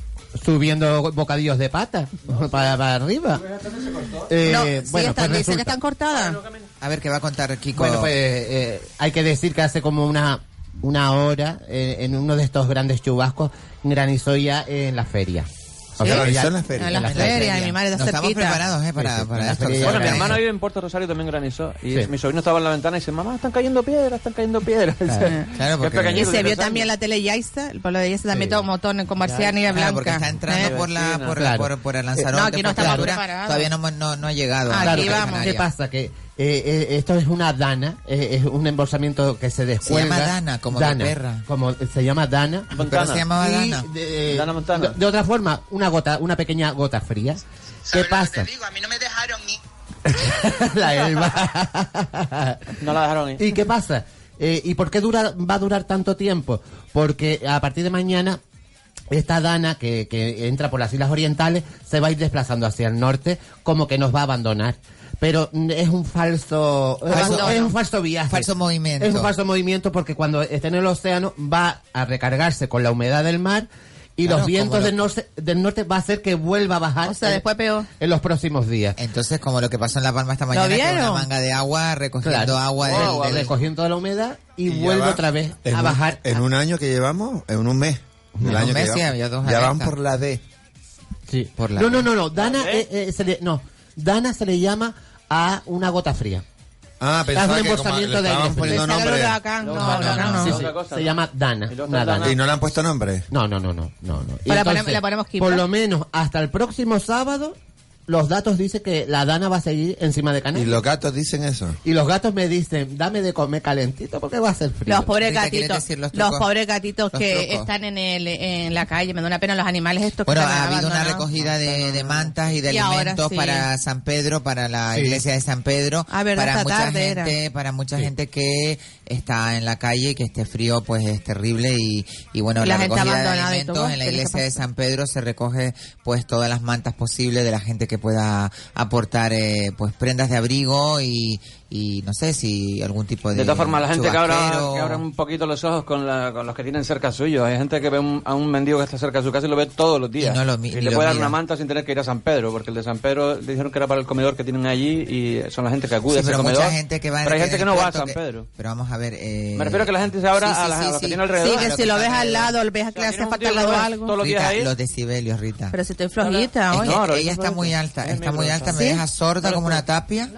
[SPEAKER 6] Subiendo bocadillos de pata para, para arriba. Ah. Eh,
[SPEAKER 5] no,
[SPEAKER 6] bueno,
[SPEAKER 5] sí
[SPEAKER 6] pues
[SPEAKER 5] están, dice que
[SPEAKER 6] resulta-
[SPEAKER 5] están cortadas.
[SPEAKER 3] A ver qué va a contar Kiko.
[SPEAKER 6] Bueno, pues eh, hay que decir que hace como una, una hora eh, en uno de estos grandes chubascos granizó ya en la feria.
[SPEAKER 4] ¿Sí? ¿Granizó
[SPEAKER 6] ya-
[SPEAKER 4] en la feria?
[SPEAKER 5] En la feria, mi madre está
[SPEAKER 3] No, estamos
[SPEAKER 5] cerquita.
[SPEAKER 3] preparados, eh, para- para
[SPEAKER 6] en la
[SPEAKER 3] esto.
[SPEAKER 6] feria ya
[SPEAKER 7] Bueno, mi
[SPEAKER 6] granizó.
[SPEAKER 7] hermano vive en Puerto Rosario también granizó. Y
[SPEAKER 6] Sí.
[SPEAKER 7] mi sobrino estaba en la ventana y dice, mamá, están cayendo piedras, están cayendo piedras.
[SPEAKER 3] Ah. Claro, porque-
[SPEAKER 5] Y se vio también la tele Yaiza, el pueblo de Yaiza también todo montón con Marciana y
[SPEAKER 3] Claro,
[SPEAKER 5] Blanca.
[SPEAKER 3] porque está entrando por la por,
[SPEAKER 6] Claro.
[SPEAKER 3] por, por el Lanzarote.
[SPEAKER 5] No, aquí no
[SPEAKER 3] por
[SPEAKER 5] estamos
[SPEAKER 3] Extremadura.
[SPEAKER 5] preparados.
[SPEAKER 3] Todavía no, hemos- no, no ha llegado. a
[SPEAKER 6] Claro,
[SPEAKER 3] Gran
[SPEAKER 6] ¿qué-
[SPEAKER 3] Canaria.
[SPEAKER 6] ¿Qué pasa? Que eh, eh, esto es una dana, eh, es un embolsamiento que se descuelga.
[SPEAKER 3] llama dana, como de perra.
[SPEAKER 6] Como se llama dana.
[SPEAKER 3] Pero se llamaba
[SPEAKER 6] Y,
[SPEAKER 3] Dana.
[SPEAKER 6] eh, De, de otra forma, una gota, una pequeña gota fría. ¿Qué pasa? la Elba.
[SPEAKER 7] No la dejaron ir.
[SPEAKER 6] ¿Y qué pasa? Eh, ¿Y por qué dura, va a durar tanto tiempo? Porque a partir de mañana esta dana que, que entra por las islas orientales se va a ir desplazando hacia el norte como que nos va a abandonar. Pero mm, es un falso,
[SPEAKER 3] Falso-
[SPEAKER 6] es un falso viaje.
[SPEAKER 3] Falso movimiento.
[SPEAKER 6] Es un falso movimiento porque cuando esté en el océano va a recargarse con la humedad del mar y
[SPEAKER 3] Claro,
[SPEAKER 6] los vientos
[SPEAKER 3] como lo-
[SPEAKER 6] del norte, del norte va a hacer que vuelva a bajar
[SPEAKER 5] O sea,
[SPEAKER 6] en-
[SPEAKER 5] después peor.
[SPEAKER 6] en los próximos días.
[SPEAKER 3] Entonces, como lo que pasó en La Palma esta mañana, que
[SPEAKER 5] vieron?
[SPEAKER 3] una manga de agua recogiendo
[SPEAKER 6] Claro. Oh,
[SPEAKER 3] agua del-
[SPEAKER 6] Agua,
[SPEAKER 3] del-
[SPEAKER 6] recogiendo toda la humedad y,
[SPEAKER 4] ya
[SPEAKER 6] vuelve
[SPEAKER 4] va
[SPEAKER 6] otra vez
[SPEAKER 4] en
[SPEAKER 6] a
[SPEAKER 4] un-
[SPEAKER 6] bajar.
[SPEAKER 4] En un año que llevamos, en un mes.
[SPEAKER 3] En
[SPEAKER 4] El
[SPEAKER 3] un
[SPEAKER 4] año que
[SPEAKER 3] mes
[SPEAKER 4] llevamos.
[SPEAKER 3] sí había dos
[SPEAKER 4] ya van
[SPEAKER 3] alertas.
[SPEAKER 4] por la D.
[SPEAKER 6] Sí,
[SPEAKER 3] por la
[SPEAKER 6] No, no, no, no. Dana, eh, eh, se le, no. Dana se le llama a una gota fría.
[SPEAKER 4] Ah, pensaba
[SPEAKER 6] Haz un
[SPEAKER 4] que como le
[SPEAKER 6] embolsamiento de
[SPEAKER 4] estaban
[SPEAKER 6] aire.
[SPEAKER 4] poniendo
[SPEAKER 5] Pensaba que
[SPEAKER 4] nombre.
[SPEAKER 5] lo de acá, no, no, no, no.
[SPEAKER 6] Sí,
[SPEAKER 5] no.
[SPEAKER 6] sí,
[SPEAKER 5] Otra cosa,
[SPEAKER 6] se
[SPEAKER 5] ¿no?
[SPEAKER 6] llama Dana.
[SPEAKER 7] luego
[SPEAKER 6] una
[SPEAKER 7] está
[SPEAKER 6] dana.
[SPEAKER 4] ¿Y no le han puesto nombre?
[SPEAKER 6] No, no, no, no. no, no. Y
[SPEAKER 5] Ahora
[SPEAKER 6] entonces,
[SPEAKER 5] ponemos- le ponemos Kimbra.
[SPEAKER 6] Por lo menos hasta el próximo sábado, los datos dicen que la Dana va a seguir encima de
[SPEAKER 4] ¿Y
[SPEAKER 6] Canarias.
[SPEAKER 4] los gatos dicen eso?
[SPEAKER 6] Y los gatos me dicen, dame de comer calentito porque va a ser frío.
[SPEAKER 5] Los pobres
[SPEAKER 3] Rita, ¿quieres
[SPEAKER 5] gatitos,
[SPEAKER 3] decir los
[SPEAKER 5] los,
[SPEAKER 3] trucos?
[SPEAKER 5] pobres gatitos
[SPEAKER 3] Los
[SPEAKER 5] que
[SPEAKER 3] trucos.
[SPEAKER 5] están en el en la calle, me da una pena los animales estos
[SPEAKER 3] Bueno,
[SPEAKER 5] que están
[SPEAKER 3] ha habido una
[SPEAKER 5] abandonados.
[SPEAKER 3] recogida de, de mantas y de
[SPEAKER 5] Y ahora
[SPEAKER 3] alimentos
[SPEAKER 5] sí.
[SPEAKER 3] para San Pedro, para la
[SPEAKER 6] Sí.
[SPEAKER 3] iglesia de San Pedro,
[SPEAKER 5] Ah, verdad,
[SPEAKER 3] para
[SPEAKER 5] esta
[SPEAKER 3] mucha
[SPEAKER 5] tarde era.
[SPEAKER 3] gente, para mucha gente que está en la calle y que este frío pues es terrible y, y bueno,
[SPEAKER 5] La
[SPEAKER 3] la,
[SPEAKER 5] gente
[SPEAKER 3] recogida de
[SPEAKER 5] abandonada y todo,
[SPEAKER 3] alimentos en la
[SPEAKER 5] ¿qué les
[SPEAKER 3] iglesia de
[SPEAKER 5] pasa?
[SPEAKER 3] San Pedro se recoge pues todas las mantas posibles de la gente que pueda aportar eh, pues prendas de abrigo y, y no sé si algún tipo de
[SPEAKER 7] De todas formas, la gente que abra,
[SPEAKER 3] chubasquero.
[SPEAKER 7] que abra un poquito los ojos con, la- con los que tienen cerca suyo. Hay gente que ve un- a un mendigo que está cerca de su casa y lo ve todos los días.
[SPEAKER 3] Y no lo mi- ni lo
[SPEAKER 7] le puede dar
[SPEAKER 3] mira.
[SPEAKER 7] una manta sin tener que ir a San Pedro, porque el de San Pedro le dijeron que era para el comedor que tienen allí y son la gente que acude
[SPEAKER 3] Sí,
[SPEAKER 7] a ese
[SPEAKER 3] pero
[SPEAKER 7] comedor.
[SPEAKER 3] mucha gente que va
[SPEAKER 7] pero hay gente
[SPEAKER 3] en
[SPEAKER 7] que
[SPEAKER 3] el
[SPEAKER 7] no va a
[SPEAKER 3] puerto
[SPEAKER 7] San
[SPEAKER 3] que-
[SPEAKER 7] Pedro.
[SPEAKER 3] Pero vamos a ver. eh,
[SPEAKER 7] Me refiero a que la gente se abra a las- a los que tienen alrededor.
[SPEAKER 5] Sí, que
[SPEAKER 3] Lo
[SPEAKER 5] si lo
[SPEAKER 3] está
[SPEAKER 5] ves al
[SPEAKER 3] alrededor.
[SPEAKER 5] lado, lo ves que le hace
[SPEAKER 7] tiene un
[SPEAKER 5] falta
[SPEAKER 7] tío
[SPEAKER 5] al
[SPEAKER 7] que
[SPEAKER 5] lado
[SPEAKER 7] va
[SPEAKER 5] algo.
[SPEAKER 7] todos los días
[SPEAKER 3] Rita,
[SPEAKER 7] ahí.
[SPEAKER 3] los decibelios, Rita.
[SPEAKER 5] Pero si estoy flojita
[SPEAKER 3] Es
[SPEAKER 5] hoy.
[SPEAKER 3] que
[SPEAKER 7] No, lo
[SPEAKER 3] ella
[SPEAKER 7] dices
[SPEAKER 3] está
[SPEAKER 7] por
[SPEAKER 3] muy
[SPEAKER 7] eso.
[SPEAKER 3] alta,
[SPEAKER 7] Es
[SPEAKER 3] está
[SPEAKER 7] mi
[SPEAKER 3] muy
[SPEAKER 7] cosa.
[SPEAKER 3] alta, me
[SPEAKER 5] ¿Sí?
[SPEAKER 3] deja sorda
[SPEAKER 7] Pero
[SPEAKER 3] como
[SPEAKER 7] tú-
[SPEAKER 3] una tapia.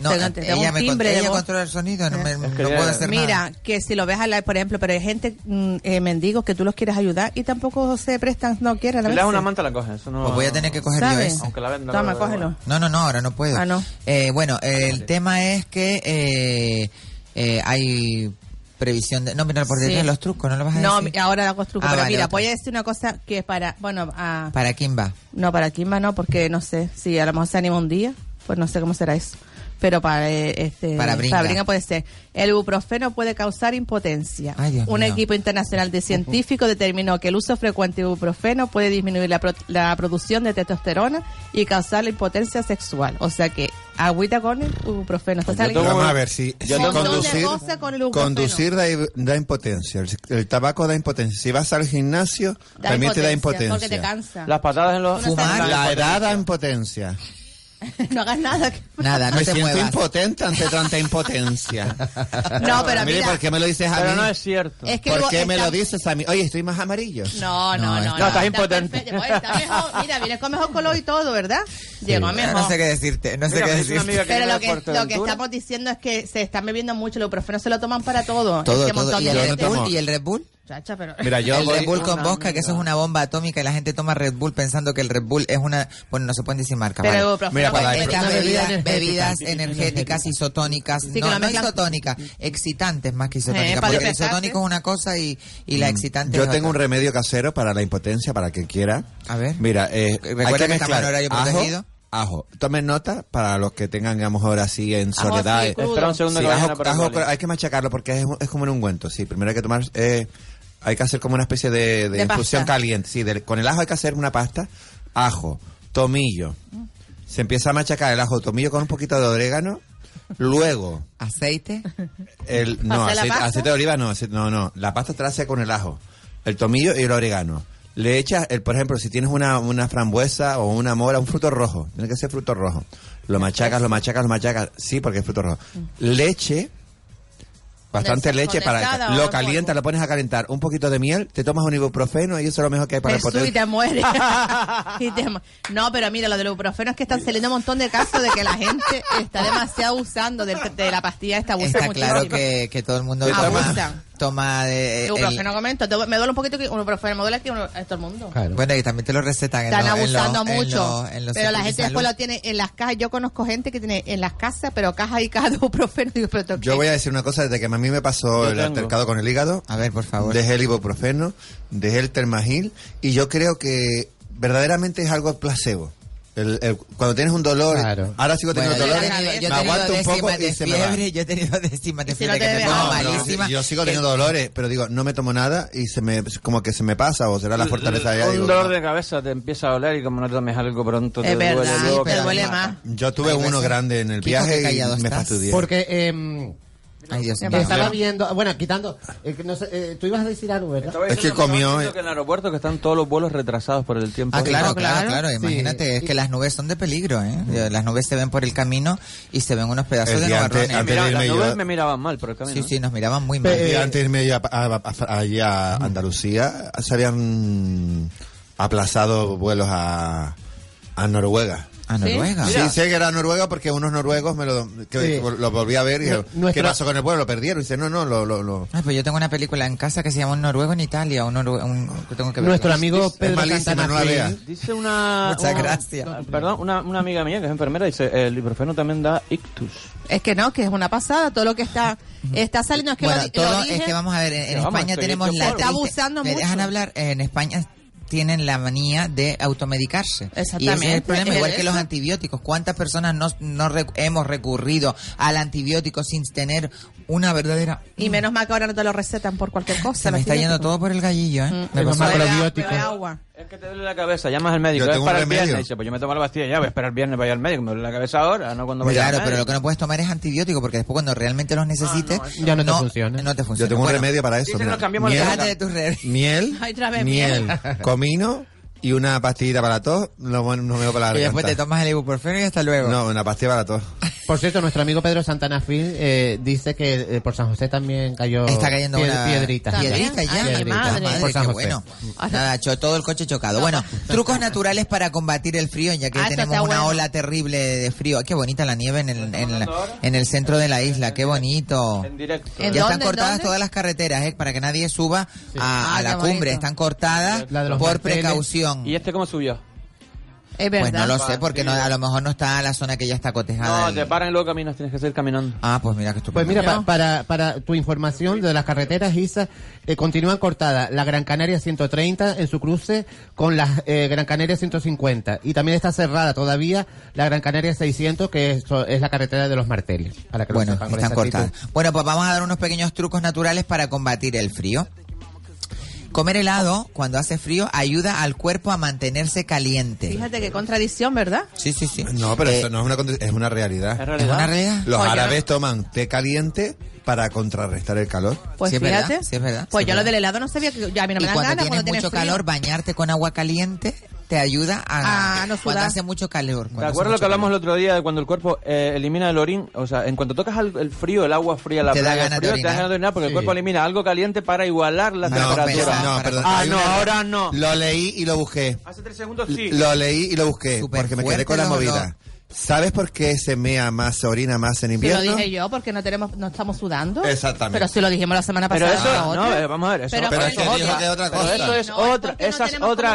[SPEAKER 3] No,
[SPEAKER 5] Tengo- tengo
[SPEAKER 3] ella,
[SPEAKER 5] un
[SPEAKER 3] me
[SPEAKER 5] timbre
[SPEAKER 3] controla,
[SPEAKER 5] de
[SPEAKER 3] ella
[SPEAKER 5] voz.
[SPEAKER 3] controla el sonido, no, me,
[SPEAKER 7] Es que
[SPEAKER 3] no
[SPEAKER 7] ya-
[SPEAKER 3] puedo hacer nada.
[SPEAKER 5] Mira, que si lo ves al lado, por ejemplo, pero hay gente, mm, eh, mendigos, que tú los quieres ayudar y tampoco se prestan, no quieren.
[SPEAKER 7] Si
[SPEAKER 5] a
[SPEAKER 7] le das una
[SPEAKER 5] veces.
[SPEAKER 7] manta, la coges. Eso no-
[SPEAKER 3] Pues voy a tener que coger yo
[SPEAKER 5] ¿Sabes?
[SPEAKER 3] esa.
[SPEAKER 7] Aunque la venda, la
[SPEAKER 5] Toma,
[SPEAKER 7] verdad,
[SPEAKER 5] cógelo.
[SPEAKER 3] No, no, no, ahora no puedo.
[SPEAKER 5] Ah, no.
[SPEAKER 3] Eh, bueno, el tema es que eh, eh, hay previsión de... No, mira, por
[SPEAKER 5] Sí.
[SPEAKER 3] detrás los trucos, ¿no lo vas a
[SPEAKER 5] No,
[SPEAKER 3] decir?
[SPEAKER 5] mi- ahora la construyo.
[SPEAKER 3] Ah,
[SPEAKER 5] pero
[SPEAKER 3] vale,
[SPEAKER 5] mira,
[SPEAKER 3] otra.
[SPEAKER 5] voy a decir una cosa que es para, bueno, a,
[SPEAKER 3] ¿Para quién va?
[SPEAKER 5] no, para Kimba no, porque no sé, si a lo mejor se anima un día, pues no sé cómo será eso. Pero para eh, este
[SPEAKER 3] Para Bringa.
[SPEAKER 5] puede ser. El ibuprofeno puede causar impotencia.
[SPEAKER 3] Ay, Dios
[SPEAKER 5] Un
[SPEAKER 3] mío.
[SPEAKER 5] equipo internacional de científicos determinó que el uso frecuente de ibuprofeno puede disminuir la, pro- la producción de testosterona y causar la impotencia sexual. O sea que agüita con el ibuprofeno. Está
[SPEAKER 7] Yo
[SPEAKER 5] saliendo-
[SPEAKER 7] tomo-
[SPEAKER 4] Vamos a ver, si,
[SPEAKER 7] Yo
[SPEAKER 4] si
[SPEAKER 7] tomo-
[SPEAKER 4] conducir,
[SPEAKER 5] Montón de cosas con el ibuprofeno.
[SPEAKER 4] conducir da, da impotencia, el, el tabaco da impotencia. Si vas al gimnasio,
[SPEAKER 5] da
[SPEAKER 4] también te da
[SPEAKER 5] Porque te
[SPEAKER 4] impotencia.
[SPEAKER 5] cansa.
[SPEAKER 7] Las patadas en los...
[SPEAKER 3] Fumar.
[SPEAKER 7] en
[SPEAKER 4] La edad da impotencia.
[SPEAKER 5] no hagas nada. que-
[SPEAKER 3] Nada, no
[SPEAKER 4] me
[SPEAKER 3] te
[SPEAKER 4] siento
[SPEAKER 3] muevas.
[SPEAKER 4] impotente ante tanta impotencia.
[SPEAKER 5] No, pero
[SPEAKER 4] Mire,
[SPEAKER 5] mira.
[SPEAKER 4] ¿por qué me lo dices a
[SPEAKER 7] Pero
[SPEAKER 4] mí?
[SPEAKER 7] no es cierto.
[SPEAKER 5] Es que
[SPEAKER 4] ¿Por
[SPEAKER 5] lo-
[SPEAKER 4] qué me
[SPEAKER 5] está-
[SPEAKER 4] lo dices a mí? Oye, estoy más amarillo.
[SPEAKER 5] No,
[SPEAKER 3] No,
[SPEAKER 5] no, no.
[SPEAKER 3] está-
[SPEAKER 7] No, estás impotente.
[SPEAKER 5] perfecto. Bueno, está mejor. Mira, vienes con mejor color y todo, ¿verdad? Llegó mejor.
[SPEAKER 3] No sé qué decirte, no sé
[SPEAKER 7] Mira,
[SPEAKER 3] qué
[SPEAKER 7] me dice
[SPEAKER 3] decirte.
[SPEAKER 7] una amiga que
[SPEAKER 5] Pero
[SPEAKER 7] viene
[SPEAKER 5] lo
[SPEAKER 7] de
[SPEAKER 5] que,
[SPEAKER 7] Fuerteventura.
[SPEAKER 5] lo que estamos diciendo es que se están bebiendo mucho, los profenos se lo toman para todo.
[SPEAKER 3] Todo,
[SPEAKER 5] Es que
[SPEAKER 3] todo.
[SPEAKER 5] montón
[SPEAKER 3] ¿Y
[SPEAKER 5] de
[SPEAKER 3] el, Red
[SPEAKER 5] gente-
[SPEAKER 3] Bull? ¿Y el Red Bull?
[SPEAKER 5] Chacha, pero...
[SPEAKER 4] Mira, yo
[SPEAKER 3] el
[SPEAKER 4] voy-
[SPEAKER 3] Red Bull con
[SPEAKER 7] Una
[SPEAKER 3] bosca, que eso es una bomba atómica y la gente toma Red Bull pensando que el Red Bull es una... Bueno, no se pueden decir marca,
[SPEAKER 5] Pero eh,
[SPEAKER 3] vale.
[SPEAKER 5] ibuprofeno
[SPEAKER 4] Mira,
[SPEAKER 5] puede
[SPEAKER 4] para-
[SPEAKER 5] ser-
[SPEAKER 3] Estas
[SPEAKER 6] Una bebida
[SPEAKER 3] bebidas,
[SPEAKER 6] energética.
[SPEAKER 3] bebidas energéticas, isotónicas,
[SPEAKER 5] que
[SPEAKER 3] no,
[SPEAKER 5] la
[SPEAKER 3] no
[SPEAKER 5] mezclan-
[SPEAKER 3] isotónicas, excitantes más que
[SPEAKER 5] Eh,
[SPEAKER 3] isotónicas,
[SPEAKER 5] para ¿eh?
[SPEAKER 3] porque el
[SPEAKER 5] despertarse.
[SPEAKER 3] isotónico es una cosa y, y la excitante
[SPEAKER 4] Yo
[SPEAKER 3] es
[SPEAKER 4] tengo un
[SPEAKER 3] otra.
[SPEAKER 4] remedio casero para la impotencia, para quien quiera.
[SPEAKER 3] A ver.
[SPEAKER 4] Mira, eh, hay
[SPEAKER 3] Recuerda
[SPEAKER 4] que
[SPEAKER 3] que estamos en
[SPEAKER 4] mezclar
[SPEAKER 3] horario
[SPEAKER 4] ajo,
[SPEAKER 3] protegido.
[SPEAKER 4] ajo. Tomen nota para los que tengan, digamos, ahora sí en
[SPEAKER 7] Ajo
[SPEAKER 4] soledad.
[SPEAKER 7] así,
[SPEAKER 4] eh,
[SPEAKER 7] crudo. Espera un segundo
[SPEAKER 4] sí,
[SPEAKER 7] que vayan
[SPEAKER 4] ajo-
[SPEAKER 7] a por el
[SPEAKER 4] ajo,
[SPEAKER 7] boli.
[SPEAKER 4] pero hay que machacarlo porque es, es como en un ungüento, sí. Primero hay que tomar, eh, hay que hacer como una especie de, de
[SPEAKER 6] De
[SPEAKER 4] infusión
[SPEAKER 6] pasta.
[SPEAKER 4] caliente. Sí, del- con el ajo hay que hacer una pasta. Ajo, tomillo. Se empieza a machacar el ajo, tomillo con un poquito de orégano. Luego,
[SPEAKER 3] ¿Aceite?
[SPEAKER 4] el, no,
[SPEAKER 3] ¿Hacer la
[SPEAKER 4] aceite,
[SPEAKER 3] pasta?
[SPEAKER 4] aceite de oliva no, ace- no, no. La pasta te la hace con el ajo, el tomillo y el orégano. Le echas, el, por ejemplo, si tienes una, una frambuesa o una mora, un fruto rojo, tiene que ser fruto rojo. Lo machacas, lo machacas, lo machacas. Sí, porque es fruto rojo. Leche, bastante
[SPEAKER 6] Condensa-
[SPEAKER 4] leche para
[SPEAKER 6] condensada o
[SPEAKER 4] lo
[SPEAKER 6] algo,
[SPEAKER 4] calientas, lo pones a calentar, un poquito de miel, te tomas un ibuprofeno y eso es lo mejor que hay para
[SPEAKER 5] Jesús,
[SPEAKER 4] poder
[SPEAKER 5] y te mueres. Y te mu- no, pero mira, lo del ibuprofeno es que están saliendo un montón de casos de que la gente está demasiado usando del- de, la pastilla esta abusa
[SPEAKER 3] Está
[SPEAKER 5] muchísimo.
[SPEAKER 3] claro que, que todo el mundo
[SPEAKER 5] Abusan.
[SPEAKER 3] toma, toma de,
[SPEAKER 5] Ibuprofeno, comento. te- Me duele un poquito que ibuprofeno, me duele aquí uno- a todo el mundo.
[SPEAKER 3] el- bueno, y también te lo recetan. en
[SPEAKER 5] Están
[SPEAKER 3] los- en los-
[SPEAKER 5] abusando
[SPEAKER 3] en
[SPEAKER 5] mucho.
[SPEAKER 3] los- en los
[SPEAKER 5] pero la
[SPEAKER 3] centros de
[SPEAKER 5] gente
[SPEAKER 3] salud.
[SPEAKER 5] después lo tiene en las cajas. Yo conozco gente que tiene en las casas, pero cajas y cajas de ibuprofeno. Digo, pero ¿esto
[SPEAKER 4] Yo
[SPEAKER 5] qué?
[SPEAKER 4] voy a decir una cosa, desde que a mí me pasó
[SPEAKER 5] Yo
[SPEAKER 4] el
[SPEAKER 5] tengo.
[SPEAKER 4] altercado con el hígado.
[SPEAKER 3] A ver, por favor.
[SPEAKER 4] Dejé el ibuprofeno, dejé el termagil y yo creo que verdaderamente es algo placebo. El- el- cuando tienes un dolor, ahora sigo
[SPEAKER 3] Bueno,
[SPEAKER 4] teniendo
[SPEAKER 3] yo he
[SPEAKER 4] dolor,
[SPEAKER 3] tenido- yo he
[SPEAKER 4] me aguanto
[SPEAKER 3] tenido
[SPEAKER 4] un poco
[SPEAKER 3] décimas
[SPEAKER 4] y
[SPEAKER 3] de
[SPEAKER 4] se me va.
[SPEAKER 3] fiebre, Yo he tenido décimas de
[SPEAKER 5] si no
[SPEAKER 3] fiebre
[SPEAKER 5] te
[SPEAKER 3] que me
[SPEAKER 5] bebes
[SPEAKER 3] pongo
[SPEAKER 5] agua.
[SPEAKER 4] No,
[SPEAKER 3] malísima.
[SPEAKER 4] yo sigo
[SPEAKER 3] que-
[SPEAKER 4] teniendo dolores, pero digo, no me tomo nada y se me como que se me pasa o será la fortaleza ya.
[SPEAKER 7] Un
[SPEAKER 4] digo,
[SPEAKER 7] dolor de cabeza te empieza a doler y como no te tomes algo pronto te
[SPEAKER 5] Es
[SPEAKER 7] duele.
[SPEAKER 5] verdad,
[SPEAKER 7] luego
[SPEAKER 5] te
[SPEAKER 7] que-
[SPEAKER 5] duele más.
[SPEAKER 4] Yo tuve uno grande en el
[SPEAKER 3] Kiko, qué
[SPEAKER 4] viaje y
[SPEAKER 3] callado
[SPEAKER 4] me
[SPEAKER 3] estás.
[SPEAKER 4] fastidié.
[SPEAKER 6] Porque em,
[SPEAKER 3] Ay, Dios mío.
[SPEAKER 6] estaba viendo, bueno, quitando, eh, que no sé, eh, tú ibas a decir algo, ¿verdad?
[SPEAKER 7] Estaba diciendo- estaba diciendo que en el aeropuerto que están todos los vuelos retrasados por el tiempo.
[SPEAKER 3] eh. Ah, claro,
[SPEAKER 7] Sí.
[SPEAKER 3] claro, claro. Imagínate, es que las nubes son de peligro, ¿eh? Las nubes se ven por el camino y se ven unos pedazos
[SPEAKER 4] El
[SPEAKER 3] de
[SPEAKER 4] día antes-
[SPEAKER 3] nubarrones.
[SPEAKER 4] antes de irme
[SPEAKER 7] Las
[SPEAKER 4] yo-
[SPEAKER 7] nubes me miraban mal por el camino.
[SPEAKER 3] Sí, sí, nos miraban muy mal. Ah,
[SPEAKER 4] El día antes de irme yo a, a- a- allí a Andalucía, se habían aplazado vuelos a, a Noruega.
[SPEAKER 3] ¿A Noruega?
[SPEAKER 4] Sí,
[SPEAKER 3] Mira.
[SPEAKER 4] sé que era Noruega porque unos noruegos me lo, que,
[SPEAKER 3] Sí.
[SPEAKER 4] lo volví a ver y
[SPEAKER 3] Nu-
[SPEAKER 4] dije, ¿qué
[SPEAKER 3] nuestra-
[SPEAKER 4] pasó con el pueblo? ¿Lo perdieron? Y dice, no, no, lo... lo, lo-
[SPEAKER 3] Ah, pues yo tengo una película en casa que se llama Un Noruego en Italia. Un norue- un- que tengo que ver.
[SPEAKER 6] Nuestro amigo
[SPEAKER 3] Es
[SPEAKER 6] Pedro
[SPEAKER 3] malísima,
[SPEAKER 6] Santana
[SPEAKER 3] no la
[SPEAKER 6] Gil.
[SPEAKER 3] veas.
[SPEAKER 7] Dice una...
[SPEAKER 3] Muchas
[SPEAKER 7] una-
[SPEAKER 3] gracias.
[SPEAKER 7] Ah, no, Perdón, una, una amiga mía que es enfermera dice, el ibuprofeno también da ictus.
[SPEAKER 5] Es que no, que es una pasada. Todo lo que está está saliendo es que
[SPEAKER 3] Bueno,
[SPEAKER 5] lo, di-
[SPEAKER 3] todo
[SPEAKER 5] lo dije.
[SPEAKER 3] es que vamos a ver, en, en
[SPEAKER 5] Vamos,
[SPEAKER 3] España
[SPEAKER 5] estoy
[SPEAKER 3] tenemos
[SPEAKER 5] hecho
[SPEAKER 3] la...
[SPEAKER 5] polvo. Está abusando
[SPEAKER 3] ¿Me
[SPEAKER 5] mucho.
[SPEAKER 3] dejan hablar? En España tienen la manía de automedicarse. Y ese es
[SPEAKER 5] Exactamente.
[SPEAKER 3] el problema,
[SPEAKER 5] Es
[SPEAKER 3] igual que
[SPEAKER 5] eso.
[SPEAKER 3] los antibióticos. ¿Cuántas personas no, no rec- hemos recurrido al antibiótico sin tener una verdadera...
[SPEAKER 5] Y menos mal que ahora no te lo recetan por cualquier cosa. Mm.
[SPEAKER 3] Se me está yendo todo por el gallillo, ¿eh? Me pasó-
[SPEAKER 5] Bebe agua.
[SPEAKER 7] Es que te duele la cabeza, llamas al médico,
[SPEAKER 4] Yo
[SPEAKER 7] es
[SPEAKER 4] tengo un
[SPEAKER 7] para el
[SPEAKER 4] remedio.
[SPEAKER 7] viernes. Dice, pues yo me tomo la pastilla ya, voy a esperar el viernes para ir al médico. Me duele la cabeza ahora, no cuando vaya
[SPEAKER 3] Claro,
[SPEAKER 7] al
[SPEAKER 3] pero lo
[SPEAKER 7] médico.
[SPEAKER 3] que no puedes tomar es antibiótico porque después cuando realmente
[SPEAKER 5] Ah,
[SPEAKER 3] los necesites...
[SPEAKER 6] Ya no te funciona.
[SPEAKER 3] No te funciona.
[SPEAKER 4] Yo tengo un
[SPEAKER 3] Bueno,
[SPEAKER 4] remedio para eso.
[SPEAKER 3] dicen
[SPEAKER 4] mira.
[SPEAKER 3] nos cambiamos la Déjate boca. de tus redes.
[SPEAKER 4] miel,
[SPEAKER 3] Ay, otra vez
[SPEAKER 4] miel,
[SPEAKER 3] miel.
[SPEAKER 4] comino y una pastillita para tos. Lo, bueno- no me voy para la
[SPEAKER 3] Y después te
[SPEAKER 4] garganta.
[SPEAKER 3] tomas el ibuprofeno y hasta luego.
[SPEAKER 4] No, una pastilla para tos.
[SPEAKER 6] Por cierto, nuestro amigo Pedro Santana Phil eh, dice que eh, por San José también cayó
[SPEAKER 3] Está cayendo
[SPEAKER 6] pie-
[SPEAKER 3] una
[SPEAKER 6] piedritas.
[SPEAKER 3] Piedrita ya.
[SPEAKER 6] Piedritas. Por
[SPEAKER 3] qué
[SPEAKER 6] San José.
[SPEAKER 3] bueno. Nada, cho- todo el coche chocado. Bueno, trucos naturales para combatir el frío, ya que
[SPEAKER 6] Ah, eso
[SPEAKER 3] tenemos
[SPEAKER 6] está
[SPEAKER 3] una
[SPEAKER 6] bueno.
[SPEAKER 3] ola terrible de frío. Ay, Qué bonita la nieve en el, en, la- en el centro de la isla, qué bonito.
[SPEAKER 7] En directo.
[SPEAKER 3] Ya están cortadas todas las carreteras, eh, para que nadie suba a, a
[SPEAKER 7] Ah,
[SPEAKER 3] la
[SPEAKER 7] qué bonito.
[SPEAKER 3] cumbre. Están cortadas
[SPEAKER 7] La de los
[SPEAKER 3] por
[SPEAKER 7] marteles.
[SPEAKER 3] precaución.
[SPEAKER 7] ¿Y este cómo subió?
[SPEAKER 5] Es
[SPEAKER 3] Pues no lo sé, porque no, a lo mejor no está a la zona que ya está cotejada.
[SPEAKER 7] No, te paran y luego caminas, tienes que seguir caminando.
[SPEAKER 3] Ah, pues mira que estupendo.
[SPEAKER 6] Pues mira, pa- para, para tu información de las carreteras, Isa, eh, continúan cortadas la Gran Canaria 130 en su cruce con la eh, Gran Canaria 150. Y también está cerrada todavía la Gran Canaria 600, que es, es la carretera de los marteles. Para que lo
[SPEAKER 3] Bueno,
[SPEAKER 6] sepan, con
[SPEAKER 3] están
[SPEAKER 6] exactitud.
[SPEAKER 3] cortadas. Bueno, pues vamos a dar unos pequeños trucos naturales para combatir el frío. Comer helado cuando hace frío ayuda al cuerpo a mantenerse caliente.
[SPEAKER 5] Fíjate qué contradicción, ¿verdad?
[SPEAKER 3] Sí, sí, Eh, sí.
[SPEAKER 4] No, pero eso no es una, condi- es una realidad.
[SPEAKER 5] ¿Es realidad? Pues ¿Es una realidad?
[SPEAKER 4] Los
[SPEAKER 5] Oye,
[SPEAKER 4] árabes toman té caliente para contrarrestar el calor.
[SPEAKER 5] Pues fíjate. Pues
[SPEAKER 3] Sí,
[SPEAKER 5] yo
[SPEAKER 3] es
[SPEAKER 5] lo
[SPEAKER 3] verdad.
[SPEAKER 5] del helado no sabía que ya a mí no
[SPEAKER 3] Y
[SPEAKER 5] me dan
[SPEAKER 3] cuando
[SPEAKER 5] ganas
[SPEAKER 3] tienes
[SPEAKER 5] cuando tienes
[SPEAKER 3] mucho
[SPEAKER 5] frío.
[SPEAKER 3] calor, bañarte con agua caliente te ayuda a,
[SPEAKER 5] Ah, no sudar.
[SPEAKER 3] cuando hace mucho calor.
[SPEAKER 7] ¿Te
[SPEAKER 3] cuando hace
[SPEAKER 7] acuerdas lo
[SPEAKER 3] mucho
[SPEAKER 7] que hablamos el otro día de cuando el cuerpo eh, elimina el orín? O sea, en cuanto tocas al- el frío, el agua fría, la
[SPEAKER 3] Te da
[SPEAKER 7] playa, el
[SPEAKER 3] ganas de
[SPEAKER 7] frío, te da
[SPEAKER 3] orinar.
[SPEAKER 7] ganas de orinar porque el
[SPEAKER 3] Sí.
[SPEAKER 7] cuerpo elimina algo caliente para igualar la temperatura.
[SPEAKER 4] perdón, no, perdón.
[SPEAKER 7] Ah,
[SPEAKER 4] Hay
[SPEAKER 7] no,
[SPEAKER 4] un error.
[SPEAKER 7] ahora no.
[SPEAKER 4] Lo leí y lo busqué.
[SPEAKER 5] ¿Ah,
[SPEAKER 7] Hace tres segundos sí.
[SPEAKER 4] Lo leí y lo busqué porque me quedé
[SPEAKER 3] fuerte
[SPEAKER 4] con la
[SPEAKER 3] el olor.
[SPEAKER 4] movida. ¿Sabes por qué se mea más, se orina más en
[SPEAKER 5] Si lo
[SPEAKER 4] invierno?
[SPEAKER 5] dije yo, porque no tenemos, no estamos sudando.
[SPEAKER 4] Exactamente.
[SPEAKER 5] Pero si lo dijimos la semana
[SPEAKER 7] Pero
[SPEAKER 5] pasada.
[SPEAKER 7] eso,
[SPEAKER 5] la
[SPEAKER 7] no,
[SPEAKER 5] otra.
[SPEAKER 7] eh, vamos a ver, eso,
[SPEAKER 5] Pero
[SPEAKER 7] pero
[SPEAKER 5] por
[SPEAKER 7] eso
[SPEAKER 5] el olor.
[SPEAKER 7] es otra, pero eso es otra, esa es otra causa. esa es
[SPEAKER 3] calor.
[SPEAKER 7] otra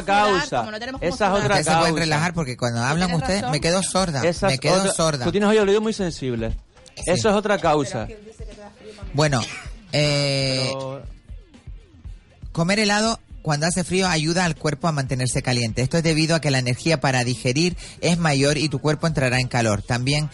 [SPEAKER 3] Ustedes se pueden
[SPEAKER 7] causa.
[SPEAKER 3] relajar porque cuando hablan
[SPEAKER 5] Tienes
[SPEAKER 3] ustedes
[SPEAKER 5] razón.
[SPEAKER 3] me quedo sorda.
[SPEAKER 7] Esa
[SPEAKER 3] me
[SPEAKER 7] es
[SPEAKER 3] quedo
[SPEAKER 7] otra-
[SPEAKER 3] sorda.
[SPEAKER 7] Tú tienes hoy oído muy sensible. Eso es otra causa.
[SPEAKER 3] Bueno, eh, comer helado cuando hace frío ayuda al cuerpo a mantenerse caliente. Esto es debido a que la energía para digerir es mayor y tu cuerpo entrará en calor. También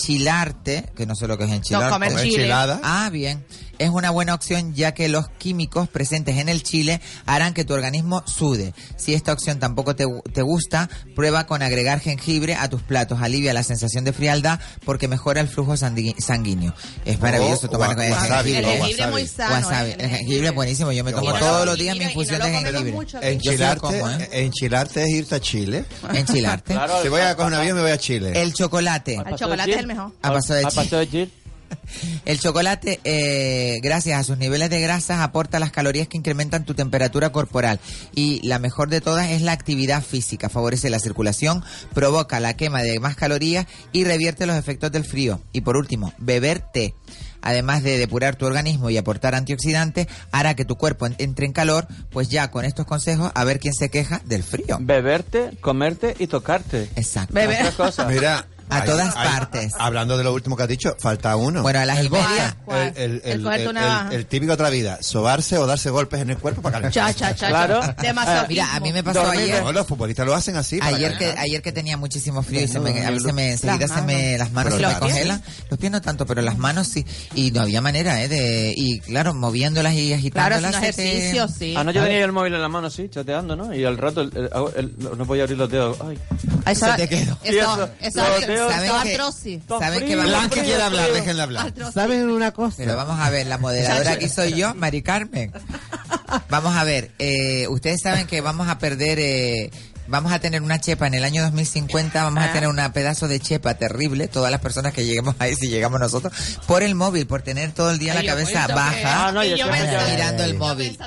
[SPEAKER 3] enchilarte, que no sé lo que es enchilar,
[SPEAKER 5] No, comer
[SPEAKER 3] pero-
[SPEAKER 5] chile. Enchilada.
[SPEAKER 3] Ah, bien. Es una buena opción ya que los químicos presentes en el chile harán que tu organismo sude. Si esta opción tampoco te, gu- te gusta, prueba con agregar jengibre a tus platos. Alivia la sensación de frialdad porque mejora el flujo sangui- sanguíneo. Es maravilloso
[SPEAKER 4] O
[SPEAKER 3] tomar
[SPEAKER 4] wa-
[SPEAKER 3] con el
[SPEAKER 4] wasabi,
[SPEAKER 3] jengibre.
[SPEAKER 4] o El jengibre es muy wasabi. sano,
[SPEAKER 3] Wasabi. El jengibre es buenísimo. Yo me tomo
[SPEAKER 4] wasabi.
[SPEAKER 3] todos los días mi infusión de jengibre. Yo sí lo
[SPEAKER 4] Enchilarte,
[SPEAKER 3] como, ¿eh?
[SPEAKER 4] enchilarte es irte a Chile.
[SPEAKER 3] Enchilarte. Claro,
[SPEAKER 4] Si voy a coger un avión, me voy a Chile.
[SPEAKER 3] El chocolate.
[SPEAKER 5] El chocolate es el mejor.
[SPEAKER 3] Ha pasado de
[SPEAKER 4] Ha pasado
[SPEAKER 3] chip. El chocolate, eh, gracias a sus niveles de grasas, aporta las calorías que incrementan tu temperatura corporal. Y la mejor de todas es la actividad física. Favorece la circulación, provoca la quema de más calorías y revierte los efectos del frío. Y por último, beber té. Además de depurar tu organismo y aportar antioxidantes, hará que tu cuerpo en- entre en calor, pues ya con estos consejos, a ver quién se queja del frío.
[SPEAKER 7] Beberte, comerte y tocarte.
[SPEAKER 3] Exacto.
[SPEAKER 7] Beber. Las tres cosas.
[SPEAKER 4] Mira,
[SPEAKER 3] A todas partes.
[SPEAKER 4] Hablando de lo último que has dicho, falta uno.
[SPEAKER 3] Bueno, a las
[SPEAKER 4] el,
[SPEAKER 3] especies.
[SPEAKER 4] vodka.
[SPEAKER 3] ¿Cuál?
[SPEAKER 4] el, el,
[SPEAKER 5] El
[SPEAKER 4] el-
[SPEAKER 5] cogerte
[SPEAKER 4] el-
[SPEAKER 5] una-
[SPEAKER 4] el- el típico otra vida, sobarse o darse golpes en el cuerpo para calentar.
[SPEAKER 5] Cha, cha, cha, Claro. cha. De masoquismo.
[SPEAKER 3] Ah, Mira, a mí me pasó
[SPEAKER 4] Dormir.
[SPEAKER 3] ayer.
[SPEAKER 4] No, los futbolistas lo hacen así. para
[SPEAKER 3] ayer que
[SPEAKER 4] calentar.
[SPEAKER 3] ayer que tenía muchísimo frío y se me, a mí se me enseguida
[SPEAKER 4] Las
[SPEAKER 3] se me
[SPEAKER 4] manos.
[SPEAKER 3] las manos
[SPEAKER 4] Pero
[SPEAKER 3] se me
[SPEAKER 4] los pies.
[SPEAKER 3] congelan los pies no tanto pero las manos sí y no había manera eh de y claro moviéndolas y agitándolas se te-
[SPEAKER 7] Anoche tenía yo el móvil en la mano, sí, chateando, ¿no? Y al rato el- el- el- no podía abrir los dedos. Ay.
[SPEAKER 5] Eso
[SPEAKER 3] te quedo.
[SPEAKER 5] Eso, eso,
[SPEAKER 7] Los dedos-
[SPEAKER 5] ¿Saben
[SPEAKER 3] que-
[SPEAKER 5] artrosis.
[SPEAKER 3] saben que
[SPEAKER 5] Frío,
[SPEAKER 3] vamos
[SPEAKER 5] frío, frío.
[SPEAKER 6] ¿Saben una cosa?
[SPEAKER 3] pero vamos a ver la moderadora aquí soy yo Mari Carmen vamos a ver eh, ustedes saben que vamos a perder eh, Vamos a tener una chepa en el año 2050, vamos
[SPEAKER 1] Ah.
[SPEAKER 3] a tener una pedazo de chepa terrible, todas las personas que lleguemos ahí, si llegamos nosotros, por el móvil, por tener todo el día
[SPEAKER 1] Ay,
[SPEAKER 3] la
[SPEAKER 1] yo
[SPEAKER 3] cabeza
[SPEAKER 1] pensando
[SPEAKER 3] baja,
[SPEAKER 1] que- Ah, no, yo
[SPEAKER 3] y
[SPEAKER 1] estoy pensando-
[SPEAKER 3] mirando el
[SPEAKER 1] yo
[SPEAKER 3] móvil.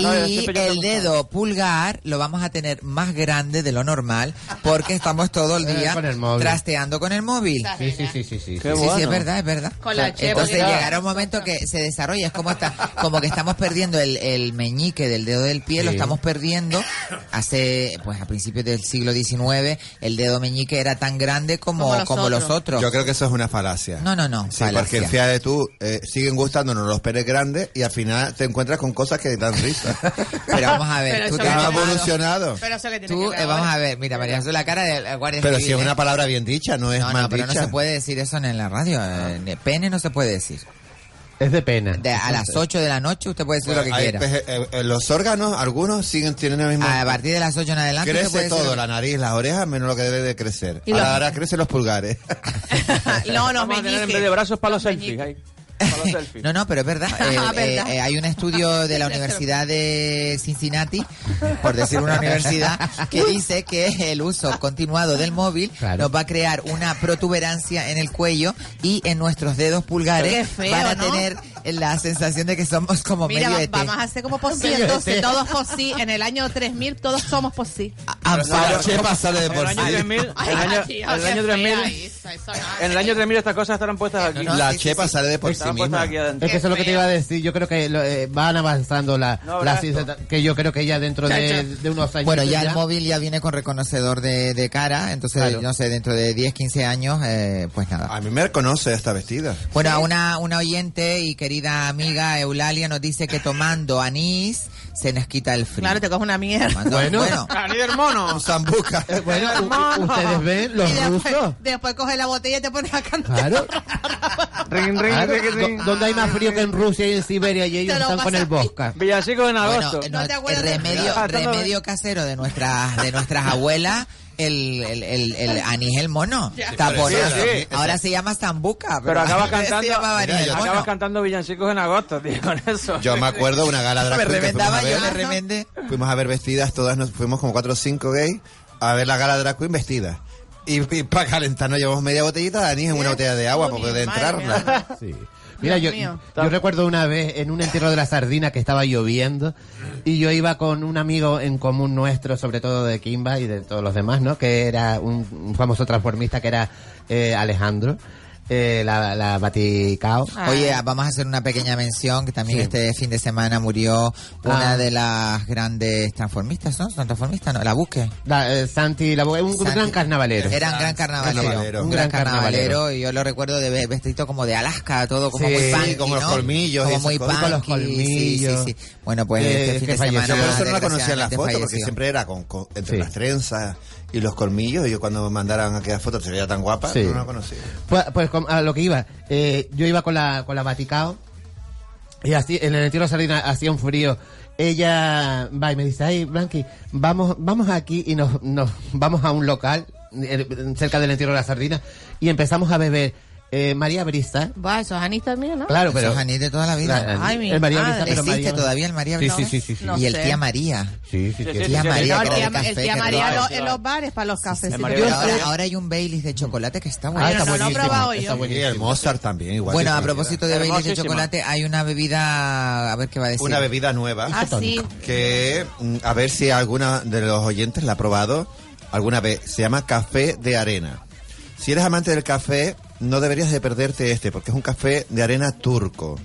[SPEAKER 1] No, yo
[SPEAKER 3] Y
[SPEAKER 1] estoy pensando
[SPEAKER 3] el dedo pulgar lo vamos a tener más grande de lo normal porque estamos todo el
[SPEAKER 6] Eh,
[SPEAKER 3] día
[SPEAKER 6] con el móvil.
[SPEAKER 3] trasteando con el móvil.
[SPEAKER 6] Sí, sí, sí, sí, sí.
[SPEAKER 3] Sí, sí, es verdad, es verdad.
[SPEAKER 6] Con la chepa,
[SPEAKER 3] Entonces
[SPEAKER 6] cuidado.
[SPEAKER 3] llegará un momento que se desarrolla, es como, está, como que estamos perdiendo el, el meñique del dedo del pie, lo
[SPEAKER 6] Sí.
[SPEAKER 3] estamos perdiendo. Hace, pues a principios del siglo XIX, el dedo meñique era tan grande como, como, los, otros.
[SPEAKER 4] Yo creo que eso es una falacia.
[SPEAKER 3] No, no, no,
[SPEAKER 4] Sí,
[SPEAKER 3] falacia.
[SPEAKER 4] porque fíjate tú, eh, siguen gustándonos los penes grandes y al final te encuentras con cosas que dan risa.
[SPEAKER 3] Pero vamos a ver,
[SPEAKER 4] Pero
[SPEAKER 3] tú
[SPEAKER 4] eso
[SPEAKER 3] te
[SPEAKER 4] que
[SPEAKER 3] has
[SPEAKER 4] no ha
[SPEAKER 3] tomado-
[SPEAKER 4] evolucionado.
[SPEAKER 3] Pero
[SPEAKER 5] eso que tiene
[SPEAKER 3] Tú,
[SPEAKER 5] que
[SPEAKER 3] eh, vamos a ver, mira, María Jesús, la cara del guardia
[SPEAKER 4] Pero
[SPEAKER 3] civil,
[SPEAKER 4] si es
[SPEAKER 3] ¿eh?
[SPEAKER 4] una palabra bien dicha, no es
[SPEAKER 3] No,
[SPEAKER 4] mal
[SPEAKER 3] no, pero no
[SPEAKER 4] dicha. Ah.
[SPEAKER 3] se puede decir eso en la radio. eh, ni- Pene no se puede decir.
[SPEAKER 6] Es de pena.
[SPEAKER 3] De- a las 8 de la noche usted puede decir lo que
[SPEAKER 4] Hay,
[SPEAKER 3] quiera.
[SPEAKER 4] pues, eh, eh, los órganos, algunos siguen tienen el mismo.
[SPEAKER 3] A partir de las 8 en adelante usted puede
[SPEAKER 4] crece
[SPEAKER 3] decir lo
[SPEAKER 4] todo,
[SPEAKER 3] que-
[SPEAKER 4] la nariz, las orejas, menos lo que debe de crecer.
[SPEAKER 3] Y
[SPEAKER 4] Ahora,
[SPEAKER 3] los-
[SPEAKER 4] ahora crecen los pulgares.
[SPEAKER 5] No, los
[SPEAKER 7] Vamos a tener en
[SPEAKER 5] meñiques.
[SPEAKER 7] vez de brazos para los selfies. ahí. Para los selfies.
[SPEAKER 3] No, no, pero es verdad. Eh,
[SPEAKER 5] Ah,
[SPEAKER 3] eh,
[SPEAKER 5] verdad.
[SPEAKER 3] eh, hay un estudio de la Universidad de Cincinnati, por decir una universidad, que dice que el uso continuado del móvil nos va a crear una protuberancia en el cuello y en nuestros dedos
[SPEAKER 5] Qué
[SPEAKER 3] pulgares
[SPEAKER 5] feo,
[SPEAKER 3] van a
[SPEAKER 5] ¿no?
[SPEAKER 3] tener la sensación de que somos como
[SPEAKER 5] Mira,
[SPEAKER 3] medio este
[SPEAKER 5] va-
[SPEAKER 3] ET.
[SPEAKER 5] vamos a hacer como posí,
[SPEAKER 3] Medio
[SPEAKER 5] entonces
[SPEAKER 3] ET.
[SPEAKER 5] todos posí, en el año 3000 todos somos posí.
[SPEAKER 3] Amparo.
[SPEAKER 4] Ah, ¿Qué pasa de por
[SPEAKER 7] El año
[SPEAKER 4] sí?
[SPEAKER 7] 3000, el año-
[SPEAKER 5] Ay,
[SPEAKER 7] el año
[SPEAKER 5] qué
[SPEAKER 7] 3000,
[SPEAKER 5] fea esa, eso
[SPEAKER 7] en el año 3000 estas cosas estarán puestas aquí.
[SPEAKER 4] no, La sí, sí, chepa sí. sale de por sí
[SPEAKER 7] Estarán puestas
[SPEAKER 4] misma.
[SPEAKER 7] aquí adentro.
[SPEAKER 6] Es que eso es lo que te iba a decir. Yo creo que lo, eh, van avanzando la,
[SPEAKER 7] No,
[SPEAKER 6] la
[SPEAKER 7] brazo.
[SPEAKER 6] ciencia- que yo creo que ya dentro de,
[SPEAKER 3] Chacho.
[SPEAKER 6] de unos años.
[SPEAKER 3] Bueno, ya el móvil ya viene con reconocedor de, de cara, entonces,
[SPEAKER 6] Claro.
[SPEAKER 3] no sé, dentro de 10, 15 años, eh, pues nada.
[SPEAKER 4] A mí me reconoce esta vestida.
[SPEAKER 3] Bueno, una, una oyente y querida amiga Eulalia nos dice que tomando anís se nos quita el frío.
[SPEAKER 5] Claro, te coges una mierda.
[SPEAKER 3] Tomando- bueno,
[SPEAKER 7] líder mono.
[SPEAKER 4] Zambuca.
[SPEAKER 6] Eh, Bueno, u- ustedes ven los
[SPEAKER 5] Y después,
[SPEAKER 6] rusos.
[SPEAKER 5] después coges la botella y te pones a cantar.
[SPEAKER 6] Claro.
[SPEAKER 7] ring,
[SPEAKER 6] Claro.
[SPEAKER 7] ring, ring.
[SPEAKER 6] Ah, Do- ¿Dónde hay más frío que en Rusia y en Siberia? Y ellos
[SPEAKER 5] Te lo
[SPEAKER 6] están con
[SPEAKER 5] pasas
[SPEAKER 6] el vodka.
[SPEAKER 7] Villancico en
[SPEAKER 3] Bueno,
[SPEAKER 7] agosto.
[SPEAKER 3] no- el remedio, remedio casero de nuestras, de nuestras abuelas. El, el, el, el anís el mono.
[SPEAKER 7] Ya.
[SPEAKER 3] Taponazo.
[SPEAKER 7] Sí, sí.
[SPEAKER 3] Ahora se llama zambuca.
[SPEAKER 7] Pero acabas
[SPEAKER 3] antes se
[SPEAKER 7] cantando,
[SPEAKER 3] llamaba anís el
[SPEAKER 7] acabas
[SPEAKER 3] mono.
[SPEAKER 7] cantando villancicos en agosto, tío, con eso.
[SPEAKER 4] Yo me acuerdo de una gala drag
[SPEAKER 3] Me
[SPEAKER 4] queen que
[SPEAKER 3] remendaba
[SPEAKER 4] fuimos a
[SPEAKER 3] yo, me
[SPEAKER 4] ver.
[SPEAKER 3] remendé.
[SPEAKER 4] Fuimos a ver vestidas, todas nos fuimos como cuatro o cinco gays a ver la gala drag queen vestida. Y, para calentar nos llevamos media botellita de anís en una botella de agua para poder entrarla.
[SPEAKER 6] Mira, yo,
[SPEAKER 4] Pues Dios mío.
[SPEAKER 6] yo recuerdo una vez en un entierro de la sardina que estaba lloviendo y yo iba con un amigo en común nuestro, sobre todo de Kimba y de todos los demás, ¿no? Que era un, un famoso transformista que era eh, Alejandro. eh, la, la Vaticao.
[SPEAKER 4] Ah.
[SPEAKER 3] Oye, vamos a hacer una pequeña mención que también
[SPEAKER 6] Sí.
[SPEAKER 3] este fin de semana murió una
[SPEAKER 6] Ah.
[SPEAKER 3] de las grandes transformistas, ¿no? ¿Son transformistas? No, la busque.
[SPEAKER 6] Da- eh, Santi, la, un
[SPEAKER 3] Santi.
[SPEAKER 6] gran carnavalero.
[SPEAKER 3] Era un gran carnavalero.
[SPEAKER 6] Carnavalero.
[SPEAKER 3] Un gran carnavalero. Y yo lo recuerdo de ve- vestido como de Alaska, todo como
[SPEAKER 6] Sí,
[SPEAKER 3] muy punky,
[SPEAKER 6] como los
[SPEAKER 3] ¿no?
[SPEAKER 6] colmillos y
[SPEAKER 3] Como
[SPEAKER 6] esas
[SPEAKER 3] muy
[SPEAKER 6] cosas.
[SPEAKER 3] punky.
[SPEAKER 6] Con los colmillos.
[SPEAKER 3] Sí, sí, sí. Bueno, pues
[SPEAKER 6] Eh, Que-
[SPEAKER 3] este fin
[SPEAKER 6] que
[SPEAKER 3] de
[SPEAKER 6] falleció.
[SPEAKER 3] semana.
[SPEAKER 4] Yo por eso no la conocía en las
[SPEAKER 3] desgraciadamente
[SPEAKER 4] fotos, porque
[SPEAKER 3] falleció.
[SPEAKER 4] siempre era con, con- entre
[SPEAKER 6] Sí.
[SPEAKER 4] las trenzas y los colmillos. Y yo cuando me mandaran aquella foto, se veía tan guapa,
[SPEAKER 6] Sí.
[SPEAKER 4] no la conocía.
[SPEAKER 6] Pues, pues com- a lo que iba, eh, yo iba con la, con la Vaticao y así, en el entierro de Sardina hacía un frío. Ella va y me dice, ay, Blanqui, vamos, vamos aquí y nos, nos vamos a un local eh, cerca del entierro de la sardina y empezamos a beber eh, María Brisa.
[SPEAKER 5] Va, eso es anís también, ¿no?
[SPEAKER 6] Claro, pero...
[SPEAKER 3] Eso es anís de toda la vida.
[SPEAKER 6] Claro,
[SPEAKER 5] Ay, mi
[SPEAKER 6] el María
[SPEAKER 5] madre.
[SPEAKER 6] Brisa, pero
[SPEAKER 3] ¿Existe
[SPEAKER 6] María-
[SPEAKER 3] todavía el María
[SPEAKER 6] Sí,
[SPEAKER 3] Brisa?
[SPEAKER 6] sí, sí, sí, sí.
[SPEAKER 5] No
[SPEAKER 3] Y el
[SPEAKER 5] sé.
[SPEAKER 3] tía María.
[SPEAKER 6] Sí, sí, sí.
[SPEAKER 3] El tía María,
[SPEAKER 5] el
[SPEAKER 3] que
[SPEAKER 5] tía,
[SPEAKER 3] era de
[SPEAKER 5] el
[SPEAKER 3] café,
[SPEAKER 5] tía
[SPEAKER 3] que
[SPEAKER 5] María
[SPEAKER 3] era-
[SPEAKER 5] lo- en los bares para los cafés.
[SPEAKER 7] María
[SPEAKER 3] Yo-
[SPEAKER 7] Brisa.
[SPEAKER 3] ahora, ahora hay un Baileys de chocolate que está bueno.
[SPEAKER 5] Ah, está
[SPEAKER 3] Está
[SPEAKER 5] no lo he
[SPEAKER 3] buenísimo.
[SPEAKER 5] probado yo.
[SPEAKER 6] Está
[SPEAKER 4] Y
[SPEAKER 6] buenísimo.
[SPEAKER 4] el Mozart también, igual. que
[SPEAKER 3] Bueno, a
[SPEAKER 4] su vida.
[SPEAKER 3] propósito de Baileys de
[SPEAKER 7] Hermosísima.
[SPEAKER 3] chocolate, hay una bebida, a ver qué va a decir.
[SPEAKER 4] Una bebida nueva.
[SPEAKER 5] Ah, sí.
[SPEAKER 4] que mm, a ver si alguna de los oyentes la ha probado alguna vez. Se llama café de arena. Si eres amante del café, no deberías de perderte este, porque es un café de arena turco,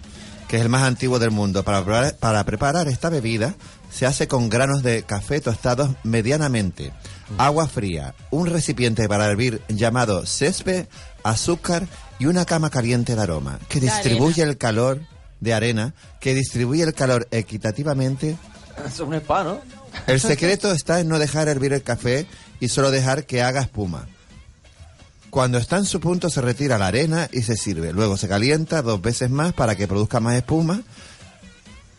[SPEAKER 4] que es el más antiguo del mundo. Para, preparar- para preparar esta bebida, se hace con granos de café tostados medianamente, agua fría, un recipiente para hervir llamado césped, azúcar y una cama caliente de aroma, que
[SPEAKER 5] De
[SPEAKER 4] distribuye el calor de arena, que distribuye el calor equitativamente
[SPEAKER 7] Es un spa, ¿no?
[SPEAKER 4] el secreto está en no dejar hervir el café y solo dejar que haga espuma. Cuando está en su punto se retira la arena y se sirve. Luego se calienta dos veces más para que produzca más espuma.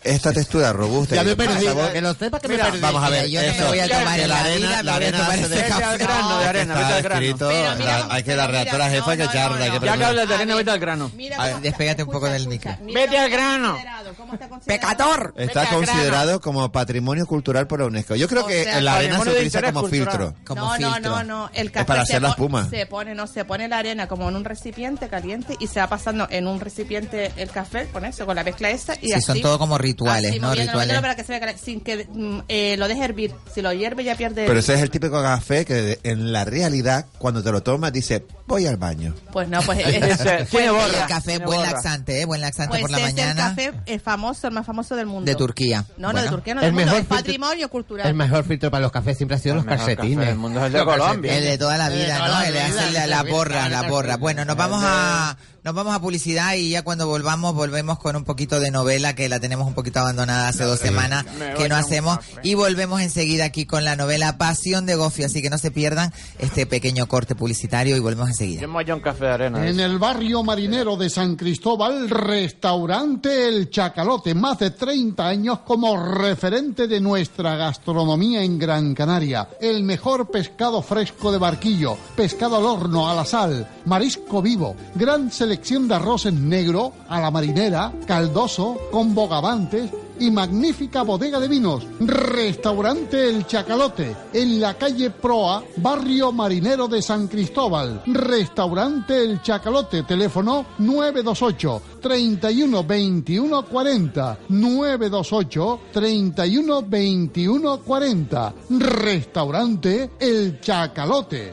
[SPEAKER 4] Esta textura robusta. y
[SPEAKER 6] Ya me he
[SPEAKER 4] con
[SPEAKER 6] perdido,
[SPEAKER 4] sabor-
[SPEAKER 6] que lo sepa que
[SPEAKER 7] Mira,
[SPEAKER 6] me perdí.
[SPEAKER 4] Vamos a
[SPEAKER 3] Mira,
[SPEAKER 4] ver.
[SPEAKER 3] yo no me
[SPEAKER 4] esto,
[SPEAKER 3] voy a tomar
[SPEAKER 4] que
[SPEAKER 3] en
[SPEAKER 4] la
[SPEAKER 3] la
[SPEAKER 4] arena,
[SPEAKER 3] vida,
[SPEAKER 4] la
[SPEAKER 3] me voy a
[SPEAKER 4] arena
[SPEAKER 3] tomar
[SPEAKER 4] se
[SPEAKER 3] ese
[SPEAKER 4] deja-
[SPEAKER 7] Vete al grano de arena, vete
[SPEAKER 4] Está
[SPEAKER 7] al grano.
[SPEAKER 4] escrito,
[SPEAKER 5] Pero mira,
[SPEAKER 4] la- hay que
[SPEAKER 5] pero
[SPEAKER 4] darle a
[SPEAKER 5] mira,
[SPEAKER 4] toda la jefa
[SPEAKER 5] no,
[SPEAKER 4] que
[SPEAKER 5] no,
[SPEAKER 4] charla. hay que
[SPEAKER 5] no, no.
[SPEAKER 7] Ya que
[SPEAKER 4] preguntar.
[SPEAKER 7] hablas de arena,
[SPEAKER 5] A ver.
[SPEAKER 7] vete al grano.
[SPEAKER 5] Mira,
[SPEAKER 3] A ver,
[SPEAKER 5] cómo-
[SPEAKER 3] despégate un
[SPEAKER 5] escucha,
[SPEAKER 3] poco del
[SPEAKER 5] escucha.
[SPEAKER 3] micro.
[SPEAKER 5] Mira
[SPEAKER 7] Vete
[SPEAKER 5] cómo
[SPEAKER 7] al
[SPEAKER 5] está
[SPEAKER 7] grano.
[SPEAKER 5] considerado, cómo está considerado.
[SPEAKER 2] ¡Pecador!
[SPEAKER 4] Está considerado como patrimonio cultural por la UNESCO. Yo creo
[SPEAKER 5] O
[SPEAKER 4] que
[SPEAKER 5] sea,
[SPEAKER 4] la arena se
[SPEAKER 7] patrimonio de
[SPEAKER 4] utiliza
[SPEAKER 7] interés
[SPEAKER 4] como
[SPEAKER 7] cultural.
[SPEAKER 4] filtro.
[SPEAKER 3] Como
[SPEAKER 5] no, no,
[SPEAKER 3] filtro.
[SPEAKER 5] no, no. El café
[SPEAKER 4] Es para
[SPEAKER 5] se
[SPEAKER 4] hacer la
[SPEAKER 5] po-
[SPEAKER 4] espuma.
[SPEAKER 5] Se pone, no, se pone la arena como en un recipiente caliente y se va pasando en un recipiente el café con eso, con la mezcla esta y
[SPEAKER 3] Sí,
[SPEAKER 5] así.
[SPEAKER 3] son todo como rituales,
[SPEAKER 5] así,
[SPEAKER 3] ¿no?
[SPEAKER 5] moviéndolo,
[SPEAKER 3] Rituales.
[SPEAKER 5] moviéndolo para que se vea caliente, sin que mm, eh, lo deje hervir. Si lo hierve ya pierde.
[SPEAKER 4] Pero ese es el típico café que de- en la realidad, cuando te lo tomas, dice, voy al baño.
[SPEAKER 5] Pues no, pues
[SPEAKER 7] Ese-
[SPEAKER 5] es
[SPEAKER 7] tiene borra.
[SPEAKER 3] Y el café,
[SPEAKER 7] Tiene
[SPEAKER 3] buen
[SPEAKER 7] borra.
[SPEAKER 3] laxante, ¿eh? Buen laxante
[SPEAKER 5] Pues
[SPEAKER 3] por la
[SPEAKER 5] es el
[SPEAKER 3] mañana.
[SPEAKER 5] café eh, famoso, el más famoso del mundo.
[SPEAKER 3] De Turquía.
[SPEAKER 5] No, no,
[SPEAKER 3] Bueno.
[SPEAKER 5] de Turquía no,
[SPEAKER 6] El
[SPEAKER 5] del mundo,
[SPEAKER 6] mejor
[SPEAKER 5] es
[SPEAKER 6] filtro-
[SPEAKER 5] patrimonio cultural.
[SPEAKER 6] El mejor filtro para los cafés siempre ha sido
[SPEAKER 7] El
[SPEAKER 6] los
[SPEAKER 7] mejor café
[SPEAKER 6] calcetines.
[SPEAKER 7] del mundo es el de
[SPEAKER 6] Los
[SPEAKER 7] Colombia.
[SPEAKER 6] calcetines.
[SPEAKER 3] El de toda la
[SPEAKER 6] El de
[SPEAKER 3] vida,
[SPEAKER 6] toda
[SPEAKER 3] ¿no?
[SPEAKER 6] la
[SPEAKER 3] El de
[SPEAKER 6] vida,
[SPEAKER 3] hacer la,
[SPEAKER 6] el
[SPEAKER 3] la
[SPEAKER 6] de-
[SPEAKER 3] borra, la
[SPEAKER 6] el de-
[SPEAKER 3] borra. Bueno, nos vamos a nos vamos a publicidad y ya cuando volvamos volvemos con un poquito de novela que la tenemos un poquito abandonada hace dos semanas que no hacemos y volvemos enseguida aquí con la novela Pasión de Goffio, así que no se pierdan este pequeño corte publicitario y volvemos enseguida.
[SPEAKER 7] Yo me voy a un café de arena.
[SPEAKER 14] En el barrio marinero de San Cristóbal, restaurante El Chacalote, más de 30 años como referente de nuestra gastronomía en Gran Canaria. El mejor pescado fresco de barquillo, pescado al horno, a la sal, marisco vivo, gran selección de arroz en negro, a la marinera, caldoso, con bogavantes y magnífica bodega de vinos. Restaurante El Chacalote, en la calle Proa, barrio marinero de San Cristóbal. Restaurante El Chacalote, teléfono 928 31 21 40. 928 31 21 40. Restaurante El Chacalote.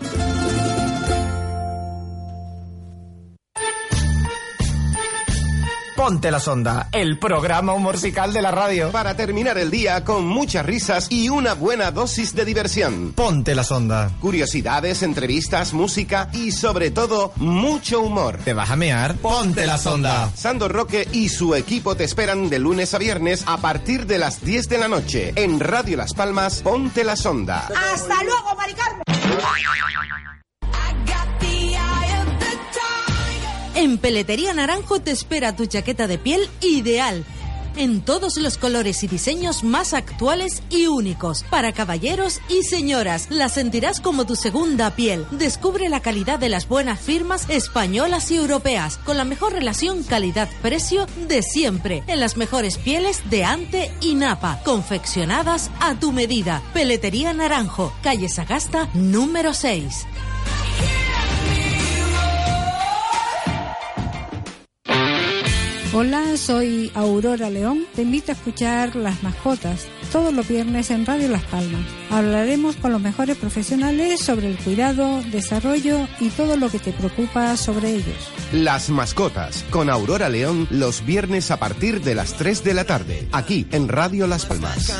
[SPEAKER 17] Ponte la sonda, el programa musical de la radio.
[SPEAKER 18] Para terminar el día con muchas risas y una buena dosis de diversión.
[SPEAKER 17] Ponte la sonda.
[SPEAKER 18] Curiosidades, entrevistas, música y sobre todo mucho humor.
[SPEAKER 17] ¿Te vas a mear? Ponte la sonda.
[SPEAKER 18] Sandro Roque y su equipo te esperan de lunes a viernes a partir de las 10 de la noche en Radio Las Palmas Ponte la Sonda.
[SPEAKER 11] Hasta luego, Maricarmen.
[SPEAKER 19] En Peletería Naranjo te espera tu chaqueta de piel ideal. En todos los colores y diseños más actuales y únicos. Para caballeros y señoras, la sentirás como tu segunda piel. Descubre la calidad de las buenas firmas españolas y europeas, con la mejor relación calidad-precio de siempre. En las mejores pieles de ante y napa, confeccionadas a tu medida. Peletería Naranjo, calle Sagasta, número 6.
[SPEAKER 20] Hola, soy Aurora León. Te invito a escuchar Las Mascotas todos los viernes en Radio Las Palmas. Hablaremos con los mejores profesionales sobre el cuidado, desarrollo y todo lo que te preocupa sobre ellos.
[SPEAKER 18] Las mascotas, con Aurora León, los viernes a partir de las 3 de la tarde, aquí en Radio Las Palmas.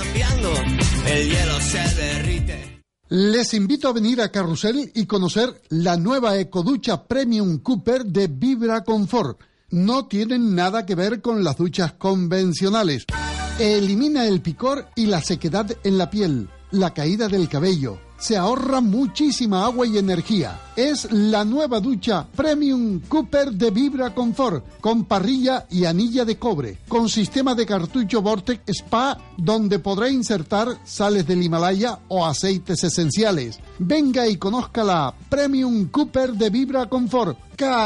[SPEAKER 12] El hielo se derrite.
[SPEAKER 14] Les invito a venir a Carrusel y conocer la nueva ecoducha Premium Cooper de Vibra Confort. No tienen nada que ver con las duchas convencionales. Elimina el picor y la sequedad en la piel, la caída del cabello. Se ahorra muchísima agua y energía. Es la nueva ducha Premium Cooper de Vibra Confort, con parrilla y anilla de cobre, con sistema de cartucho Vortex Spa, donde podrá insertar sales del Himalaya o aceites esenciales. Venga y conozca la Premium Cooper de Vibra Confort.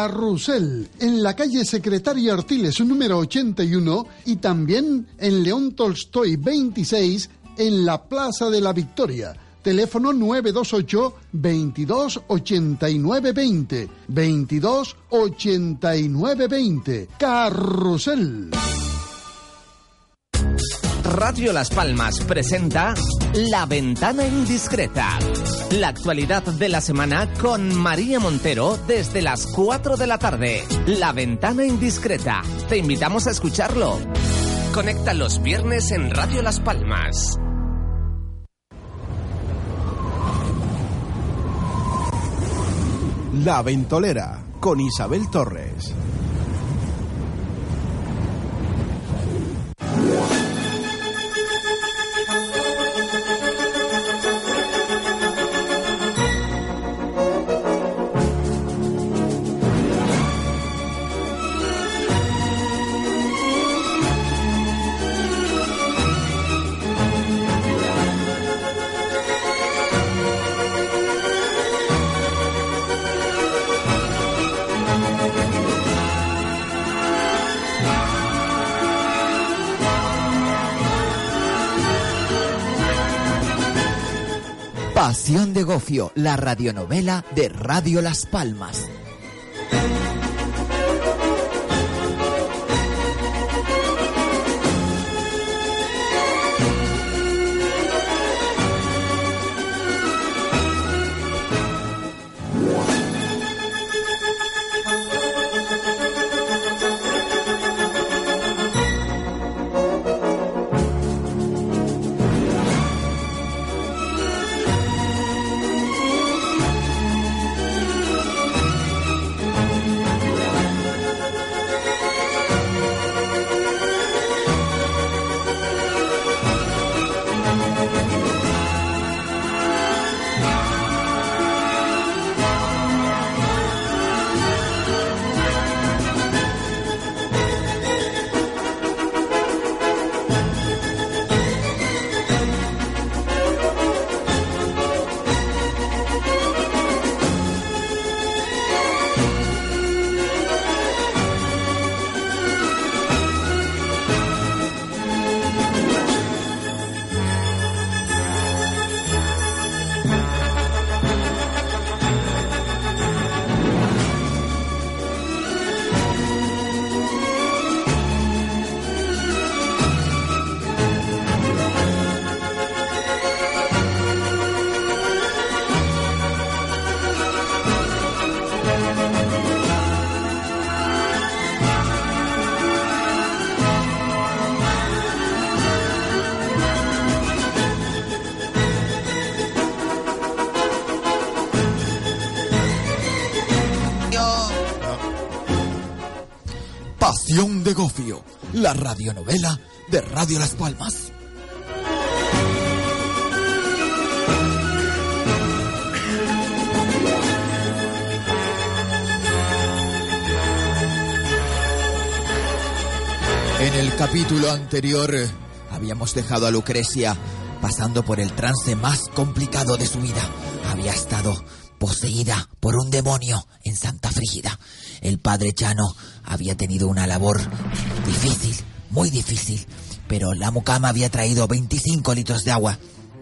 [SPEAKER 14] Carrusel, en la calle Secretaria Artiles número 81 y también en León Tolstoy 26 en la Plaza de la Victoria. Teléfono 928 22 89 20 22 89 20 Carrusel.
[SPEAKER 1] Radio Las Palmas presenta La Ventana Indiscreta. La actualidad de la semana con María Montero desde las 4 de la tarde. La Ventana Indiscreta. Te invitamos a escucharlo. Conecta los viernes en Radio Las Palmas.
[SPEAKER 15] La Ventolera con Isabel Torres.
[SPEAKER 3] Pasión de Gofio, la radionovela de Radio Las Palmas. Pasión de Gofio, la radionovela de Radio Las Palmas. En el capítulo anterior eh, habíamos dejado a Lucrecia pasando por el trance más complicado de su vida. Había estado poseída por un demonio en Santa Frígida. El padre Chano había tenido una labor difícil, muy difícil, pero la mucama había traído 25 litros de agua,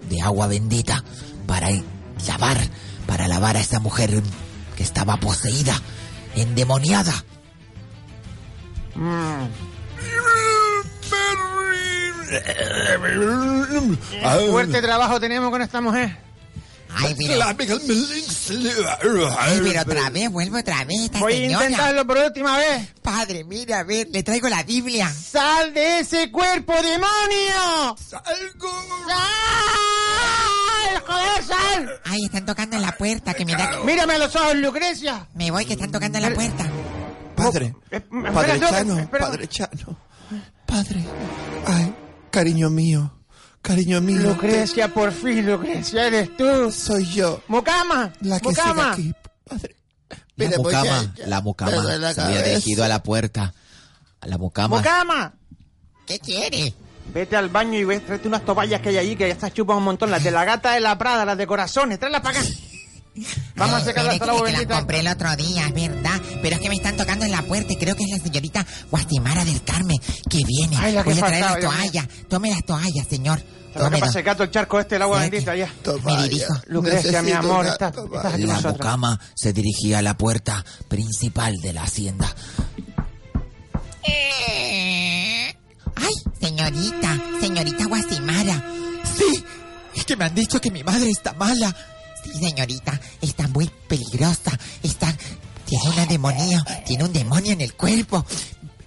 [SPEAKER 3] de agua bendita, para lavar, para lavar a esa mujer que estaba poseída, endemoniada.
[SPEAKER 16] Fuerte trabajo tenemos con esta mujer.
[SPEAKER 3] Ay, mira. Ay, pero otra vez, vuelvo otra vez, esta
[SPEAKER 16] Voy
[SPEAKER 3] señora.
[SPEAKER 16] a intentarlo por última vez.
[SPEAKER 3] Padre, mira, a ver, le traigo la Biblia.
[SPEAKER 16] ¡Sal de ese cuerpo, demonio! ¡Salgo! ¡Sal! ¡Joder, sal!
[SPEAKER 3] Ay, están tocando en la puerta, que me da...
[SPEAKER 16] Mírame a los ojos, Lucrecia.
[SPEAKER 3] Me voy, que están tocando en la puerta.
[SPEAKER 4] Padre,
[SPEAKER 3] Oh, eh, mm,
[SPEAKER 16] espera,
[SPEAKER 4] padre
[SPEAKER 16] no,
[SPEAKER 4] Chano,
[SPEAKER 16] espera.
[SPEAKER 4] padre Chano. Padre, ay, cariño mío, cariño mío.
[SPEAKER 16] Lucrecia, por fin, Lucrecia, eres tú.
[SPEAKER 4] Soy yo.
[SPEAKER 16] ¡Mucama!
[SPEAKER 4] La que sigue
[SPEAKER 16] ¡Mucama!
[SPEAKER 4] aquí.
[SPEAKER 21] La
[SPEAKER 4] Mira, pues
[SPEAKER 21] mucama,
[SPEAKER 4] ya- ya-
[SPEAKER 21] la
[SPEAKER 4] Dale
[SPEAKER 21] mucama
[SPEAKER 4] la
[SPEAKER 21] se había
[SPEAKER 4] cabeza.
[SPEAKER 21] dirigido a la puerta. A la mucama.
[SPEAKER 16] ¡Mucama!
[SPEAKER 3] ¿Qué quiere?
[SPEAKER 16] Vete al baño y ve, tráete unas toallas que hay allí que ya estás chupas un montón. Las de la gata de la Prada, las de corazones, tráelas para acá. Vamos a
[SPEAKER 3] Ay,
[SPEAKER 16] secar la
[SPEAKER 3] espere, que-
[SPEAKER 16] agua
[SPEAKER 3] que la
[SPEAKER 16] bendita.
[SPEAKER 3] compré el otro día, es verdad. Pero es que me están tocando en la puerta y creo que es la señorita Guastimara del Carmen que viene.
[SPEAKER 16] Ay, la que
[SPEAKER 3] Voy a traer las
[SPEAKER 16] faltaba, Dios mío.
[SPEAKER 3] toallas. Tome las toallas, señor.
[SPEAKER 16] Para acá, para
[SPEAKER 3] Tómelo.
[SPEAKER 16] secar todo el charco este, el agua bendita ya.
[SPEAKER 3] Me dirijo.
[SPEAKER 16] Lucrecia, mi amor, estás, estás aquí con
[SPEAKER 21] La
[SPEAKER 16] nosotros.
[SPEAKER 21] mucama se dirigía a la puerta principal de la hacienda.
[SPEAKER 3] eh. Ay, señorita, señorita Guasimara. Sí, es que me han dicho que mi madre está mala. Sí, señorita, está muy peligrosa. Está. Tiene una demonía, tiene un demonio en el cuerpo.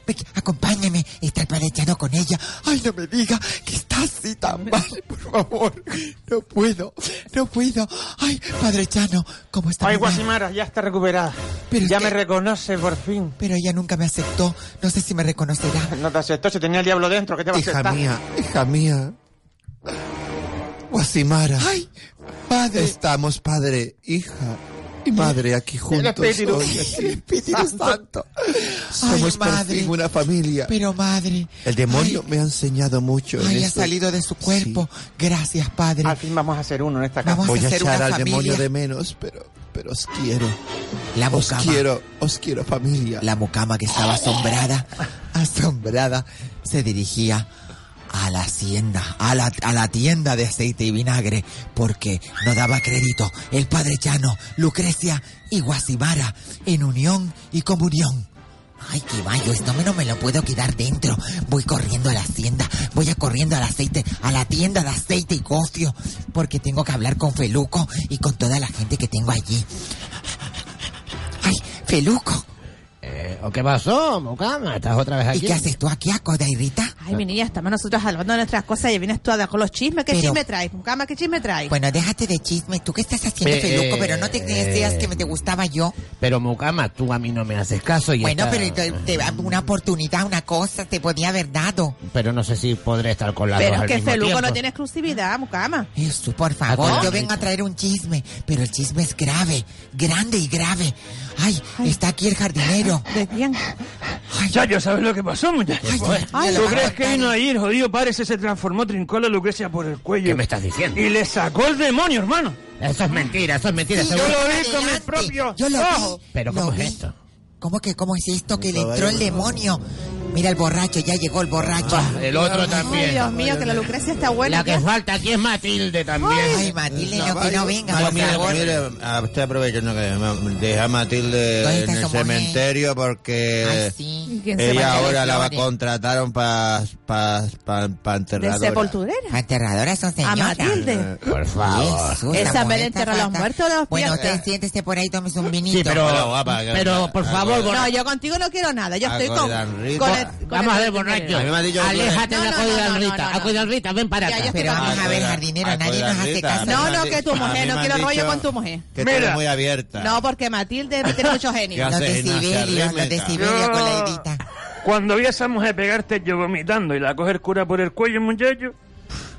[SPEAKER 3] Ve- Acompáñeme, está platicando con ella. Ay, no me diga que está así tan mal, por favor. No puedo, no puedo. Ay, padre Chano, ¿cómo está?
[SPEAKER 16] Ay,
[SPEAKER 3] mi madre?
[SPEAKER 16] Guasimara, ya está recuperada. ya me reconoce, por fin.
[SPEAKER 3] Pero ella nunca me aceptó. No sé si me reconocerá.
[SPEAKER 16] No te aceptó, si tenía el diablo dentro, ¿qué te va a
[SPEAKER 4] Hija
[SPEAKER 16] aceptar?
[SPEAKER 4] mía, hija mía. Guasimara.
[SPEAKER 3] Ay, padre.
[SPEAKER 4] Estamos padre, hija y madre aquí juntos.
[SPEAKER 16] Espíritu.
[SPEAKER 4] hoy aquí.
[SPEAKER 3] El Espíritu Santo.
[SPEAKER 4] Somos
[SPEAKER 3] Ay,
[SPEAKER 4] por
[SPEAKER 3] madre.
[SPEAKER 4] fin una familia.
[SPEAKER 3] Pero madre.
[SPEAKER 4] El demonio me ha enseñado mucho. en
[SPEAKER 3] Ay, ha
[SPEAKER 4] esto.
[SPEAKER 3] salido de su cuerpo. Gracias, padre.
[SPEAKER 16] Al fin vamos a hacer uno en esta casa.
[SPEAKER 3] Vamos
[SPEAKER 4] Voy
[SPEAKER 3] a
[SPEAKER 4] a
[SPEAKER 3] hacer una
[SPEAKER 4] echar al
[SPEAKER 3] familia.
[SPEAKER 4] demonio de menos, pero, pero os quiero.
[SPEAKER 21] La
[SPEAKER 4] os
[SPEAKER 21] mucama.
[SPEAKER 4] quiero, os quiero familia.
[SPEAKER 21] La mucama que estaba asombrada, asombrada, se dirigía a la hacienda, a la, a la tienda de aceite y vinagre, porque no daba crédito el padre Chano, Lucrecia y Guasimara en unión y comunión.
[SPEAKER 3] Ay, qué vallo, esto me- no me lo puedo quedar dentro. Voy corriendo a la hacienda, voy a corriendo al aceite, a la tienda de aceite y cofio, porque tengo que hablar con Feluco y con toda la gente que tengo allí. Ay, Feluco,
[SPEAKER 6] Eh, ¿O qué pasó, Mucama? ¿Estás otra vez
[SPEAKER 3] ¿y
[SPEAKER 6] aquí?
[SPEAKER 3] qué haces tú aquí, Acoda y Rita?
[SPEAKER 5] Ay, mi niña, estamos nosotros hablando de nuestras cosas y vienes tú a dar con los chismes. ¿Qué
[SPEAKER 3] Pero-
[SPEAKER 5] chisme traes? Mucama, ¿qué chisme traes?
[SPEAKER 3] Bueno, déjate de chisme, tú qué estás haciendo,
[SPEAKER 6] Eh,
[SPEAKER 3] Feluco, pero no te deseas que me
[SPEAKER 22] Eh.
[SPEAKER 3] te gustaba yo.
[SPEAKER 6] Pero, Mucama, tú a mí no me haces caso y
[SPEAKER 3] Bueno,
[SPEAKER 6] esta-
[SPEAKER 3] pero te, te- una oportunidad, una cosa, te podía haber dado.
[SPEAKER 6] Pero no sé si podré estar con la
[SPEAKER 5] Pero
[SPEAKER 6] dos
[SPEAKER 5] es
[SPEAKER 6] al
[SPEAKER 5] que
[SPEAKER 6] mismo
[SPEAKER 5] Feluco
[SPEAKER 6] tiempo.
[SPEAKER 5] no tiene exclusividad, Mucama.
[SPEAKER 3] Eso, por favor,
[SPEAKER 6] Acoda,
[SPEAKER 3] yo vengo a traer un chisme, pero el chisme es grave, grande y grave. Ay, está aquí el jardinero.
[SPEAKER 5] ¿De quién?
[SPEAKER 23] Chacho, ¿sabes lo que pasó, muchacho?
[SPEAKER 3] Ay,
[SPEAKER 23] Joder.
[SPEAKER 3] ay,
[SPEAKER 23] ¿Tú
[SPEAKER 3] ay,
[SPEAKER 23] crees
[SPEAKER 3] ay,
[SPEAKER 23] que
[SPEAKER 3] ay.
[SPEAKER 23] vino ahí el jodido padre ese se transformó trincó a la Lucrecia por el cuello?
[SPEAKER 6] ¿Qué me estás diciendo?
[SPEAKER 23] Y le sacó el demonio, hermano.
[SPEAKER 6] Eso es mentira, eso es mentira.
[SPEAKER 3] Sí,
[SPEAKER 6] seguro.
[SPEAKER 23] Yo lo vi
[SPEAKER 3] Adelante,
[SPEAKER 23] con mis propios
[SPEAKER 3] Yo lo
[SPEAKER 23] ojos.
[SPEAKER 3] vi.
[SPEAKER 6] Pero,
[SPEAKER 3] lo
[SPEAKER 6] ¿cómo es
[SPEAKER 3] vi.
[SPEAKER 6] esto?
[SPEAKER 3] ¿Cómo que cómo es esto que le entró el demonio? Mira el borracho, ya llegó el borracho.
[SPEAKER 6] Ah, El otro
[SPEAKER 5] Ay,
[SPEAKER 6] también.
[SPEAKER 5] Dios mío, que la Lucrecia está buena.
[SPEAKER 6] La que falta aquí es Matilde también.
[SPEAKER 3] Ay, Matilde, no, que no venga, por
[SPEAKER 22] mire,
[SPEAKER 3] favor.
[SPEAKER 22] mire, ah, estoy aprovechando que me- deja a
[SPEAKER 3] ¿Dónde
[SPEAKER 22] Matilde en
[SPEAKER 3] está
[SPEAKER 22] el
[SPEAKER 3] su mujer?
[SPEAKER 22] cementerio porque
[SPEAKER 3] Ay, sí.
[SPEAKER 5] ¿Y quién se
[SPEAKER 22] ella
[SPEAKER 5] va a
[SPEAKER 22] ahora la va-
[SPEAKER 5] llevar?
[SPEAKER 22] contrataron para pa, pa, pa
[SPEAKER 5] De
[SPEAKER 22] enterradora.
[SPEAKER 5] sepulturera.
[SPEAKER 3] La enterradora son
[SPEAKER 5] A
[SPEAKER 6] Ah,
[SPEAKER 3] señoras.
[SPEAKER 5] Matilde.
[SPEAKER 22] Por favor.
[SPEAKER 3] Jesús,
[SPEAKER 5] Esa
[SPEAKER 3] la
[SPEAKER 5] vela
[SPEAKER 3] mujer
[SPEAKER 5] enterra
[SPEAKER 3] está
[SPEAKER 5] a los
[SPEAKER 3] fatal.
[SPEAKER 5] muertos, los
[SPEAKER 3] Bueno,
[SPEAKER 5] pies.
[SPEAKER 3] usted siéntese por ahí, tómese un vinito.
[SPEAKER 22] Sí, Hola, pero, guapa, que-
[SPEAKER 6] pero, por
[SPEAKER 22] ah,
[SPEAKER 6] favor,
[SPEAKER 22] bueno.
[SPEAKER 6] borra-
[SPEAKER 5] No, yo contigo no quiero nada. Yo estoy
[SPEAKER 22] Ah,
[SPEAKER 5] con.
[SPEAKER 22] Gordon Reed.
[SPEAKER 5] con el-
[SPEAKER 22] Bo-
[SPEAKER 5] con
[SPEAKER 6] Vamos
[SPEAKER 5] el
[SPEAKER 6] a ver,
[SPEAKER 5] jardinero.
[SPEAKER 22] A mí me
[SPEAKER 6] borracho.
[SPEAKER 22] han dicho que-
[SPEAKER 6] Aléjate
[SPEAKER 5] No,
[SPEAKER 6] de
[SPEAKER 5] no,
[SPEAKER 6] Acuida
[SPEAKER 5] no, no, no,
[SPEAKER 6] Rita.
[SPEAKER 5] no.
[SPEAKER 6] Acuida Rita, ven para
[SPEAKER 5] Ya, ya
[SPEAKER 6] acá.
[SPEAKER 5] estoy
[SPEAKER 3] Pero
[SPEAKER 5] con-
[SPEAKER 3] vamos a ver,
[SPEAKER 22] Acuérdate,
[SPEAKER 3] jardinero, nadie nos
[SPEAKER 22] acuérdate,
[SPEAKER 3] hace caso.
[SPEAKER 5] No,
[SPEAKER 22] acuérdate.
[SPEAKER 5] no, que tu
[SPEAKER 22] A
[SPEAKER 5] mujer,
[SPEAKER 22] mí
[SPEAKER 5] no
[SPEAKER 22] me han
[SPEAKER 5] quiero rollo
[SPEAKER 22] dicho
[SPEAKER 5] con tu mujer.
[SPEAKER 22] Que
[SPEAKER 6] Mira.
[SPEAKER 22] tú eres muy abierta.
[SPEAKER 5] No, porque Matilde tiene mucho
[SPEAKER 22] ¿Qué
[SPEAKER 5] genio.
[SPEAKER 3] Los
[SPEAKER 22] haces, Ignacia?
[SPEAKER 3] decibelios, los
[SPEAKER 22] Arrímeta.
[SPEAKER 3] decibelios con la edita.
[SPEAKER 23] Cuando vi a esa mujer pegarte yo vomitando y la coge el cura por el cuello, muchacho.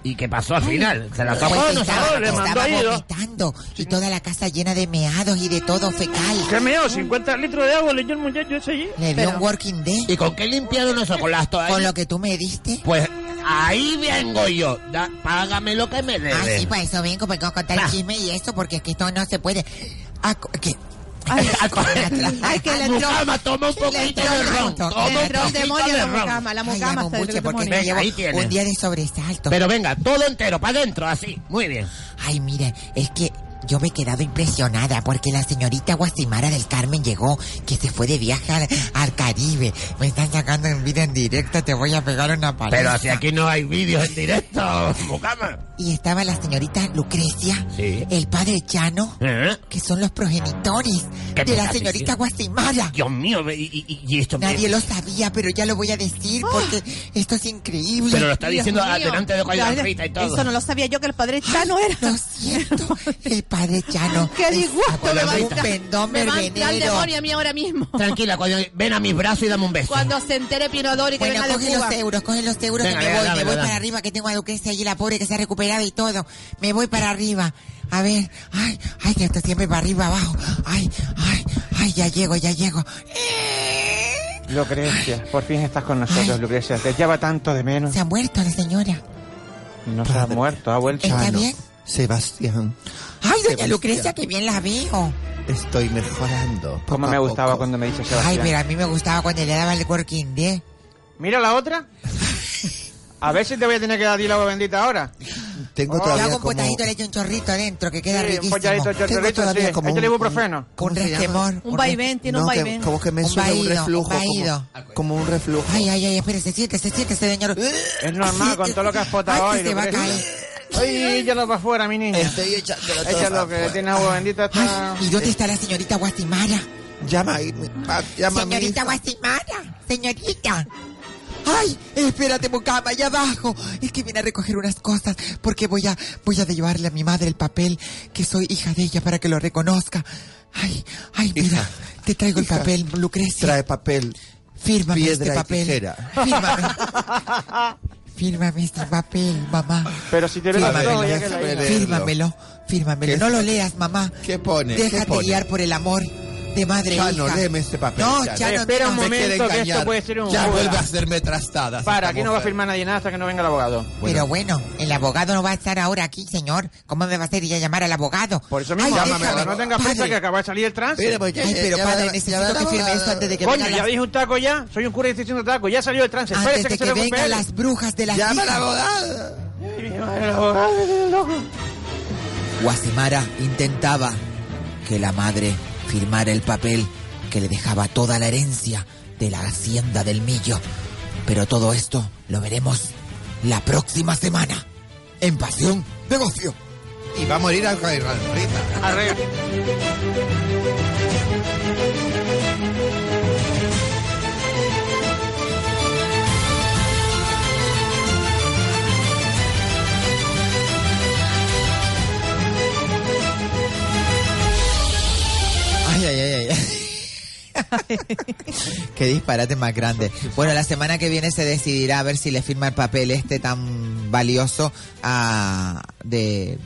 [SPEAKER 6] ¿Y qué pasó al final? ¿Se la
[SPEAKER 3] Pues
[SPEAKER 6] sacó o no se
[SPEAKER 3] estaba,
[SPEAKER 6] la
[SPEAKER 23] le mandó
[SPEAKER 3] estaba
[SPEAKER 23] ahí, ¿no?
[SPEAKER 3] vomitando y toda la casa llena de meados y de todo fecal.
[SPEAKER 23] ¿Qué me dio? 50 litros de agua le dio el muchacho ese allí.
[SPEAKER 3] Le dio
[SPEAKER 5] Pero-
[SPEAKER 3] un working
[SPEAKER 6] ¿Y
[SPEAKER 3] day
[SPEAKER 6] con qué limpiaron eso? ¿Con las
[SPEAKER 3] con
[SPEAKER 6] toallas?
[SPEAKER 3] lo que tú me diste.
[SPEAKER 6] Pues ahí vengo yo. Da- págame lo que me
[SPEAKER 3] Ah, sí,
[SPEAKER 6] debes.
[SPEAKER 3] para eso vengo, porque voy a contar el chisme y eso, porque es que esto no se puede. Ah, co- que- pues.
[SPEAKER 5] Ay, que le entró.
[SPEAKER 6] Mucama, toma un
[SPEAKER 5] Le
[SPEAKER 6] poquito
[SPEAKER 5] entró
[SPEAKER 6] de
[SPEAKER 5] el
[SPEAKER 6] ron.
[SPEAKER 5] resto,
[SPEAKER 6] Toma
[SPEAKER 5] le
[SPEAKER 6] un
[SPEAKER 5] entró el
[SPEAKER 6] poquito
[SPEAKER 5] demonio a
[SPEAKER 6] de
[SPEAKER 5] la
[SPEAKER 6] ron.
[SPEAKER 5] mucama, la
[SPEAKER 3] Ay,
[SPEAKER 5] mucama
[SPEAKER 3] hago
[SPEAKER 5] está
[SPEAKER 3] mucho porque
[SPEAKER 5] demonio.
[SPEAKER 3] me
[SPEAKER 6] Venga,
[SPEAKER 3] llevo
[SPEAKER 6] ahí tienes.
[SPEAKER 3] un día de sobresalto.
[SPEAKER 6] Pero venga, todo entero, para adentro, así. Muy bien.
[SPEAKER 3] Ay, mire, es que Yo me he quedado impresionada porque la señorita Guasimara del Carmen llegó, que se fue de viaje al, al Caribe. Me están sacando el vídeo en directo, te voy a pegar una paliza.
[SPEAKER 6] Pero si aquí no hay vídeos en directo, mucama.
[SPEAKER 3] Y estaba la señorita Lucrecia,
[SPEAKER 6] Sí.
[SPEAKER 3] el padre Chano,
[SPEAKER 6] ¿Eh?
[SPEAKER 3] que son los progenitores
[SPEAKER 6] ¿Qué
[SPEAKER 3] de
[SPEAKER 6] me
[SPEAKER 3] la
[SPEAKER 6] estás
[SPEAKER 3] señorita
[SPEAKER 6] diciendo?
[SPEAKER 3] Guasimara.
[SPEAKER 6] Dios mío, ve- y, y- y esto...
[SPEAKER 3] Nadie lo sabía, pero ya lo voy a decir porque esto es increíble.
[SPEAKER 6] ¡Ah! Pero lo está
[SPEAKER 3] Dios
[SPEAKER 6] diciendo
[SPEAKER 3] mío.
[SPEAKER 6] delante de Coyla Frita y todo.
[SPEAKER 3] Eso no
[SPEAKER 5] lo sabía yo que el padre Chano era.
[SPEAKER 3] Lo siento, el padre Chano.
[SPEAKER 5] ¡Qué disgusto!
[SPEAKER 3] Coyla
[SPEAKER 5] Me va a
[SPEAKER 3] Frita.
[SPEAKER 5] entrar-
[SPEAKER 3] Vendón
[SPEAKER 5] me va a entrar el
[SPEAKER 3] verbenero.
[SPEAKER 5] demonio a mí ahora mismo.
[SPEAKER 6] Tranquila, Coyla, ven a mis brazos y dame un beso.
[SPEAKER 5] Cuando se entere Pinodori que
[SPEAKER 3] Bueno,
[SPEAKER 5] venga de
[SPEAKER 3] coge
[SPEAKER 5] Cuba.
[SPEAKER 3] los euros, coge los euros
[SPEAKER 6] Venga,
[SPEAKER 3] que me
[SPEAKER 6] venga,
[SPEAKER 3] voy,
[SPEAKER 6] dame,
[SPEAKER 3] me voy
[SPEAKER 6] dame.
[SPEAKER 3] para arriba que tengo a Duquesa allí, la pobre que se ha recuperado y todo. Me voy para arriba. A ver, ay, ay, que esto siempre para arriba, abajo. Ay, ay, ay, ya llego, ya llego.
[SPEAKER 7] Lucrecia, por fin estás con nosotros, Lucrecia. Te lleva tanto de menos.
[SPEAKER 3] Se ha muerto la señora.
[SPEAKER 7] No se ha muerto, ha vuelto.
[SPEAKER 3] ¿Está bien?
[SPEAKER 4] Sebastián,
[SPEAKER 3] Ay, doña
[SPEAKER 4] Sebastián.
[SPEAKER 3] Lucrecia, que bien la veo.
[SPEAKER 4] estoy mejorando.
[SPEAKER 7] Como me gustaba cuando me dice Sebastián.
[SPEAKER 3] Ay, pero a mí me gustaba cuando le daba el working day.
[SPEAKER 7] Mira la otra. A ver si te voy a tener que dar a ti la agua bendita ahora.
[SPEAKER 4] Tengo
[SPEAKER 16] Oh,
[SPEAKER 3] Yo
[SPEAKER 4] todavía
[SPEAKER 3] hago un
[SPEAKER 4] como-
[SPEAKER 3] potadito, le echo un chorrito adentro que queda
[SPEAKER 7] Sí, un
[SPEAKER 3] riquísimo.
[SPEAKER 7] potadito,
[SPEAKER 3] Tengo
[SPEAKER 7] chorrito,
[SPEAKER 3] todavía
[SPEAKER 7] sí.
[SPEAKER 3] como
[SPEAKER 7] Échale
[SPEAKER 3] un-
[SPEAKER 7] ibuprofeno.
[SPEAKER 3] Un
[SPEAKER 7] ¿Cómo se llama?
[SPEAKER 3] resquemor.
[SPEAKER 7] Un
[SPEAKER 3] res-
[SPEAKER 7] vaivén, tiene un
[SPEAKER 3] que-
[SPEAKER 7] vaivén.
[SPEAKER 3] Como
[SPEAKER 4] que me
[SPEAKER 3] un
[SPEAKER 4] sube un
[SPEAKER 3] vaído,
[SPEAKER 4] reflujo, como- Ah,
[SPEAKER 3] vaído.
[SPEAKER 4] Como un reflujo.
[SPEAKER 3] Ay, ay, ay, espérese, siéntese, siéntese, señor.
[SPEAKER 7] Es normal con todo lo que has potado
[SPEAKER 3] Ay,
[SPEAKER 7] hoy.
[SPEAKER 3] que se va a
[SPEAKER 7] Lucrecia.
[SPEAKER 3] caer.
[SPEAKER 7] Ay, échalo para afuera, mi niña.
[SPEAKER 3] Estoy echándolo todo
[SPEAKER 7] Échalo,
[SPEAKER 3] para
[SPEAKER 7] que
[SPEAKER 3] afuera.
[SPEAKER 7] tienes agua bendita. Está...
[SPEAKER 3] ¿Y dónde está la señorita Guasimara?
[SPEAKER 4] Llama ahí, llama a mi
[SPEAKER 3] Señorita Guasimara, señorita. Ay, espérate, mucama, allá abajo. Es que vine a recoger unas cosas porque voy a, voy a llevarle a mi madre el papel que soy hija de ella para que lo reconozca. Ay, ay, mira, te traigo
[SPEAKER 4] Hija,
[SPEAKER 3] el papel, Lucrecia.
[SPEAKER 4] Trae papel.
[SPEAKER 3] Fírmame
[SPEAKER 4] piedra
[SPEAKER 3] este
[SPEAKER 4] y
[SPEAKER 3] papel.
[SPEAKER 4] tijera.
[SPEAKER 3] Fírmame. Fírmame este papel, mamá.
[SPEAKER 7] Pero si te ve la
[SPEAKER 3] Fírmamelo.
[SPEAKER 7] todo, ya que la hija.
[SPEAKER 3] Fírmamelo, fírmamelo.
[SPEAKER 4] ¿Qué-
[SPEAKER 3] No lo leas, mamá.
[SPEAKER 4] ¿Qué pone? ¿Qué
[SPEAKER 3] Déjate
[SPEAKER 4] pone?
[SPEAKER 3] guiar por el amor de madre e
[SPEAKER 4] Chano,
[SPEAKER 3] hija.
[SPEAKER 4] léeme este papel.
[SPEAKER 3] No,
[SPEAKER 4] Chano.
[SPEAKER 3] Chano,
[SPEAKER 7] Espera
[SPEAKER 3] no.
[SPEAKER 7] un
[SPEAKER 4] Me quiere
[SPEAKER 7] momento, que
[SPEAKER 4] engañar.
[SPEAKER 7] esto puede ser un
[SPEAKER 4] Ya
[SPEAKER 7] juego.
[SPEAKER 4] vuelve a hacerme trastadas.
[SPEAKER 7] Para,
[SPEAKER 4] esta
[SPEAKER 7] aquí no va a
[SPEAKER 4] mujer.
[SPEAKER 7] firmar nadie nada hasta que no venga el abogado.
[SPEAKER 3] Pero bueno, el abogado no va a estar ahora aquí, señor. ¿Cómo me va a hacer ir a llamar al abogado?
[SPEAKER 7] Por eso mismo, llámame,
[SPEAKER 3] déjame,
[SPEAKER 7] no tengas prisa que acaba de salir el trance.
[SPEAKER 3] Mira, pues, ya- Ay, pero, ya padre, va- ya necesito va- que firme esto antes de que
[SPEAKER 7] Coño,
[SPEAKER 3] vengan
[SPEAKER 7] ya
[SPEAKER 3] las-
[SPEAKER 7] dije un taco ya. Soy un cura y estoy diciendo taco. Ya salió el trance.
[SPEAKER 3] Antes
[SPEAKER 7] Espérese
[SPEAKER 3] de
[SPEAKER 7] que,
[SPEAKER 3] que,
[SPEAKER 7] se lo
[SPEAKER 3] vengan
[SPEAKER 7] recupere.
[SPEAKER 3] las brujas de la Llama al
[SPEAKER 4] abogado.
[SPEAKER 3] Guasimara intentaba que la madre firmara el papel que le dejaba toda la herencia de la hacienda del millo. Pero todo esto lo veremos la próxima semana en Pasión de Gocio.
[SPEAKER 4] Y va a morir al Rita.
[SPEAKER 7] Arre.
[SPEAKER 16] Ay, ay, ay, ay.
[SPEAKER 3] Qué disparate más grande.
[SPEAKER 16] Bueno, la semana que viene se decidirá a ver si le firma el papel este tan valioso a, de,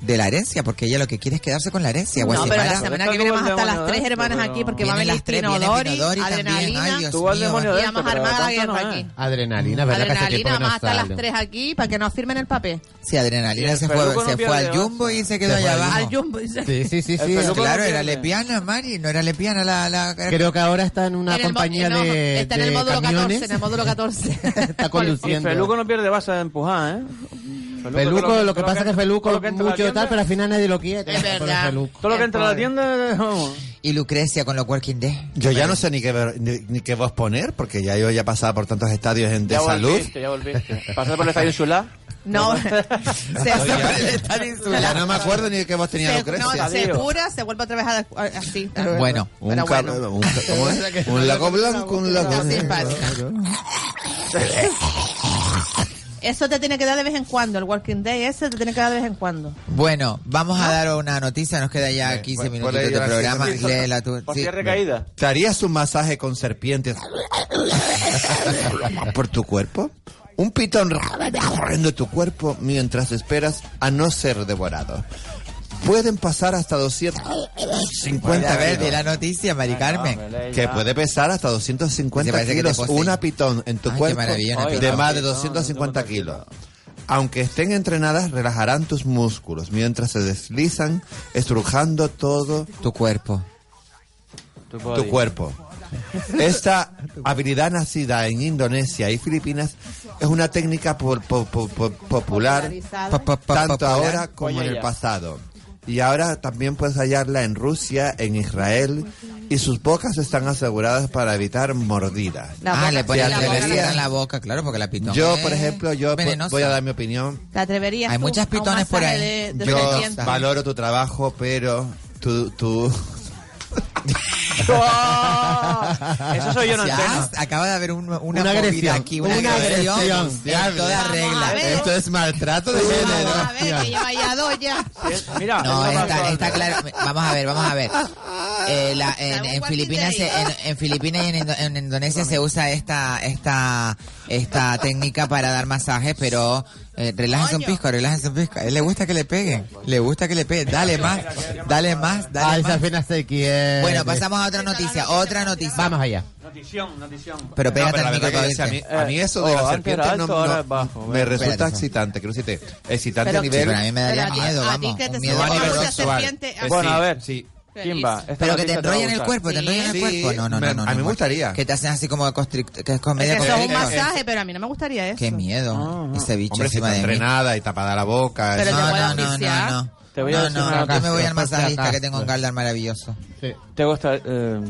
[SPEAKER 16] de la herencia, porque ella lo que quiere es quedarse con la herencia.
[SPEAKER 5] No, pero la
[SPEAKER 16] Guasimara.
[SPEAKER 5] semana que viene vamos a estar las tres hermanas aquí porque va a venir
[SPEAKER 16] Vienen las tres, viene
[SPEAKER 5] Pinodori,
[SPEAKER 16] Pinodori también.
[SPEAKER 5] Adrenalina
[SPEAKER 16] Ay, Dios
[SPEAKER 5] y
[SPEAKER 16] mío,
[SPEAKER 5] vamos
[SPEAKER 16] va.
[SPEAKER 5] a armar la guerra aquí.
[SPEAKER 24] Adrenalina, ¿verdad? que hace tiempo que no
[SPEAKER 5] Adrenalina, vamos a estar las
[SPEAKER 24] sale?
[SPEAKER 5] tres aquí para que nos firmen el papel.
[SPEAKER 16] Sí, Adrenalina
[SPEAKER 24] El
[SPEAKER 16] se
[SPEAKER 24] peluco
[SPEAKER 16] fue,
[SPEAKER 24] no
[SPEAKER 16] se fue
[SPEAKER 24] pierde
[SPEAKER 16] al
[SPEAKER 24] ojo.
[SPEAKER 16] Jumbo y se quedó
[SPEAKER 24] Se fue
[SPEAKER 16] allá
[SPEAKER 24] al
[SPEAKER 16] abajo.
[SPEAKER 5] Al Jumbo, dice.
[SPEAKER 24] Sí, sí, sí,
[SPEAKER 16] El
[SPEAKER 24] sí.
[SPEAKER 16] peluco Claro, no era pierde. lesbiana, Mari, no era lesbiana la... la...
[SPEAKER 24] Creo que ahora está en una
[SPEAKER 5] En el mo-
[SPEAKER 24] compañía
[SPEAKER 5] no,
[SPEAKER 24] de,
[SPEAKER 5] Está en el
[SPEAKER 24] de
[SPEAKER 5] módulo 14,
[SPEAKER 24] camiones.
[SPEAKER 5] en el módulo 14.
[SPEAKER 24] está
[SPEAKER 7] Y
[SPEAKER 24] conduciendo.
[SPEAKER 7] Feluco no pierde vas a empujar, ¿eh?
[SPEAKER 24] Feluco, lo que pasa es que
[SPEAKER 7] todo
[SPEAKER 24] Feluco
[SPEAKER 7] lo que entra a la
[SPEAKER 24] mucho tal,
[SPEAKER 7] tienda-
[SPEAKER 24] pero al final nadie lo quiere.
[SPEAKER 7] Todo lo que entra a la tienda...
[SPEAKER 16] Y Lucrecia con los working day.
[SPEAKER 4] Yo ya no sé ni qué, ver- ni, ni qué voz poner, porque ya yo ya pasaba por tantos estadios en de
[SPEAKER 7] Ya
[SPEAKER 4] salud.
[SPEAKER 7] volviste, ya volviste. Pasaste por el estadio Insular.
[SPEAKER 5] No,
[SPEAKER 4] Ya no me acuerdo ni de qué voz tenía
[SPEAKER 5] se, no,
[SPEAKER 4] Lucrecia.
[SPEAKER 5] se cura, se vuelve otra vez a, a- así.
[SPEAKER 16] Bueno,
[SPEAKER 4] un, cab- un, ca- ¿cómo es? un lago blanco, un lago
[SPEAKER 5] Está
[SPEAKER 4] negro.
[SPEAKER 5] simpática. Eso te tiene que dar de vez en cuando, el working day ese te tiene que dar de vez en cuando.
[SPEAKER 16] Bueno, vamos a dar una noticia, nos queda ya 15
[SPEAKER 4] por- por
[SPEAKER 16] minutos de
[SPEAKER 4] ahí la
[SPEAKER 16] programa.
[SPEAKER 4] siguiente.
[SPEAKER 16] Léela tú.
[SPEAKER 4] Por
[SPEAKER 16] Sí.
[SPEAKER 4] si es recaída. ¿Te harías un masaje con serpientes por tu cuerpo? Un pitón recorriendo tu cuerpo mientras esperas a no ser devorado. Pueden pasar hasta 250
[SPEAKER 16] a ver,
[SPEAKER 4] kilos.
[SPEAKER 16] de la noticia, Mari Carmen.
[SPEAKER 4] Que puede pesar hasta 250
[SPEAKER 16] Parece que te
[SPEAKER 4] kilos
[SPEAKER 16] posee.
[SPEAKER 4] una pitón en tu
[SPEAKER 16] Ay, qué
[SPEAKER 4] cuerpo
[SPEAKER 16] maravilla, una
[SPEAKER 4] de
[SPEAKER 16] pitón.
[SPEAKER 4] más de 250 kilos. Aunque estén entrenadas, relajarán tus músculos mientras se deslizan, estrujando todo
[SPEAKER 16] tu cuerpo.
[SPEAKER 4] Tu, cuerpo. Esta habilidad nacida en Indonesia y Filipinas es una técnica po- po- po- po- popular
[SPEAKER 16] Popularizada. Po- po- po-
[SPEAKER 4] tanto
[SPEAKER 16] popular.
[SPEAKER 4] ahora como en el
[SPEAKER 16] Oye, ya.
[SPEAKER 4] pasado. y ahora también puedes hallarla en Rusia, en Israel, y sus bocas están aseguradas para evitar mordidas.
[SPEAKER 3] ah, le ponen
[SPEAKER 4] ¿Te
[SPEAKER 3] le
[SPEAKER 4] atreverías?
[SPEAKER 3] deslizan en la boca, claro, porque la pitón.
[SPEAKER 4] Yo,
[SPEAKER 3] es
[SPEAKER 4] por ejemplo, yo po-
[SPEAKER 3] venenosa.
[SPEAKER 4] voy a dar mi opinión.
[SPEAKER 5] ¿Te atreverías
[SPEAKER 3] Hay
[SPEAKER 5] tú a
[SPEAKER 3] muchas
[SPEAKER 5] un
[SPEAKER 3] pitones por
[SPEAKER 5] masaje
[SPEAKER 3] ahí.
[SPEAKER 5] de- de
[SPEAKER 4] Yo
[SPEAKER 5] cenicienta?
[SPEAKER 4] valoro tu trabajo, pero tú... tú...
[SPEAKER 17] Eso soy yo, no
[SPEAKER 3] O sea,
[SPEAKER 17] entiendo.
[SPEAKER 3] Acaba de haber un- una,
[SPEAKER 6] Una
[SPEAKER 3] movida
[SPEAKER 6] agresión.
[SPEAKER 3] aquí, una,
[SPEAKER 6] Una
[SPEAKER 3] agresión,
[SPEAKER 6] agresión.
[SPEAKER 3] en toda regla.
[SPEAKER 4] Esto es maltrato de
[SPEAKER 5] A ver, que lleva ya dos ya.
[SPEAKER 17] Mira,
[SPEAKER 3] No,
[SPEAKER 17] eso
[SPEAKER 3] está,
[SPEAKER 17] pasó.
[SPEAKER 3] está claro. Vamos a ver, vamos a ver. Eh, la- en, en Filipinas, se- en, en Filipinas y en, Indo- en Indonesia se usa esta esta esta técnica para dar masajes, pero eh, relájense un pisco, relájense un pisco. A él le gusta que le peguen, le gusta que le peguen. Dale más, dale más,
[SPEAKER 6] Ah,
[SPEAKER 3] dale
[SPEAKER 6] esa
[SPEAKER 3] más.
[SPEAKER 6] pena se quiere.
[SPEAKER 3] Bueno, pasamos a otra noticia, otra noticia.
[SPEAKER 6] Vamos allá.
[SPEAKER 17] Notición, notición.
[SPEAKER 3] Pero
[SPEAKER 4] No,
[SPEAKER 3] pégate
[SPEAKER 4] pero la
[SPEAKER 3] al micro
[SPEAKER 4] verdad que
[SPEAKER 3] todavía.
[SPEAKER 4] a, mí, a mí eso de
[SPEAKER 7] Eh,
[SPEAKER 4] la
[SPEAKER 7] oh, antes
[SPEAKER 4] serpiente
[SPEAKER 7] era
[SPEAKER 4] no,
[SPEAKER 7] alto,
[SPEAKER 4] no-
[SPEAKER 7] ahora es bajo.
[SPEAKER 4] me resulta
[SPEAKER 3] Espérate,
[SPEAKER 4] excitante, quiero decirte, excitante
[SPEAKER 5] Pero-
[SPEAKER 4] a
[SPEAKER 3] Sí,
[SPEAKER 4] nivel...
[SPEAKER 3] pero a mí me daría
[SPEAKER 5] Pero a ti-
[SPEAKER 3] miedo,
[SPEAKER 5] a ti
[SPEAKER 3] vamos.
[SPEAKER 5] que te
[SPEAKER 3] un
[SPEAKER 4] no
[SPEAKER 3] miedo
[SPEAKER 4] a
[SPEAKER 5] sepa-
[SPEAKER 4] nivel
[SPEAKER 5] Una
[SPEAKER 4] sexual.
[SPEAKER 5] serpiente,
[SPEAKER 4] Eh,
[SPEAKER 7] Bueno,
[SPEAKER 4] sí,
[SPEAKER 7] a ver.
[SPEAKER 4] Sí.
[SPEAKER 7] ¿Quién va? Esta
[SPEAKER 3] Pero que te
[SPEAKER 7] noticia va a
[SPEAKER 3] enrollen el
[SPEAKER 7] gustar.
[SPEAKER 3] cuerpo, te enrollen el
[SPEAKER 4] Sí,
[SPEAKER 3] cuerpo. No, no, no,
[SPEAKER 4] me-
[SPEAKER 3] no,
[SPEAKER 4] a
[SPEAKER 3] no,
[SPEAKER 4] mí me
[SPEAKER 3] no.
[SPEAKER 4] gustaría.
[SPEAKER 3] Que te hacen así como constrict, que es
[SPEAKER 5] Es
[SPEAKER 3] comedia
[SPEAKER 5] que eso es un
[SPEAKER 3] constrictor.
[SPEAKER 5] masaje, pero a mí no me gustaría eso. Ah.
[SPEAKER 3] Qué miedo. Ese bicho
[SPEAKER 4] Hombre, si
[SPEAKER 3] encima
[SPEAKER 4] está
[SPEAKER 3] de mí.
[SPEAKER 4] entrenada y tapada la boca...
[SPEAKER 5] Pero
[SPEAKER 4] eso-
[SPEAKER 5] te
[SPEAKER 3] No,
[SPEAKER 5] puede
[SPEAKER 3] no, no, no,
[SPEAKER 5] asfixiar.
[SPEAKER 3] no.
[SPEAKER 7] Te voy a
[SPEAKER 3] no,
[SPEAKER 7] decir
[SPEAKER 3] no,
[SPEAKER 7] una
[SPEAKER 3] yo me
[SPEAKER 7] cosa,
[SPEAKER 3] voy al
[SPEAKER 6] por si
[SPEAKER 3] masajista que
[SPEAKER 6] acaso.
[SPEAKER 3] tengo un caldar maravilloso.
[SPEAKER 6] Sí.
[SPEAKER 7] ¿Te, gusta, eh,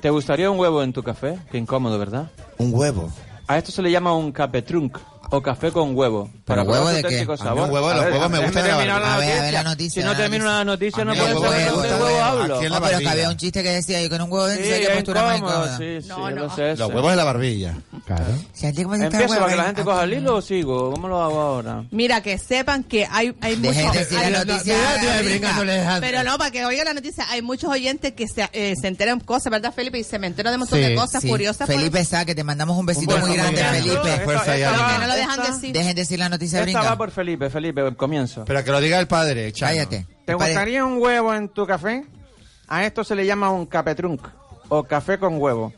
[SPEAKER 7] ¿Te gustaría un huevo en tu café? Qué incómodo, ¿verdad?
[SPEAKER 4] Un huevo.
[SPEAKER 7] A esto se le llama un capetrunk o café con huevo. Para
[SPEAKER 3] huevo
[SPEAKER 7] probar
[SPEAKER 3] de
[SPEAKER 7] su
[SPEAKER 3] qué?
[SPEAKER 7] auténtico
[SPEAKER 3] A mí
[SPEAKER 7] sabor.
[SPEAKER 4] un huevo,
[SPEAKER 7] A
[SPEAKER 4] los
[SPEAKER 7] ver,
[SPEAKER 4] huevos me
[SPEAKER 7] déjame
[SPEAKER 4] gustan en la
[SPEAKER 7] terminar
[SPEAKER 3] barriga. A ver, a ver la noticia,
[SPEAKER 7] Si no
[SPEAKER 3] la
[SPEAKER 7] termino
[SPEAKER 3] noticia.
[SPEAKER 7] la noticia,
[SPEAKER 4] A
[SPEAKER 7] no
[SPEAKER 4] mí
[SPEAKER 7] puedo
[SPEAKER 4] el huevo me
[SPEAKER 7] saber de
[SPEAKER 4] gusta,
[SPEAKER 7] qué huevo
[SPEAKER 4] bueno,
[SPEAKER 7] hablo.
[SPEAKER 4] aquí en la
[SPEAKER 3] No, pero que
[SPEAKER 4] barriga.
[SPEAKER 3] había un chiste que decía yo con un huevo
[SPEAKER 7] Sí,
[SPEAKER 3] en serio
[SPEAKER 7] es
[SPEAKER 3] postura más
[SPEAKER 7] incómodo,
[SPEAKER 3] incómoda.
[SPEAKER 7] sí, sí,
[SPEAKER 5] No, no.
[SPEAKER 7] yo sé
[SPEAKER 4] Los
[SPEAKER 7] eso.
[SPEAKER 4] huevos en la barbilla.
[SPEAKER 6] Claro.
[SPEAKER 3] O sea, digo, ¿cómo está el
[SPEAKER 7] Empiezo
[SPEAKER 3] huevo
[SPEAKER 7] para que la
[SPEAKER 3] ahí?
[SPEAKER 7] gente coja el hilo o sigo. ¿Cómo lo hago ahora?
[SPEAKER 5] Mira, que sepan que hay, hay
[SPEAKER 3] Dejen
[SPEAKER 5] muchos...
[SPEAKER 3] de decir
[SPEAKER 5] hay-
[SPEAKER 3] la noticia.
[SPEAKER 6] Mira,
[SPEAKER 3] Gabriela.
[SPEAKER 6] brincándoles a-
[SPEAKER 5] Pero no, para que oigan la noticia, hay muchos oyentes que se, eh, se enteran cosas, ¿verdad, Felipe? Y se me enteran de un montón
[SPEAKER 6] Sí,
[SPEAKER 5] de cosas
[SPEAKER 3] Sí.
[SPEAKER 5] curiosas. pues. por-
[SPEAKER 3] Felipe Sá, que te mandamos un besito
[SPEAKER 7] Bueno,
[SPEAKER 3] muy grande,
[SPEAKER 7] mira,
[SPEAKER 3] Felipe.
[SPEAKER 7] esta-
[SPEAKER 4] Fuerza y
[SPEAKER 7] esta
[SPEAKER 4] ánimo.
[SPEAKER 7] va-
[SPEAKER 5] Que no lo dejan
[SPEAKER 7] esta-
[SPEAKER 5] decir.
[SPEAKER 3] Dejen de decir la noticia,
[SPEAKER 7] Esta va
[SPEAKER 3] brinca.
[SPEAKER 7] por Felipe, Felipe, comienzo.
[SPEAKER 4] Pero que lo diga el padre, Chano.
[SPEAKER 3] Cállate.
[SPEAKER 23] ¿Te
[SPEAKER 3] Pare-
[SPEAKER 23] gustaría un huevo en tu café? A esto se le llama un capetrunk o café con huevo.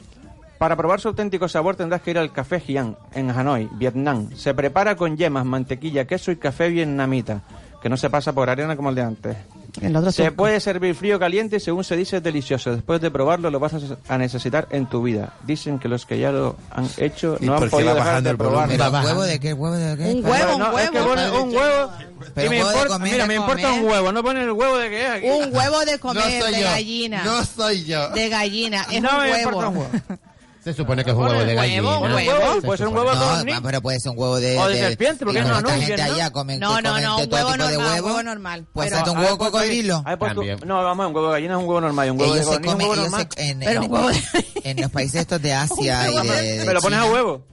[SPEAKER 7] Para probar su auténtico sabor tendrás que ir al Café Jian en Hanoi, Vietnam. Se prepara con yemas, mantequilla, queso y café vietnamita, que no se pasa por arena como el de antes.
[SPEAKER 5] El otro
[SPEAKER 7] Se
[SPEAKER 5] truco.
[SPEAKER 7] puede servir frío o caliente y según se dice es delicioso. Después de probarlo lo vas a- a necesitar en tu vida. Dicen que los que ya lo han hecho
[SPEAKER 4] ¿Y
[SPEAKER 7] no
[SPEAKER 4] por qué va
[SPEAKER 7] han podido dejar
[SPEAKER 4] bajando
[SPEAKER 7] de
[SPEAKER 4] el volumen?
[SPEAKER 7] probarlo.
[SPEAKER 3] ¿Pero
[SPEAKER 6] Va
[SPEAKER 3] huevo de qué? ¿Huevo de qué?
[SPEAKER 5] Un huevo, un
[SPEAKER 7] No, es que
[SPEAKER 5] huevo.
[SPEAKER 7] pone un huevo y
[SPEAKER 3] Pero
[SPEAKER 7] me
[SPEAKER 3] huevo de
[SPEAKER 7] importa,
[SPEAKER 3] comer,
[SPEAKER 7] mira,
[SPEAKER 3] de
[SPEAKER 7] me importa
[SPEAKER 3] comer.
[SPEAKER 7] un huevo, no ponen el huevo de que es aquí.
[SPEAKER 5] Un huevo de
[SPEAKER 4] No
[SPEAKER 5] comer,
[SPEAKER 4] soy
[SPEAKER 5] de
[SPEAKER 4] yo.
[SPEAKER 5] gallina.
[SPEAKER 4] No soy yo.
[SPEAKER 5] De gallina, es
[SPEAKER 23] No
[SPEAKER 5] un
[SPEAKER 23] me
[SPEAKER 5] huevo.
[SPEAKER 23] importa un huevo.
[SPEAKER 6] Se supone que es un huevo de gallina.
[SPEAKER 5] huevo,
[SPEAKER 7] Pon un huevo, puede ser un huevo de
[SPEAKER 3] No,
[SPEAKER 7] codorniz.
[SPEAKER 3] va, pero puede ser un huevo de...
[SPEAKER 7] O de serpiente, porque
[SPEAKER 3] y
[SPEAKER 7] no,
[SPEAKER 3] como
[SPEAKER 7] no,
[SPEAKER 3] esta
[SPEAKER 7] bien,
[SPEAKER 3] gente
[SPEAKER 7] ¿no?
[SPEAKER 3] allá comen,
[SPEAKER 5] No,
[SPEAKER 3] que
[SPEAKER 5] no,
[SPEAKER 3] comen
[SPEAKER 5] no,
[SPEAKER 3] de
[SPEAKER 5] un
[SPEAKER 3] todo
[SPEAKER 5] huevo
[SPEAKER 3] tipo de
[SPEAKER 5] normal,
[SPEAKER 3] huevo.
[SPEAKER 5] huevo normal.
[SPEAKER 3] Pues
[SPEAKER 5] Pero
[SPEAKER 3] hazte un
[SPEAKER 7] hay
[SPEAKER 3] huevo
[SPEAKER 7] por-
[SPEAKER 3] cocodrilo.
[SPEAKER 7] hay por tu-
[SPEAKER 6] También.
[SPEAKER 7] No, vamos, un huevo de gallina es un huevo normal. y Un huevo
[SPEAKER 3] Ellos
[SPEAKER 7] de
[SPEAKER 3] se
[SPEAKER 7] codorniz es un
[SPEAKER 3] comen,
[SPEAKER 7] huevo
[SPEAKER 3] ellos
[SPEAKER 7] normal.
[SPEAKER 3] se, en,
[SPEAKER 5] Pero
[SPEAKER 3] en-
[SPEAKER 5] huevo de-
[SPEAKER 3] en los países estos de Asia y de, de
[SPEAKER 7] Me lo pones a
[SPEAKER 3] China.
[SPEAKER 7] huevo.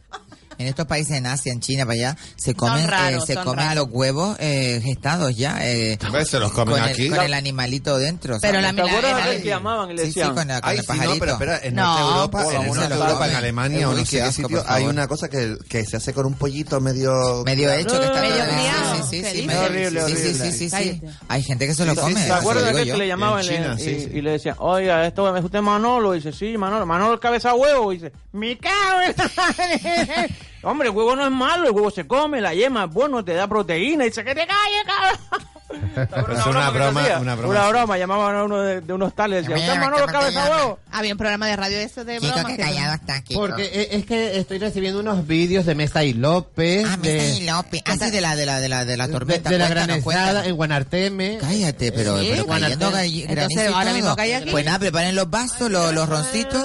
[SPEAKER 3] En estos países en Asia, en China, para allá, se comen,
[SPEAKER 5] raros,
[SPEAKER 3] eh, se
[SPEAKER 5] son
[SPEAKER 3] comen a
[SPEAKER 5] raros.
[SPEAKER 3] los huevos eh, gestados ya, eh,
[SPEAKER 4] Hombre, se los comen
[SPEAKER 3] con,
[SPEAKER 4] aquí.
[SPEAKER 3] el, con el animalito dentro.
[SPEAKER 5] Pero la
[SPEAKER 7] ¿Te acuerdas
[SPEAKER 5] milanesa...
[SPEAKER 3] eh,
[SPEAKER 7] aquel que llamaban y le
[SPEAKER 3] Sí, sí,
[SPEAKER 7] decían?
[SPEAKER 3] con, la, con
[SPEAKER 4] Ay,
[SPEAKER 3] el
[SPEAKER 4] sí, no,
[SPEAKER 3] pajarito.
[SPEAKER 4] pero espera, en
[SPEAKER 5] No.
[SPEAKER 4] Norte de Europa,
[SPEAKER 5] Bueno,
[SPEAKER 4] en
[SPEAKER 5] bueno,
[SPEAKER 4] Norte de
[SPEAKER 5] está
[SPEAKER 4] Europa, en
[SPEAKER 3] bien. Es
[SPEAKER 4] Alemania o
[SPEAKER 3] muy
[SPEAKER 4] no sé qué
[SPEAKER 3] asco,
[SPEAKER 4] sitio,
[SPEAKER 3] por
[SPEAKER 4] hay
[SPEAKER 3] favor.
[SPEAKER 4] una cosa que, que se hace con un pollito medio...
[SPEAKER 3] medio hecho que está
[SPEAKER 7] Medio
[SPEAKER 3] todo-
[SPEAKER 5] Ah, criado,
[SPEAKER 3] sí, sí,
[SPEAKER 5] ¿qué
[SPEAKER 3] sí,
[SPEAKER 5] dices?
[SPEAKER 3] medio-
[SPEAKER 7] Horrible,
[SPEAKER 3] sí, sí,
[SPEAKER 7] horrible.
[SPEAKER 3] sí, sí, sí.
[SPEAKER 5] Cállate.
[SPEAKER 3] hay gente que se lo
[SPEAKER 4] Sí, sí,
[SPEAKER 3] come
[SPEAKER 4] sí,
[SPEAKER 3] eso
[SPEAKER 7] ¿Te
[SPEAKER 4] se
[SPEAKER 7] acuerdas
[SPEAKER 3] lo
[SPEAKER 7] de
[SPEAKER 3] digo
[SPEAKER 7] aquel que
[SPEAKER 3] yo.
[SPEAKER 7] le llamaban
[SPEAKER 4] En
[SPEAKER 7] y le-
[SPEAKER 4] China, sí,
[SPEAKER 7] y,
[SPEAKER 4] sí.
[SPEAKER 7] y le decían, oiga, esto es usted Manolo? Y dice, sí, Manolo, Manolo el cabeza huevo. Y dice, mi cago en la madre". Hombre, el huevo no es malo, el huevo se come, la yema es bueno, te da proteína. Y dice, que te calles, cabrón.
[SPEAKER 4] Pero es una
[SPEAKER 7] que se
[SPEAKER 4] broma,
[SPEAKER 7] hacía.
[SPEAKER 4] una broma.
[SPEAKER 7] Una broma, llamaban a uno de, de unos tales. Decía, usted es Manolo el cabeza huevo.
[SPEAKER 5] Había un Ah, programa de radio eso de
[SPEAKER 3] Kiko,
[SPEAKER 5] bromas.
[SPEAKER 3] que
[SPEAKER 5] que-
[SPEAKER 3] callado está, Kiko.
[SPEAKER 6] Porque e- es que estoy recibiendo unos vídeos de Mesa y López.
[SPEAKER 3] Ah,
[SPEAKER 6] de,
[SPEAKER 3] Mesa y López. Ah, sí, de la, de la, de la, de la
[SPEAKER 6] de-
[SPEAKER 3] tormenta.
[SPEAKER 6] de la
[SPEAKER 3] cuéntanos,
[SPEAKER 6] granizada
[SPEAKER 3] cuéntanos.
[SPEAKER 6] en Guanarteme.
[SPEAKER 3] Cállate, pero,
[SPEAKER 6] Sí,
[SPEAKER 3] pero cayendo
[SPEAKER 6] Guanarteme.
[SPEAKER 3] galli-
[SPEAKER 5] Entonces,
[SPEAKER 3] granizo y
[SPEAKER 5] ahora
[SPEAKER 3] todo.
[SPEAKER 5] mismo cae aquí.
[SPEAKER 3] Pues nada, preparen los vasos, los, los roncitos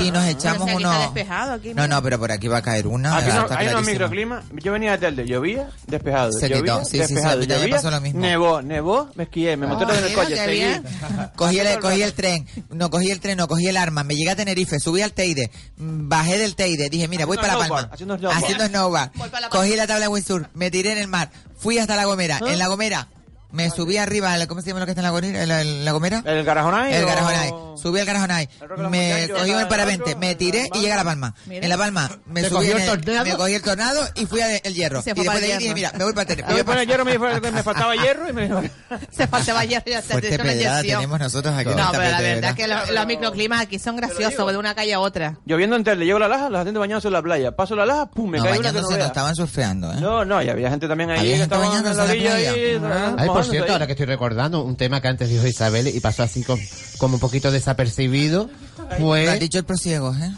[SPEAKER 3] y nos echamos
[SPEAKER 5] Pero si aquí
[SPEAKER 3] unos...
[SPEAKER 5] está despejado, aquí,
[SPEAKER 3] no,
[SPEAKER 5] mira.
[SPEAKER 3] no, pero por aquí va a caer una.
[SPEAKER 7] Aquí no,
[SPEAKER 3] está
[SPEAKER 7] hay unos
[SPEAKER 3] clarísimo.
[SPEAKER 7] microclimas. Yo venía de tarde, llovía, despejado.
[SPEAKER 3] Se
[SPEAKER 7] llovía,
[SPEAKER 3] quitó, sí, sí, sí,
[SPEAKER 7] despejado.
[SPEAKER 3] ahorita ya
[SPEAKER 7] llovía,
[SPEAKER 3] pasó lo mismo. Ah,
[SPEAKER 7] Nevó, nevó, me esquié, me monté todo en el
[SPEAKER 5] mira,
[SPEAKER 7] coche,
[SPEAKER 5] qué
[SPEAKER 7] seguí.
[SPEAKER 5] bien.
[SPEAKER 3] Cogí el, cogí el tren, no cogí el tren, no cogí el arma, me llegué a Tenerife, subí al Teide, mm, bajé del Teide, dije, mira, voy para
[SPEAKER 7] Haciendo
[SPEAKER 3] La Palma,
[SPEAKER 7] snowboard, haciendo snowboard.
[SPEAKER 3] haciendo snowboard,
[SPEAKER 5] Voy para La Palma. ¿Ah?
[SPEAKER 3] cogí la tabla de Windsor, me tiré en el mar, fui hasta La Gomera, en La Gomera, me subí arriba, al- ¿cómo se llama lo que está en La Gomera? ¿La, la Gomera?
[SPEAKER 7] El Garajonay.
[SPEAKER 3] El
[SPEAKER 7] o-
[SPEAKER 3] Garajonay, subí al Garajonay,
[SPEAKER 7] El Roque de los
[SPEAKER 3] me
[SPEAKER 7] Montaños,
[SPEAKER 3] cogí
[SPEAKER 7] la-
[SPEAKER 3] el parapente,
[SPEAKER 7] la-
[SPEAKER 3] me tiré y llegué a La Palma.
[SPEAKER 5] Mira.
[SPEAKER 3] En La Palma me
[SPEAKER 6] ¿Te
[SPEAKER 3] subí
[SPEAKER 6] cogió
[SPEAKER 3] en
[SPEAKER 6] el tornado?
[SPEAKER 3] me cogí el tornado y fui al el hierro.
[SPEAKER 5] Se
[SPEAKER 3] y
[SPEAKER 5] fue para el
[SPEAKER 3] después de ahí dije,
[SPEAKER 5] hierro.
[SPEAKER 3] mira, me voy para Tenerife.
[SPEAKER 7] Voy
[SPEAKER 3] voy
[SPEAKER 7] a poner
[SPEAKER 3] para-
[SPEAKER 7] hierro, me, dijo que me faltaba hierro y me dijo...
[SPEAKER 5] Se faltaba ya, ya se
[SPEAKER 3] Fuerte
[SPEAKER 5] te dio una
[SPEAKER 3] Pues pedrada
[SPEAKER 5] inyección.
[SPEAKER 3] tenemos nosotros aquí en
[SPEAKER 5] No,
[SPEAKER 3] esta
[SPEAKER 5] pero la
[SPEAKER 3] petrolera.
[SPEAKER 5] verdad que los, los microclimas aquí son graciosos, de una calle a otra.
[SPEAKER 7] Lloviendo en tele, llego a la laja, la gente bañándose en la playa. Paso la laja, pum, me
[SPEAKER 3] No,
[SPEAKER 7] cae una que no
[SPEAKER 3] bañándose no
[SPEAKER 7] vea.
[SPEAKER 3] estaban surfeando, ¿eh?
[SPEAKER 7] No, no, y había gente también ahí
[SPEAKER 3] Había
[SPEAKER 7] que
[SPEAKER 3] gente
[SPEAKER 7] estaba en
[SPEAKER 3] bañándose
[SPEAKER 7] la
[SPEAKER 3] en la playa.
[SPEAKER 7] orilla ahí.
[SPEAKER 6] Ay, Ah, por
[SPEAKER 7] mojándose
[SPEAKER 6] cierto,
[SPEAKER 7] ahí.
[SPEAKER 6] ahora que estoy recordando, un tema que antes dijo Isabel y pasó así con- como un poquito desapercibido,
[SPEAKER 3] Lo
[SPEAKER 6] fue
[SPEAKER 3] han dicho el prosiego, ¿eh?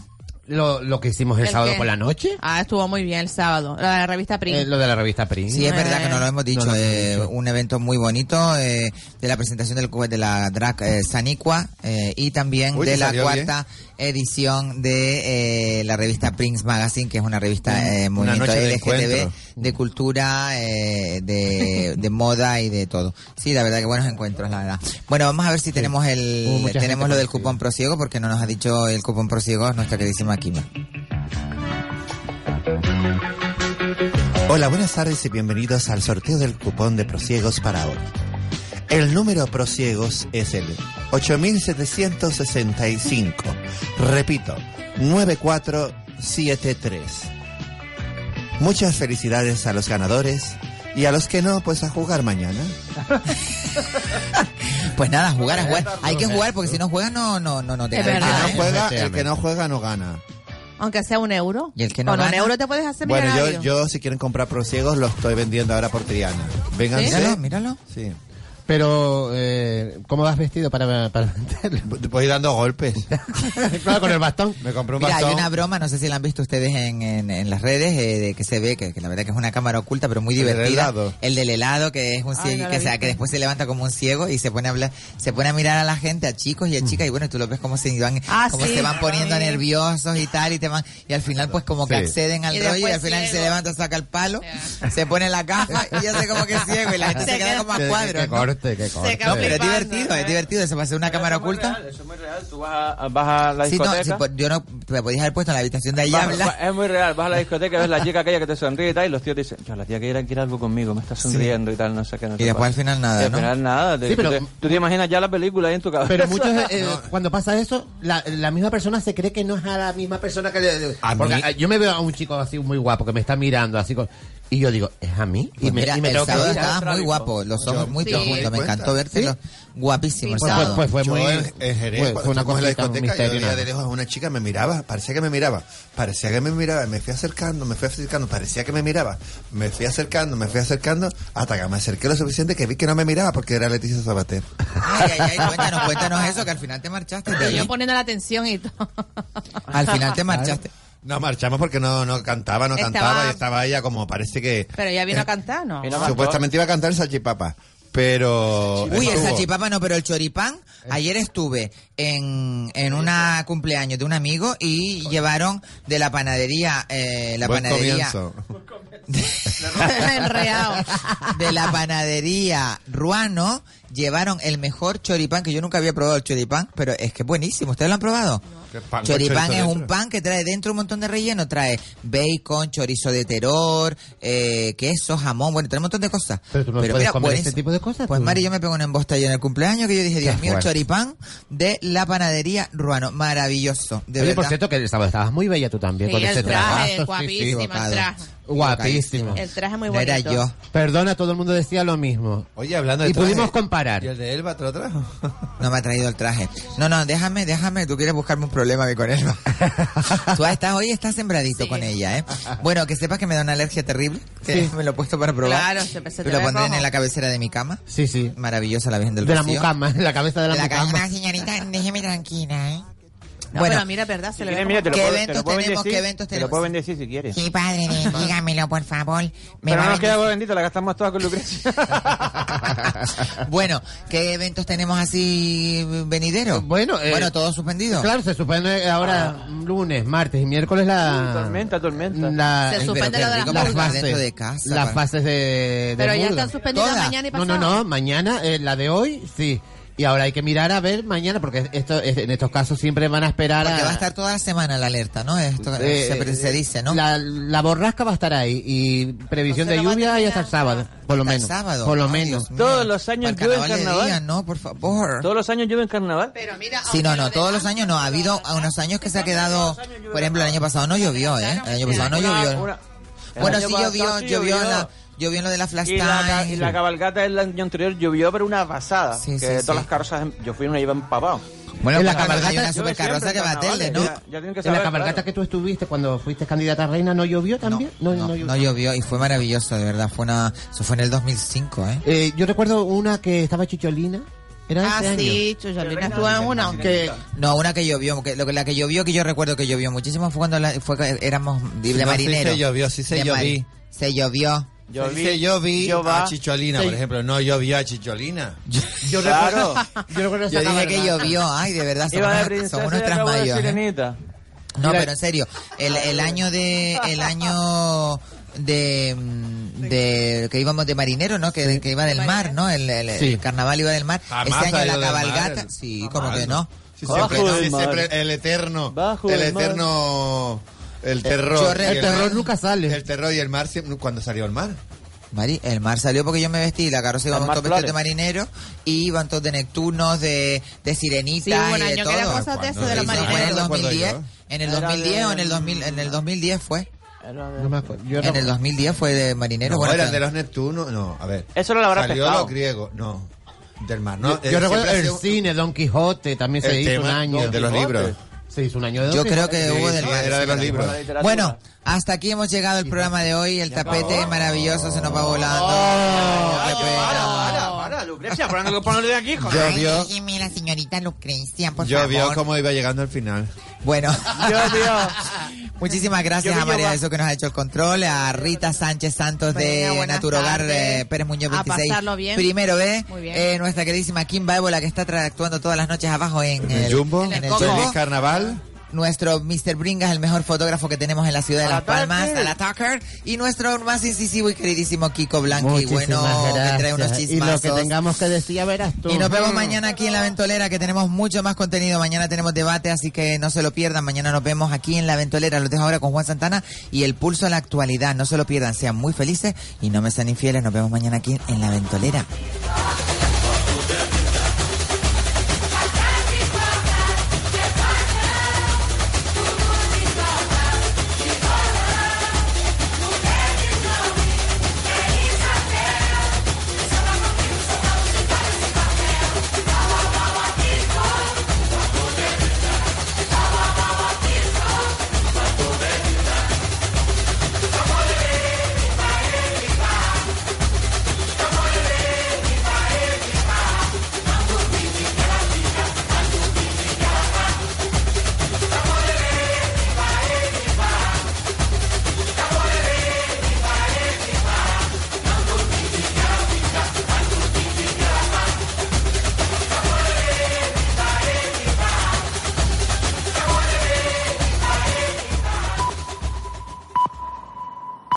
[SPEAKER 6] Lo, lo que hicimos el,
[SPEAKER 5] ¿El
[SPEAKER 6] sábado
[SPEAKER 5] qué?
[SPEAKER 6] por la noche.
[SPEAKER 5] Ah, estuvo muy bien el sábado. La, revista Prim.
[SPEAKER 6] Eh, lo de la revista Prim.
[SPEAKER 3] Sí, es verdad que no lo hemos dicho.
[SPEAKER 6] No lo hemos
[SPEAKER 3] eh,
[SPEAKER 6] dicho.
[SPEAKER 3] Un evento muy bonito eh, de la presentación del cu- de la drag eh, Sanicua eh, y también
[SPEAKER 4] Uy,
[SPEAKER 3] de
[SPEAKER 4] te
[SPEAKER 3] la
[SPEAKER 4] salió
[SPEAKER 3] cuarta edición de eh, la revista Prince Magazine, que es una revista eh,
[SPEAKER 4] Una
[SPEAKER 3] movimiento
[SPEAKER 4] noche de
[SPEAKER 3] LGTB,
[SPEAKER 4] encuentro.
[SPEAKER 3] de cultura, eh, de, de moda y de todo. Sí, la verdad que buenos encuentros, la verdad. Bueno, vamos a ver si tenemos
[SPEAKER 6] Hubo
[SPEAKER 3] el
[SPEAKER 6] mucha
[SPEAKER 3] tenemos
[SPEAKER 6] gente
[SPEAKER 3] lo del
[SPEAKER 6] conocida.
[SPEAKER 3] cupón prosiego, porque no nos ha dicho el cupón prosiego nuestra queridísima Kima.
[SPEAKER 4] Hola, buenas tardes y bienvenidos al sorteo del cupón de prosiegos para hoy. El número prosiegos es el 8765. Repito, 9473. Muchas felicidades a los ganadores y a los que no, pues a jugar mañana.
[SPEAKER 3] Pues nada, jugar a jugar. Hay que jugar porque si no juegas no no no no te
[SPEAKER 5] Es
[SPEAKER 3] ganas
[SPEAKER 5] verdad,
[SPEAKER 3] nada,
[SPEAKER 5] ¿eh?
[SPEAKER 3] ¿eh?
[SPEAKER 4] Juega, el que no juega no gana.
[SPEAKER 5] Aunque sea un euro.
[SPEAKER 3] Y el que no
[SPEAKER 5] Con un
[SPEAKER 3] gana-
[SPEAKER 5] euro te puedes hacer
[SPEAKER 4] Bueno, yo,
[SPEAKER 5] millonario.
[SPEAKER 4] yo si quieren comprar prosiegos los estoy vendiendo ahora por Triana. Vénganse.
[SPEAKER 3] Míralo, míralo.
[SPEAKER 4] Sí.
[SPEAKER 6] Pero, eh, ¿cómo vas vestido para, para meterlo?
[SPEAKER 4] Voy dando golpes.
[SPEAKER 6] claro, con el bastón.
[SPEAKER 4] Me compré un
[SPEAKER 3] Mira, hay
[SPEAKER 4] bastón.
[SPEAKER 3] una broma, no sé si la han visto ustedes en, en- en las redes, eh, de que se ve, que, que la verdad que es una cámara oculta, pero muy
[SPEAKER 4] El del
[SPEAKER 3] divertida.
[SPEAKER 4] helado.
[SPEAKER 3] El del helado, que es un
[SPEAKER 5] Ay,
[SPEAKER 3] ciego,
[SPEAKER 5] Ah, no la
[SPEAKER 3] que,
[SPEAKER 5] he
[SPEAKER 3] se-
[SPEAKER 5] visto.
[SPEAKER 3] que después se levanta como un ciego y se pone a hablar, se pone a mirar a la gente, a chicos
[SPEAKER 4] Mm.
[SPEAKER 3] y a chicas, y bueno, tú lo ves como se van,
[SPEAKER 5] Ah,
[SPEAKER 3] como
[SPEAKER 5] sí.
[SPEAKER 3] se van poniendo nerviosos y tal, y te van, y al final pues como que
[SPEAKER 4] Sí.
[SPEAKER 3] acceden al
[SPEAKER 5] Y
[SPEAKER 3] rollo, y al
[SPEAKER 5] después
[SPEAKER 3] final se
[SPEAKER 5] ciego.
[SPEAKER 3] levanta, saca el palo, se pone la caja y ya sé como que es ciego, y la gente se,
[SPEAKER 5] Se
[SPEAKER 3] queda
[SPEAKER 5] queda-
[SPEAKER 3] como a
[SPEAKER 6] Qué-
[SPEAKER 3] cuadros.
[SPEAKER 6] qué
[SPEAKER 3] ¿no?
[SPEAKER 6] corte, qué corte.
[SPEAKER 5] quedó
[SPEAKER 3] Pero es
[SPEAKER 5] flipando,
[SPEAKER 3] divertido, es
[SPEAKER 5] ¿eh?
[SPEAKER 3] divertido, eso va a ser una cámara
[SPEAKER 23] Eso es muy
[SPEAKER 3] oculta.
[SPEAKER 23] real, Eso es muy real. Tú vas a, vas a la
[SPEAKER 3] Sí, no,
[SPEAKER 23] discoteca.
[SPEAKER 3] sí, por- yo no, me podías haber puesto en la habitación de allá
[SPEAKER 23] vas-
[SPEAKER 3] habla.
[SPEAKER 7] pues.
[SPEAKER 23] vas- es muy real. Vas a la discoteca, ves la chica aquella que te sonríe y tal. Y los tíos te dicen, yo, la tía que quiere, quiere algo conmigo, me está sonriendo y tal. No sé qué. No
[SPEAKER 3] Y después al final nada,
[SPEAKER 23] Al
[SPEAKER 3] ¿no?
[SPEAKER 23] final nada. te-
[SPEAKER 6] Sí, pero-
[SPEAKER 23] tú, te, tú te imaginas ya la película ahí en tu cabeza.
[SPEAKER 6] Pero muchos, eh, cuando pasa eso, la, la misma persona se cree que no es a la misma persona que le...
[SPEAKER 3] A
[SPEAKER 6] porque
[SPEAKER 3] mí-
[SPEAKER 6] eh, yo me veo a un chico así muy guapo que me está mirando así con... Y yo digo, ¿es a mí?
[SPEAKER 3] Pues
[SPEAKER 6] y me,
[SPEAKER 3] mira,
[SPEAKER 6] y me
[SPEAKER 3] el
[SPEAKER 6] tengo que
[SPEAKER 3] sábado
[SPEAKER 6] ir a
[SPEAKER 3] estabas
[SPEAKER 6] otra
[SPEAKER 3] muy
[SPEAKER 6] vez.
[SPEAKER 3] guapo, los ojos Pues muy
[SPEAKER 5] sí.
[SPEAKER 3] profundos, me
[SPEAKER 4] Cuenta.
[SPEAKER 3] encantó verte guapísimo el
[SPEAKER 6] Pues,
[SPEAKER 3] sábado.
[SPEAKER 6] pues, pues,
[SPEAKER 4] Yo
[SPEAKER 6] muy...
[SPEAKER 4] en, en Jerez, cuando
[SPEAKER 6] fue- fue una
[SPEAKER 4] estuvimos
[SPEAKER 6] cosa
[SPEAKER 4] en la discoteca, yo
[SPEAKER 6] misteriosa.
[SPEAKER 4] veía de lejos a una chica, me miraba, parecía que me miraba, parecía que me miraba, me fui acercando, me fui acercando, parecía que me miraba, me fui acercando, me fui acercando, hasta que me acerqué lo suficiente que vi que no me miraba porque era Leticia Sabater.
[SPEAKER 3] Ay, ay, ay, cuéntanos, cuéntanos eso, que al final te marchaste.
[SPEAKER 5] Pero
[SPEAKER 3] te
[SPEAKER 5] yo
[SPEAKER 3] vi.
[SPEAKER 5] poniendo la atención y todo.
[SPEAKER 3] Al final te marchaste.
[SPEAKER 4] No marchamos porque no, no cantaba, no
[SPEAKER 5] Estaba-
[SPEAKER 4] cantaba, y estaba ella como parece que
[SPEAKER 5] Pero ya
[SPEAKER 3] Eh,
[SPEAKER 5] vino a cantar, ¿no?
[SPEAKER 23] Mira,
[SPEAKER 4] supuestamente iba a cantar el salchipapa, pero...
[SPEAKER 3] Uy, el
[SPEAKER 4] estuvo.
[SPEAKER 3] salchipapa no, pero el choripán. Ayer estuve en, en una cumpleaños de un amigo y llevaron de la panadería, eh, la
[SPEAKER 4] Buen
[SPEAKER 3] panadería.
[SPEAKER 4] comienzo.
[SPEAKER 5] Enreado.
[SPEAKER 3] de la panadería Ruano llevaron el mejor choripán que yo nunca había probado el choripán, pero es que es buenísimo. ¿Ustedes lo han probado?
[SPEAKER 4] ¿Qué pan con
[SPEAKER 3] choripán
[SPEAKER 4] chorizo
[SPEAKER 3] es un
[SPEAKER 7] Ah,
[SPEAKER 4] dentro?
[SPEAKER 3] pan que trae dentro un montón de relleno, trae bacon, chorizo de terror, eh, queso, jamón, bueno, trae un montón de cosas.
[SPEAKER 6] Pero tú no puedes comer
[SPEAKER 3] buenísimo.
[SPEAKER 6] ese tipo de cosas,
[SPEAKER 3] Pues
[SPEAKER 6] tú. pues.
[SPEAKER 3] Mari, yo me pego una embosta ayer en el cumpleaños que yo dije, Dios
[SPEAKER 6] Qué
[SPEAKER 3] mío, el
[SPEAKER 6] fuerte.
[SPEAKER 3] choripán de la panadería Ruano, maravilloso, de
[SPEAKER 6] Oye,
[SPEAKER 3] verdad.
[SPEAKER 6] por cierto, que el sábado estabas muy bella tú también
[SPEAKER 5] Sí,
[SPEAKER 6] con ese
[SPEAKER 5] el traje,
[SPEAKER 6] trabajo.
[SPEAKER 5] guapísimo el
[SPEAKER 3] equivocado.
[SPEAKER 5] traje.
[SPEAKER 6] Guapísimo.
[SPEAKER 5] El traje muy
[SPEAKER 3] No
[SPEAKER 5] bonito.
[SPEAKER 3] era yo.
[SPEAKER 6] Perdona, todo el mundo decía lo mismo.
[SPEAKER 4] Oye, hablando de
[SPEAKER 6] Y
[SPEAKER 4] traje,
[SPEAKER 6] pudimos comparar.
[SPEAKER 4] ¿Y el de Elba te lo trajo?
[SPEAKER 3] No me ha traído el traje. No, no, déjame, déjame. Tú quieres buscarme un problema que con él. Tú estás, hoy estás sembradito
[SPEAKER 5] Sí.
[SPEAKER 3] con ella, ¿eh? Bueno, que sepas que me da una alergia terrible. Que me lo he puesto para probar.
[SPEAKER 5] Claro, se- se te
[SPEAKER 3] Lo
[SPEAKER 5] ve
[SPEAKER 3] pondré
[SPEAKER 5] rojo.
[SPEAKER 3] en la cabecera de mi cama.
[SPEAKER 6] Sí, sí.
[SPEAKER 3] Maravillosa la Virgen del
[SPEAKER 6] De la
[SPEAKER 3] Rocío.
[SPEAKER 6] mucama, en la cabeza de la,
[SPEAKER 3] De la
[SPEAKER 6] mucama.
[SPEAKER 3] cama, señorita, déjeme tranquila, ¿eh?
[SPEAKER 5] No,
[SPEAKER 3] bueno,
[SPEAKER 5] pero mira, verdad, se le ve
[SPEAKER 23] Mira, mira, te lo
[SPEAKER 3] ¿Qué
[SPEAKER 23] puedo- te
[SPEAKER 3] eventos
[SPEAKER 23] lo puedo
[SPEAKER 3] tenemos?
[SPEAKER 23] bendecir,
[SPEAKER 3] ¿Qué eventos
[SPEAKER 23] Te
[SPEAKER 3] tenemos?
[SPEAKER 23] lo puedo bendecir si quieres.
[SPEAKER 3] sí, padre, dígamelo, por favor. Me
[SPEAKER 23] Pero
[SPEAKER 3] va
[SPEAKER 23] no
[SPEAKER 3] a
[SPEAKER 23] nos queda
[SPEAKER 3] bendecir.
[SPEAKER 23] bendita, la gastamos toda con Lucrecia.
[SPEAKER 3] bueno, ¿qué eventos tenemos así venideros?
[SPEAKER 6] Bueno, eh,
[SPEAKER 3] bueno, todo suspendido. Ah.
[SPEAKER 6] Claro, se suspende ahora lunes, martes y miércoles la...
[SPEAKER 23] Uy,
[SPEAKER 4] Mm,
[SPEAKER 23] tormenta, tormenta.
[SPEAKER 6] la-
[SPEAKER 5] Se
[SPEAKER 6] Ay,
[SPEAKER 5] suspende
[SPEAKER 6] pero
[SPEAKER 5] lo de
[SPEAKER 6] qué
[SPEAKER 5] las
[SPEAKER 6] rico,
[SPEAKER 5] pulgas.
[SPEAKER 3] Dentro de casa,
[SPEAKER 6] las
[SPEAKER 3] para-
[SPEAKER 6] fases de, de
[SPEAKER 5] Pero ya
[SPEAKER 6] murga.
[SPEAKER 5] están suspendidas
[SPEAKER 3] Todas.
[SPEAKER 5] mañana y
[SPEAKER 6] No,
[SPEAKER 5] pasado.
[SPEAKER 6] no, no, mañana, eh, la de hoy, sí. Y ahora hay que mirar a ver mañana, porque esto, es- en estos casos siempre van a esperar
[SPEAKER 3] Porque
[SPEAKER 6] a...
[SPEAKER 3] va a estar toda la semana la alerta, ¿no? Esto
[SPEAKER 6] eh,
[SPEAKER 3] se, se dice, ¿no?
[SPEAKER 6] La, la borrasca va a estar ahí y previsión
[SPEAKER 5] Entonces
[SPEAKER 6] de
[SPEAKER 5] lo van a
[SPEAKER 6] lluvia y hasta el
[SPEAKER 5] terminar-
[SPEAKER 6] sábado, por lo
[SPEAKER 3] Hasta el
[SPEAKER 6] menos.
[SPEAKER 3] sábado.
[SPEAKER 6] Por lo
[SPEAKER 3] Ay,
[SPEAKER 6] menos.
[SPEAKER 3] Dios mío.
[SPEAKER 23] Todos los años
[SPEAKER 3] Para el
[SPEAKER 23] llueve en
[SPEAKER 3] de
[SPEAKER 23] carnaval.
[SPEAKER 3] día, no, por favor.
[SPEAKER 23] Todos los años llueve en carnaval.
[SPEAKER 5] Pero mira,
[SPEAKER 3] Sí, no,
[SPEAKER 5] aunque
[SPEAKER 3] no,
[SPEAKER 5] lo
[SPEAKER 3] todos
[SPEAKER 5] de-
[SPEAKER 3] los años no. Ha habido a unos años que se ha quedado. Por ejemplo, el año pasado no llovió, ¿eh? El año pasado no
[SPEAKER 23] Una-
[SPEAKER 3] llovió.
[SPEAKER 23] una- el
[SPEAKER 3] Bueno,
[SPEAKER 23] año
[SPEAKER 3] sí
[SPEAKER 23] pasado
[SPEAKER 3] llovió,
[SPEAKER 23] sí
[SPEAKER 3] llovió en la. Llovió en lo de la flash
[SPEAKER 23] Y la, ca- y la
[SPEAKER 3] time.
[SPEAKER 23] cabalgata del año anterior llovió, pero una pasada.
[SPEAKER 3] Sí,
[SPEAKER 23] que
[SPEAKER 3] sí,
[SPEAKER 23] todas
[SPEAKER 3] sí.
[SPEAKER 23] las carrozas, em- yo fui una iba empapado.
[SPEAKER 3] Bueno,
[SPEAKER 6] en la
[SPEAKER 3] pues cabalgata hay
[SPEAKER 6] cabalgata
[SPEAKER 3] una supercarroza que va a tele, ¿no?
[SPEAKER 23] Ya, ya tienen que
[SPEAKER 6] En
[SPEAKER 23] saber,
[SPEAKER 6] la cabalgata
[SPEAKER 23] claro.
[SPEAKER 6] que tú estuviste cuando fuiste candidata a reina, ¿no llovió también?
[SPEAKER 3] No, no, no llovió y fue maravilloso, de verdad. Fue una, eso fue en el 2005, ¿eh?
[SPEAKER 6] Eh, yo recuerdo una que estaba Chicholina
[SPEAKER 5] ah, sí, Chuyolina estuvo en una.
[SPEAKER 3] Que... No, una que llovió, que, lo que, la que llovió, que yo recuerdo que llovió muchísimo, fue cuando la- fue, que éramos de
[SPEAKER 4] Sí, no, sí
[SPEAKER 3] marinero.
[SPEAKER 4] se llovió, sí se
[SPEAKER 3] De
[SPEAKER 4] lloví.
[SPEAKER 3] mari- Se llovió.
[SPEAKER 4] Yo vi, yo vi
[SPEAKER 3] yo
[SPEAKER 4] a
[SPEAKER 3] va.
[SPEAKER 4] Chicholina,
[SPEAKER 3] Sí.
[SPEAKER 4] por ejemplo. No, yo vi a Chicholina.
[SPEAKER 3] Yo
[SPEAKER 4] Claro.
[SPEAKER 3] yo
[SPEAKER 4] recuerdo esa
[SPEAKER 3] Yo dije
[SPEAKER 4] cámara.
[SPEAKER 3] que llovió, ay, de verdad, son
[SPEAKER 7] Iba de
[SPEAKER 3] unos,
[SPEAKER 7] princesa
[SPEAKER 3] son unos
[SPEAKER 7] y acabo de
[SPEAKER 3] trasmayos. ¿eh?
[SPEAKER 7] sirenita.
[SPEAKER 3] No,
[SPEAKER 7] Mira-
[SPEAKER 3] pero en serio, el, el año de el año de, mm, de que íbamos de marinero, ¿no? Que, que iba del mar, ¿no? El, el- el
[SPEAKER 4] Sí.
[SPEAKER 3] carnaval iba del mar.
[SPEAKER 4] Jamás
[SPEAKER 3] Ese
[SPEAKER 4] ha
[SPEAKER 3] año
[SPEAKER 4] ido
[SPEAKER 3] la
[SPEAKER 4] del mar.
[SPEAKER 3] cabalgata, sí, como
[SPEAKER 4] Jamás.
[SPEAKER 3] que no.
[SPEAKER 4] Sí,
[SPEAKER 3] ¿Cómo
[SPEAKER 4] siempre,
[SPEAKER 3] que
[SPEAKER 4] no,
[SPEAKER 3] no?
[SPEAKER 4] sí, siempre el eterno.
[SPEAKER 3] Bajo
[SPEAKER 4] el
[SPEAKER 3] del mar.
[SPEAKER 4] eterno. El terror.
[SPEAKER 3] Yo re-
[SPEAKER 4] y
[SPEAKER 3] el terror
[SPEAKER 4] mar.
[SPEAKER 3] nunca sale.
[SPEAKER 4] El terror y el mar siempre, cuando salió el mar.
[SPEAKER 3] Mari, el mar salió porque yo me vestí, la carroza
[SPEAKER 4] El
[SPEAKER 3] íbamos
[SPEAKER 4] mar
[SPEAKER 3] todos vestidos de
[SPEAKER 4] Flores.
[SPEAKER 3] marinero y iban todos de Neptunos, de, de Sirenita
[SPEAKER 5] Sí, hubo
[SPEAKER 3] y
[SPEAKER 5] un
[SPEAKER 3] de
[SPEAKER 5] año
[SPEAKER 3] todo.
[SPEAKER 5] que era cosa de eso, de los
[SPEAKER 3] Sí, fue En el
[SPEAKER 5] marineros.
[SPEAKER 3] 2010,
[SPEAKER 5] Recuerdo
[SPEAKER 3] en el
[SPEAKER 5] Era
[SPEAKER 3] 2010 o en
[SPEAKER 5] de-
[SPEAKER 3] el 2000, en el 2010 fue.
[SPEAKER 4] No me acuerdo. Yo
[SPEAKER 3] En
[SPEAKER 4] no-
[SPEAKER 3] el 2010 fue de marinero.
[SPEAKER 4] No,
[SPEAKER 3] eh, bueno,
[SPEAKER 4] eran
[SPEAKER 3] pero-
[SPEAKER 4] de los Neptunos. No, a ver.
[SPEAKER 6] Eso no lo habrá
[SPEAKER 4] Salió
[SPEAKER 6] pescado.
[SPEAKER 4] los griegos. No. Del mar. No,
[SPEAKER 6] Yo, yo
[SPEAKER 4] eh,
[SPEAKER 6] recuerdo
[SPEAKER 4] siempre ha
[SPEAKER 6] el
[SPEAKER 4] sido-
[SPEAKER 6] cine, Don Quijote, también se
[SPEAKER 4] El
[SPEAKER 6] hizo un
[SPEAKER 4] tema
[SPEAKER 6] año.
[SPEAKER 4] de los libros.
[SPEAKER 6] Se hizo un año de Don
[SPEAKER 3] Yo creo
[SPEAKER 6] Quijote.
[SPEAKER 3] que
[SPEAKER 6] Sí,
[SPEAKER 3] hubo
[SPEAKER 6] sí,
[SPEAKER 3] del mar.
[SPEAKER 4] era de los
[SPEAKER 3] sí,
[SPEAKER 4] libros.
[SPEAKER 3] por ahí. Bueno, hasta aquí hemos llegado el programa de hoy. El tapete maravilloso se nos va volando. Ay, qué pena.
[SPEAKER 7] Oh, Para, Lucrecia, por algo que ponerle aquí, joder.
[SPEAKER 4] Yo vio,
[SPEAKER 3] Déjeme la señorita Lucrecia, por
[SPEAKER 4] yo vio
[SPEAKER 3] favor.
[SPEAKER 4] cómo iba llegando al final.
[SPEAKER 3] Bueno.
[SPEAKER 7] Yo, tío.
[SPEAKER 3] Muchísimas gracias
[SPEAKER 7] Yo vi
[SPEAKER 3] a María
[SPEAKER 7] yoga.
[SPEAKER 3] Jesús que nos ha hecho el control, a Rita Sánchez Santos
[SPEAKER 5] Venga,
[SPEAKER 3] de
[SPEAKER 5] buenas
[SPEAKER 3] Naturogar
[SPEAKER 5] tardes.
[SPEAKER 3] eh, Pérez Muñoz
[SPEAKER 5] A
[SPEAKER 3] 26.
[SPEAKER 5] pasarlo bien.
[SPEAKER 3] Primero B,
[SPEAKER 5] Muy bien.
[SPEAKER 3] eh, nuestra queridísima Kim Baébola que está tra- actuando todas las noches abajo en,
[SPEAKER 4] El Jumbo,
[SPEAKER 3] en el
[SPEAKER 4] Feliz
[SPEAKER 3] Jumbo.
[SPEAKER 4] Carnaval.
[SPEAKER 3] Nuestro Mr. Bringas, el mejor fotógrafo que tenemos en la ciudad de Las
[SPEAKER 4] Ataque.
[SPEAKER 3] Palmas, al Attacker. Y nuestro más incisivo y queridísimo Kiko Blanqui. Bueno, que trae unos
[SPEAKER 6] y lo que
[SPEAKER 3] chismazos.
[SPEAKER 6] tengamos que decir, ya verás tú.
[SPEAKER 3] Y nos vemos
[SPEAKER 6] Mm.
[SPEAKER 3] mañana aquí en La Ventolera, que tenemos mucho más contenido. Mañana tenemos debate, así que no se lo pierdan. Mañana nos vemos aquí en La Ventolera. Los dejo ahora con Juan Santana y el pulso a la actualidad. No se lo pierdan. Sean muy felices y no me sean infieles. Nos vemos mañana aquí en La Ventolera.